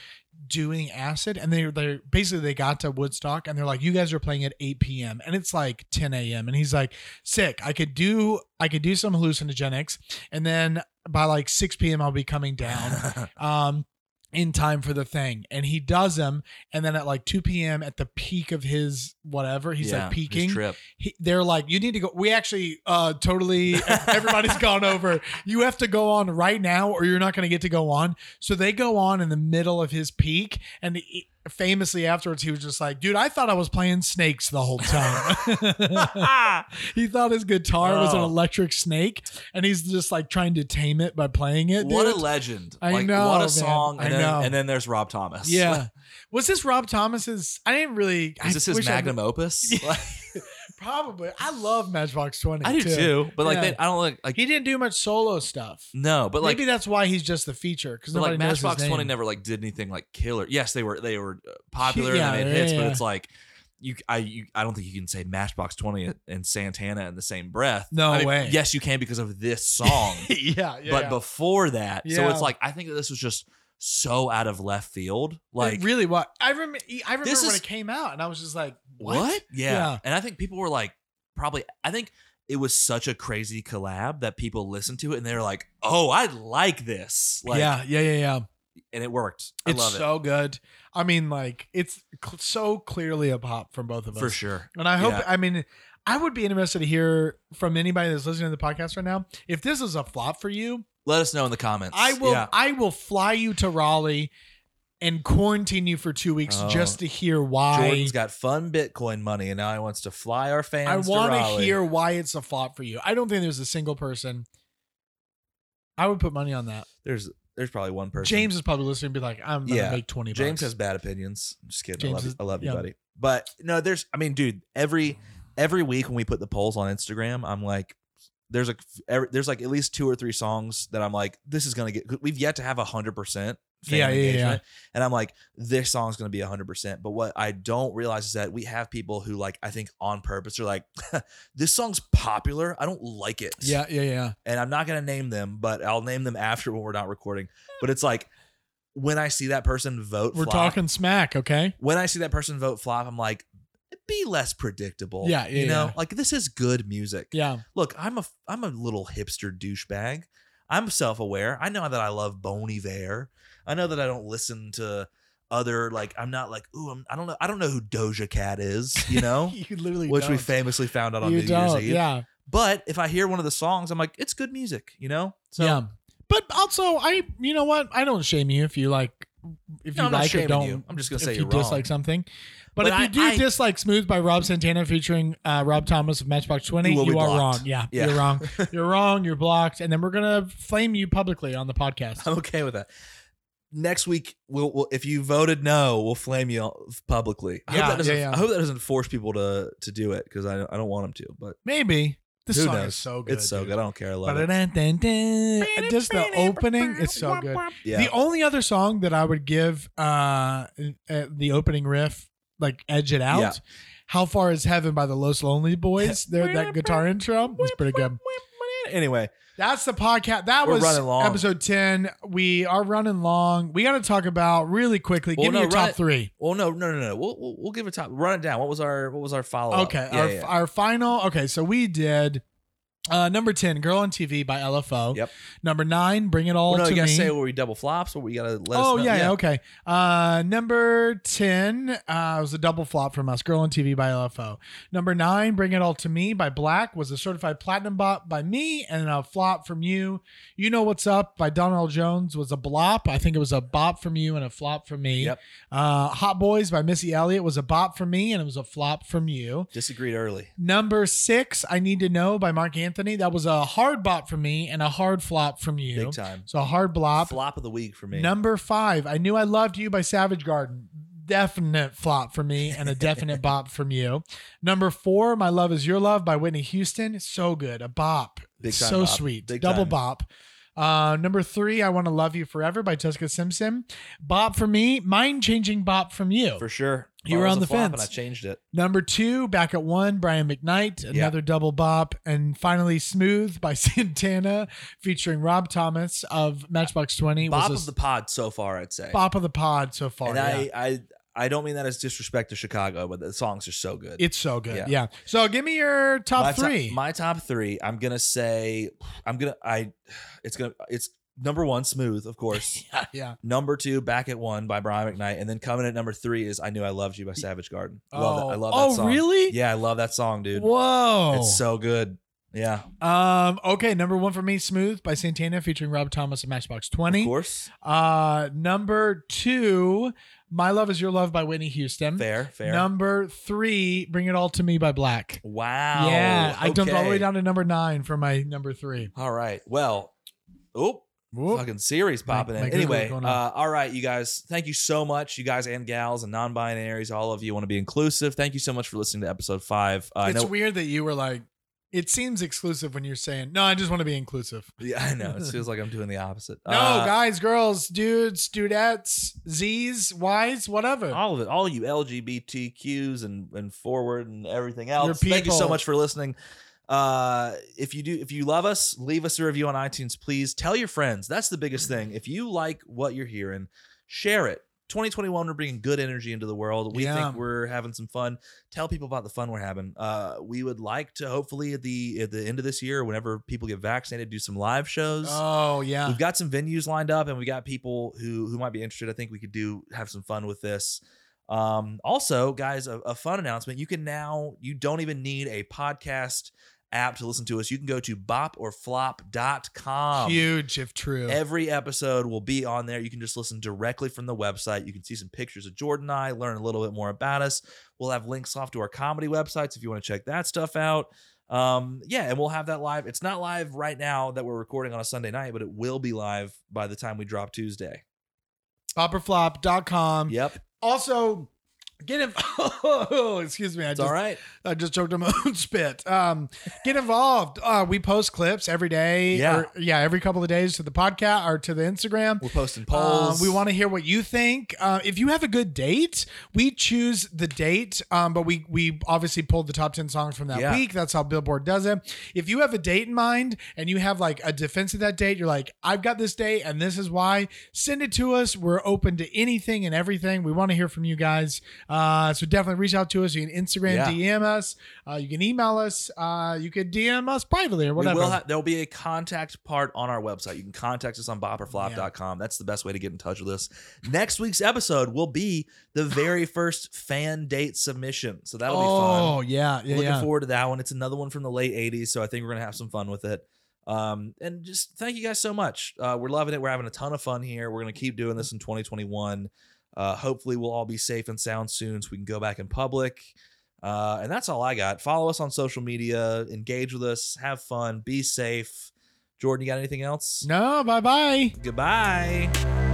[SPEAKER 1] doing acid, and they they basically they got to Woodstock, and they're like, you guys are playing at 8 p.m. and it's like 10 a.m. and he's like, sick. I could do I could do some hallucinogenics, and then by like 6 p.m. I'll be coming down um in time for the thing and he does them and then at like 2 p.m at the peak of his whatever he's
[SPEAKER 3] Yeah,
[SPEAKER 1] like
[SPEAKER 3] his
[SPEAKER 1] peaking
[SPEAKER 3] trip.
[SPEAKER 1] he, they're like you need to go we actually uh totally everybody's gone over you have to go on right now or you're not going to get to go on so they go on in the middle of his peak and he- famously afterwards he was just like dude i thought i was playing snakes the whole time he thought his guitar was an
[SPEAKER 3] Oh.
[SPEAKER 1] electric snake and he's just like trying to tame it by playing it
[SPEAKER 3] What a
[SPEAKER 1] dude.
[SPEAKER 3] legend!
[SPEAKER 1] I
[SPEAKER 3] like,
[SPEAKER 1] know,
[SPEAKER 3] What a
[SPEAKER 1] man.
[SPEAKER 3] song! And
[SPEAKER 1] I
[SPEAKER 3] then,
[SPEAKER 1] know.
[SPEAKER 3] And then there's Rob Thomas.
[SPEAKER 1] Yeah. Was this Rob Thomas's? I didn't really. I
[SPEAKER 3] Is this his
[SPEAKER 1] wish I-
[SPEAKER 3] magnum opus? Like,
[SPEAKER 1] Probably. I love Matchbox Twenty.
[SPEAKER 3] I do
[SPEAKER 1] too.
[SPEAKER 3] too, but like
[SPEAKER 1] Yeah.
[SPEAKER 3] they, I don't like like
[SPEAKER 1] He didn't do much solo stuff.
[SPEAKER 3] no, but like
[SPEAKER 1] Maybe that's why he's just the feature because
[SPEAKER 3] but
[SPEAKER 1] nobody
[SPEAKER 3] like
[SPEAKER 1] knows his
[SPEAKER 3] Matchbox
[SPEAKER 1] name.
[SPEAKER 3] Twenty never like did anything like killer. Yes, they were they were uh, popular
[SPEAKER 1] Yeah,
[SPEAKER 3] and they made
[SPEAKER 1] yeah,
[SPEAKER 3] hits,
[SPEAKER 1] yeah.
[SPEAKER 3] but it's like you I you, I don't think you can say Matchbox Twenty and- and Santana in the same breath.
[SPEAKER 1] No
[SPEAKER 3] I mean,
[SPEAKER 1] way.
[SPEAKER 3] Yes, you can because of this song.
[SPEAKER 1] yeah, yeah.
[SPEAKER 3] but before that, so
[SPEAKER 1] Yeah.
[SPEAKER 3] it's like I think that this was just so out of left field. Like
[SPEAKER 1] it really what I remember. I remember
[SPEAKER 3] This
[SPEAKER 1] when
[SPEAKER 3] is-
[SPEAKER 1] it came out, and I was just like,
[SPEAKER 3] what? Yeah.
[SPEAKER 1] Yeah.
[SPEAKER 3] And I think people were like, probably, I think it was such a crazy collab that people listened to it and they were like, oh, I like this. Like,
[SPEAKER 1] yeah, yeah, yeah, yeah.
[SPEAKER 3] And it worked. I
[SPEAKER 1] It's
[SPEAKER 3] love
[SPEAKER 1] so good. I mean, like it's cl- so clearly a pop from both of
[SPEAKER 3] it.
[SPEAKER 1] us
[SPEAKER 3] For sure.
[SPEAKER 1] And I hope,
[SPEAKER 3] Yeah.
[SPEAKER 1] I mean, I would be interested to hear from anybody that's listening to the podcast right now. If this is a flop for you,
[SPEAKER 3] Let us know in the comments.
[SPEAKER 1] I will,
[SPEAKER 3] Yeah.
[SPEAKER 1] I will fly you to Raleigh and quarantine you for two weeks
[SPEAKER 3] Oh.
[SPEAKER 1] just to hear why.
[SPEAKER 3] Jordan's got fun Bitcoin money and now he wants to fly our fans.
[SPEAKER 1] I
[SPEAKER 3] want to Raleigh.
[SPEAKER 1] hear why it's a flop for you. I don't think there's a single person. I would put money on that.
[SPEAKER 3] There's there's probably one person.
[SPEAKER 1] James is probably listening and be like, I'm going to
[SPEAKER 3] Yeah.
[SPEAKER 1] make 20 bucks.
[SPEAKER 3] James has bad opinions. I'm just kidding.
[SPEAKER 1] James
[SPEAKER 3] I love
[SPEAKER 1] is-
[SPEAKER 3] you. I love you,
[SPEAKER 1] yeah.
[SPEAKER 3] buddy. But no, there's I mean, dude, every every week when we put the polls on Instagram, I'm like there's a every, there's like at least two or three songs that I'm like this is going to get we've yet to have 100% fan
[SPEAKER 1] Yeah, yeah, yeah.
[SPEAKER 3] engagement. And I'm like this song's going to be 100%. But what I don't realize is that we have people who like I think on purpose are like this song's popular, I don't like it
[SPEAKER 1] Yeah, yeah, yeah.
[SPEAKER 3] and I'm not gonna name them, but I'll name them after when we're not recording. But it's like when I see that person vote,
[SPEAKER 1] We're
[SPEAKER 3] flop,
[SPEAKER 1] talking smack, okay?
[SPEAKER 3] When I see that person vote flop, I'm like, be less predictable.
[SPEAKER 1] Yeah, yeah,
[SPEAKER 3] you know,
[SPEAKER 1] yeah.
[SPEAKER 3] like this is good music.
[SPEAKER 1] Yeah.
[SPEAKER 3] Look, I'm a I'm a little hipster douchebag. I'm self aware. I know that I love Bon Iver. I know that I don't listen to other like I'm not like ooh I'm, I don't know I don't know who Doja Cat is. You know.
[SPEAKER 1] You literally
[SPEAKER 3] Which we
[SPEAKER 1] don't.
[SPEAKER 3] famously found out on
[SPEAKER 1] you
[SPEAKER 3] New
[SPEAKER 1] don't.
[SPEAKER 3] Year's Eve.
[SPEAKER 1] Yeah.
[SPEAKER 3] But if I hear one of the songs, I'm like, it's good music, you know? So
[SPEAKER 1] yeah. But also, I you know what? I don't shame you if you like if
[SPEAKER 3] No,
[SPEAKER 1] you
[SPEAKER 3] I'm not
[SPEAKER 1] like or
[SPEAKER 3] shaming
[SPEAKER 1] don't.
[SPEAKER 3] you. I'm just gonna
[SPEAKER 1] if
[SPEAKER 3] say
[SPEAKER 1] you
[SPEAKER 3] you're wrong.
[SPEAKER 1] dislike something. But,
[SPEAKER 3] But
[SPEAKER 1] if
[SPEAKER 3] I-
[SPEAKER 1] you do
[SPEAKER 3] I-
[SPEAKER 1] dislike "Smooth" by Rob Santana featuring uh, Rob Thomas of Matchbox Twenty, you,
[SPEAKER 3] You will be
[SPEAKER 1] are
[SPEAKER 3] blocked.
[SPEAKER 1] wrong. Yeah,
[SPEAKER 3] Yeah.
[SPEAKER 1] you're wrong. You're wrong. You're blocked, and then we're gonna flame you publicly on the podcast.
[SPEAKER 3] I'm okay with that. Next week, we'll, we'll if you voted no, we'll flame you all publicly. I,
[SPEAKER 1] Yeah,
[SPEAKER 3] hope that doesn't,
[SPEAKER 1] yeah, yeah.
[SPEAKER 3] I hope that doesn't force people to to do it because I, I don't want them to. But
[SPEAKER 1] Maybe this
[SPEAKER 3] who
[SPEAKER 1] song
[SPEAKER 3] knows?
[SPEAKER 1] is so good.
[SPEAKER 3] It's so
[SPEAKER 1] dude.
[SPEAKER 3] good. I don't care. I love it.
[SPEAKER 1] Ba-da-da-da-da. Just the opening, it's so good.
[SPEAKER 3] Yeah.
[SPEAKER 1] The only other song that I would give uh, uh the opening riff like edge it out.
[SPEAKER 3] Yeah.
[SPEAKER 1] How far is heaven by the Los Lonely Boys? There, that guitar intro was pretty good.
[SPEAKER 3] anyway,
[SPEAKER 1] That's the podcast. That
[SPEAKER 3] We're
[SPEAKER 1] was
[SPEAKER 3] running long.
[SPEAKER 1] episode ten. We are running long. We got to talk about really quickly.
[SPEAKER 3] Well,
[SPEAKER 1] give me
[SPEAKER 3] no,
[SPEAKER 1] your
[SPEAKER 3] run
[SPEAKER 1] top
[SPEAKER 3] it-
[SPEAKER 1] three.
[SPEAKER 3] well, no, no, no, no. We'll we'll, we'll give a top. Run it down. What was our what was our follow up?
[SPEAKER 1] Okay,
[SPEAKER 3] Oh, Yeah,
[SPEAKER 1] our,
[SPEAKER 3] yeah.
[SPEAKER 1] our final. Okay, so we did uh number ten, "Girl on TV" by LFO.
[SPEAKER 3] Yep.
[SPEAKER 1] Number nine, "Bring It All
[SPEAKER 3] Well, no,
[SPEAKER 1] to
[SPEAKER 3] you gotta
[SPEAKER 1] Me."
[SPEAKER 3] say where we double flops. Or we gotta let us.
[SPEAKER 1] oh
[SPEAKER 3] know.
[SPEAKER 1] yeah, yeah, okay. Uh, number ten uh, was a double flop from us. Girl on TV by LFO. Number nine, Bring It All to Me by Black was a certified platinum bot by me, and a flop from you. You know what's up by Donald Jones was a blop. I think it was a bop from you and a flop from me.
[SPEAKER 3] Yep.
[SPEAKER 1] Uh, Hot Boys by Missy Elliott was a bop from me and it was a flop from you.
[SPEAKER 3] Disagreed early.
[SPEAKER 1] Number six, I Need to Know by Mark Anthony. That was a hard bop from me and a hard flop from you.
[SPEAKER 3] Big time.
[SPEAKER 1] So a hard blop.
[SPEAKER 3] Flop of the week for me.
[SPEAKER 1] Number five, I knew I loved you by Savage Garden. Definite flop for me and a definite bop from you. Number four, My Love Is Your Love by Whitney Houston. So good. A bop.
[SPEAKER 3] Big time
[SPEAKER 1] so
[SPEAKER 3] bop.
[SPEAKER 1] sweet.
[SPEAKER 3] Big
[SPEAKER 1] Double
[SPEAKER 3] time.
[SPEAKER 1] bop. Uh, number three, I Want to Love You Forever by Jessica Simpson. Bop for me, mind changing bop from you.
[SPEAKER 3] for sure.
[SPEAKER 1] You
[SPEAKER 3] Well,
[SPEAKER 1] were
[SPEAKER 3] it
[SPEAKER 1] on
[SPEAKER 3] was a
[SPEAKER 1] the
[SPEAKER 3] flop
[SPEAKER 1] fence.
[SPEAKER 3] and I changed it.
[SPEAKER 1] Number two, back at one, Brian McKnight, another double bop. And finally, Smooth by Santana featuring Rob Thomas of Matchbox 20.
[SPEAKER 3] Bop
[SPEAKER 1] was
[SPEAKER 3] of
[SPEAKER 1] a
[SPEAKER 3] the pod so far, I'd say.
[SPEAKER 1] bop of the pod so far.
[SPEAKER 3] and
[SPEAKER 1] yeah.
[SPEAKER 3] I, I I don't mean that as disrespect to Chicago, but the songs are so good.
[SPEAKER 1] It's so good. Yeah.
[SPEAKER 3] Yeah.
[SPEAKER 1] So give me your top
[SPEAKER 3] my
[SPEAKER 1] three.
[SPEAKER 3] Top, my top three. I'm gonna say I'm gonna I it's gonna it's number one, smooth, of course.
[SPEAKER 1] yeah.
[SPEAKER 3] number two, back at one by Brian McKnight. And then coming at number three is I Knew I Loved You by Savage Garden. Love that. I love
[SPEAKER 1] oh,
[SPEAKER 3] that song.
[SPEAKER 1] really?
[SPEAKER 3] Yeah, I love that song, dude.
[SPEAKER 1] Whoa.
[SPEAKER 3] It's so good. Yeah.
[SPEAKER 1] um, okay, number one for me, Smooth by Santana featuring Rob Thomas and Matchbox
[SPEAKER 3] Of
[SPEAKER 1] 20.
[SPEAKER 3] course.
[SPEAKER 1] Uh, number two, My Love Is Your Love by Whitney Houston.
[SPEAKER 3] Fair, fair.
[SPEAKER 1] Number three, Bring It All to Me by Black.
[SPEAKER 3] wow.
[SPEAKER 1] yeah. I jumped all the way
[SPEAKER 3] okay.
[SPEAKER 1] down to number nine for my number three.
[SPEAKER 3] All right. Well, oh,
[SPEAKER 1] Whoop.
[SPEAKER 3] fucking series popping
[SPEAKER 1] my
[SPEAKER 3] in.
[SPEAKER 1] Google's
[SPEAKER 3] Anyway,
[SPEAKER 1] going
[SPEAKER 3] uh,
[SPEAKER 1] off.
[SPEAKER 3] all right, you guys. Thank you so much, you guys and gals and non-binaries. All of you want to be inclusive. Thank you so much for listening to episode five. Uh, I
[SPEAKER 1] it's
[SPEAKER 3] know
[SPEAKER 1] weird that you were like, It seems exclusive when you're saying, no, I just want to be inclusive.
[SPEAKER 3] Yeah, I know. It feels like I'm doing the opposite. Uh,
[SPEAKER 1] No, guys, girls, dudes, dudettes, Z's, Y's, whatever.
[SPEAKER 3] all of it, all you LGBTQs and and forward and everything else.
[SPEAKER 1] Your
[SPEAKER 3] Thank you so
[SPEAKER 1] people.
[SPEAKER 3] much for listening. Uh, if you do, if you love us, leave us a review on iTunes, please. Tell your friends. That's the biggest thing. If you like what you're hearing, share it. 2021, we're bringing good energy into the world. We
[SPEAKER 1] Yeah.
[SPEAKER 3] think we're having some fun. Tell people about the fun we're having. Uh, we would like to hopefully at the at the end of this year, whenever people get vaccinated, do some live shows.
[SPEAKER 1] oh, yeah.
[SPEAKER 3] We've got some venues lined up, and we got people who who might be interested. I think we could do have some fun with this. Um, also, guys, a, a fun announcement: you can now you don't even need a podcast app to listen to us. You can go to boporflop.com.
[SPEAKER 1] Huge, if true.
[SPEAKER 3] Every episode will be on there. You can just listen directly from the website. You can see some pictures of Jordan and I, learn a little bit more about us. We'll have links off to our comedy websites if you want to check that stuff out. Um, yeah, and we'll have that live. It's not live right now that we're recording on a Sunday night, but it will be live by the time we drop Tuesday.
[SPEAKER 1] Popperflop.com.
[SPEAKER 3] Yep.
[SPEAKER 1] Also, get in. Oh, excuse me. I
[SPEAKER 3] It's
[SPEAKER 1] just,
[SPEAKER 3] all right.
[SPEAKER 1] I just choked on my own spit. Um, get involved. Uh, we post clips every day.
[SPEAKER 3] Yeah.
[SPEAKER 1] or- yeah. Every couple of days to the podcast or to the Instagram.
[SPEAKER 3] We're posting
[SPEAKER 1] Um,
[SPEAKER 3] polls.
[SPEAKER 1] we want to hear what you think. Uh, if you have a good date, we choose the date, um, but we we obviously pulled the top ten songs from that
[SPEAKER 3] Yeah.
[SPEAKER 1] week. That's how Billboard does it. If you have a date in mind and you have like a defense of that date, you're like, I've got this date and this is why. Send it to us. We're open to anything and everything. We want to hear from you guys. Uh, so definitely reach out to us. You can Instagram
[SPEAKER 3] Yeah.
[SPEAKER 1] DM us. Uh, you can email us. Uh, you could DM us privately or
[SPEAKER 3] We
[SPEAKER 1] whatever.
[SPEAKER 3] will ha- there'll be a contact part on our website. You can contact us on boporflop.com. That's the best way to get in touch with us. Next week's episode will be the very first fan date submission. So that'll be
[SPEAKER 1] oh
[SPEAKER 3] fun.
[SPEAKER 1] yeah, yeah,
[SPEAKER 3] Looking
[SPEAKER 1] yeah.
[SPEAKER 3] forward to that one. It's another one from the late 80s, so I think we're going to have some fun with it. Um, and just thank you guys so much. Uh, we're loving it. We're having a ton of fun here. We're going to keep doing this in 2021. Uh, hopefully, we'll all be safe and sound soon so we can go back in public. Uh, and that's all I got. Follow us on social media, engage with us, have fun, be safe. Jordan, you got anything else?
[SPEAKER 1] no, bye bye.
[SPEAKER 3] Goodbye.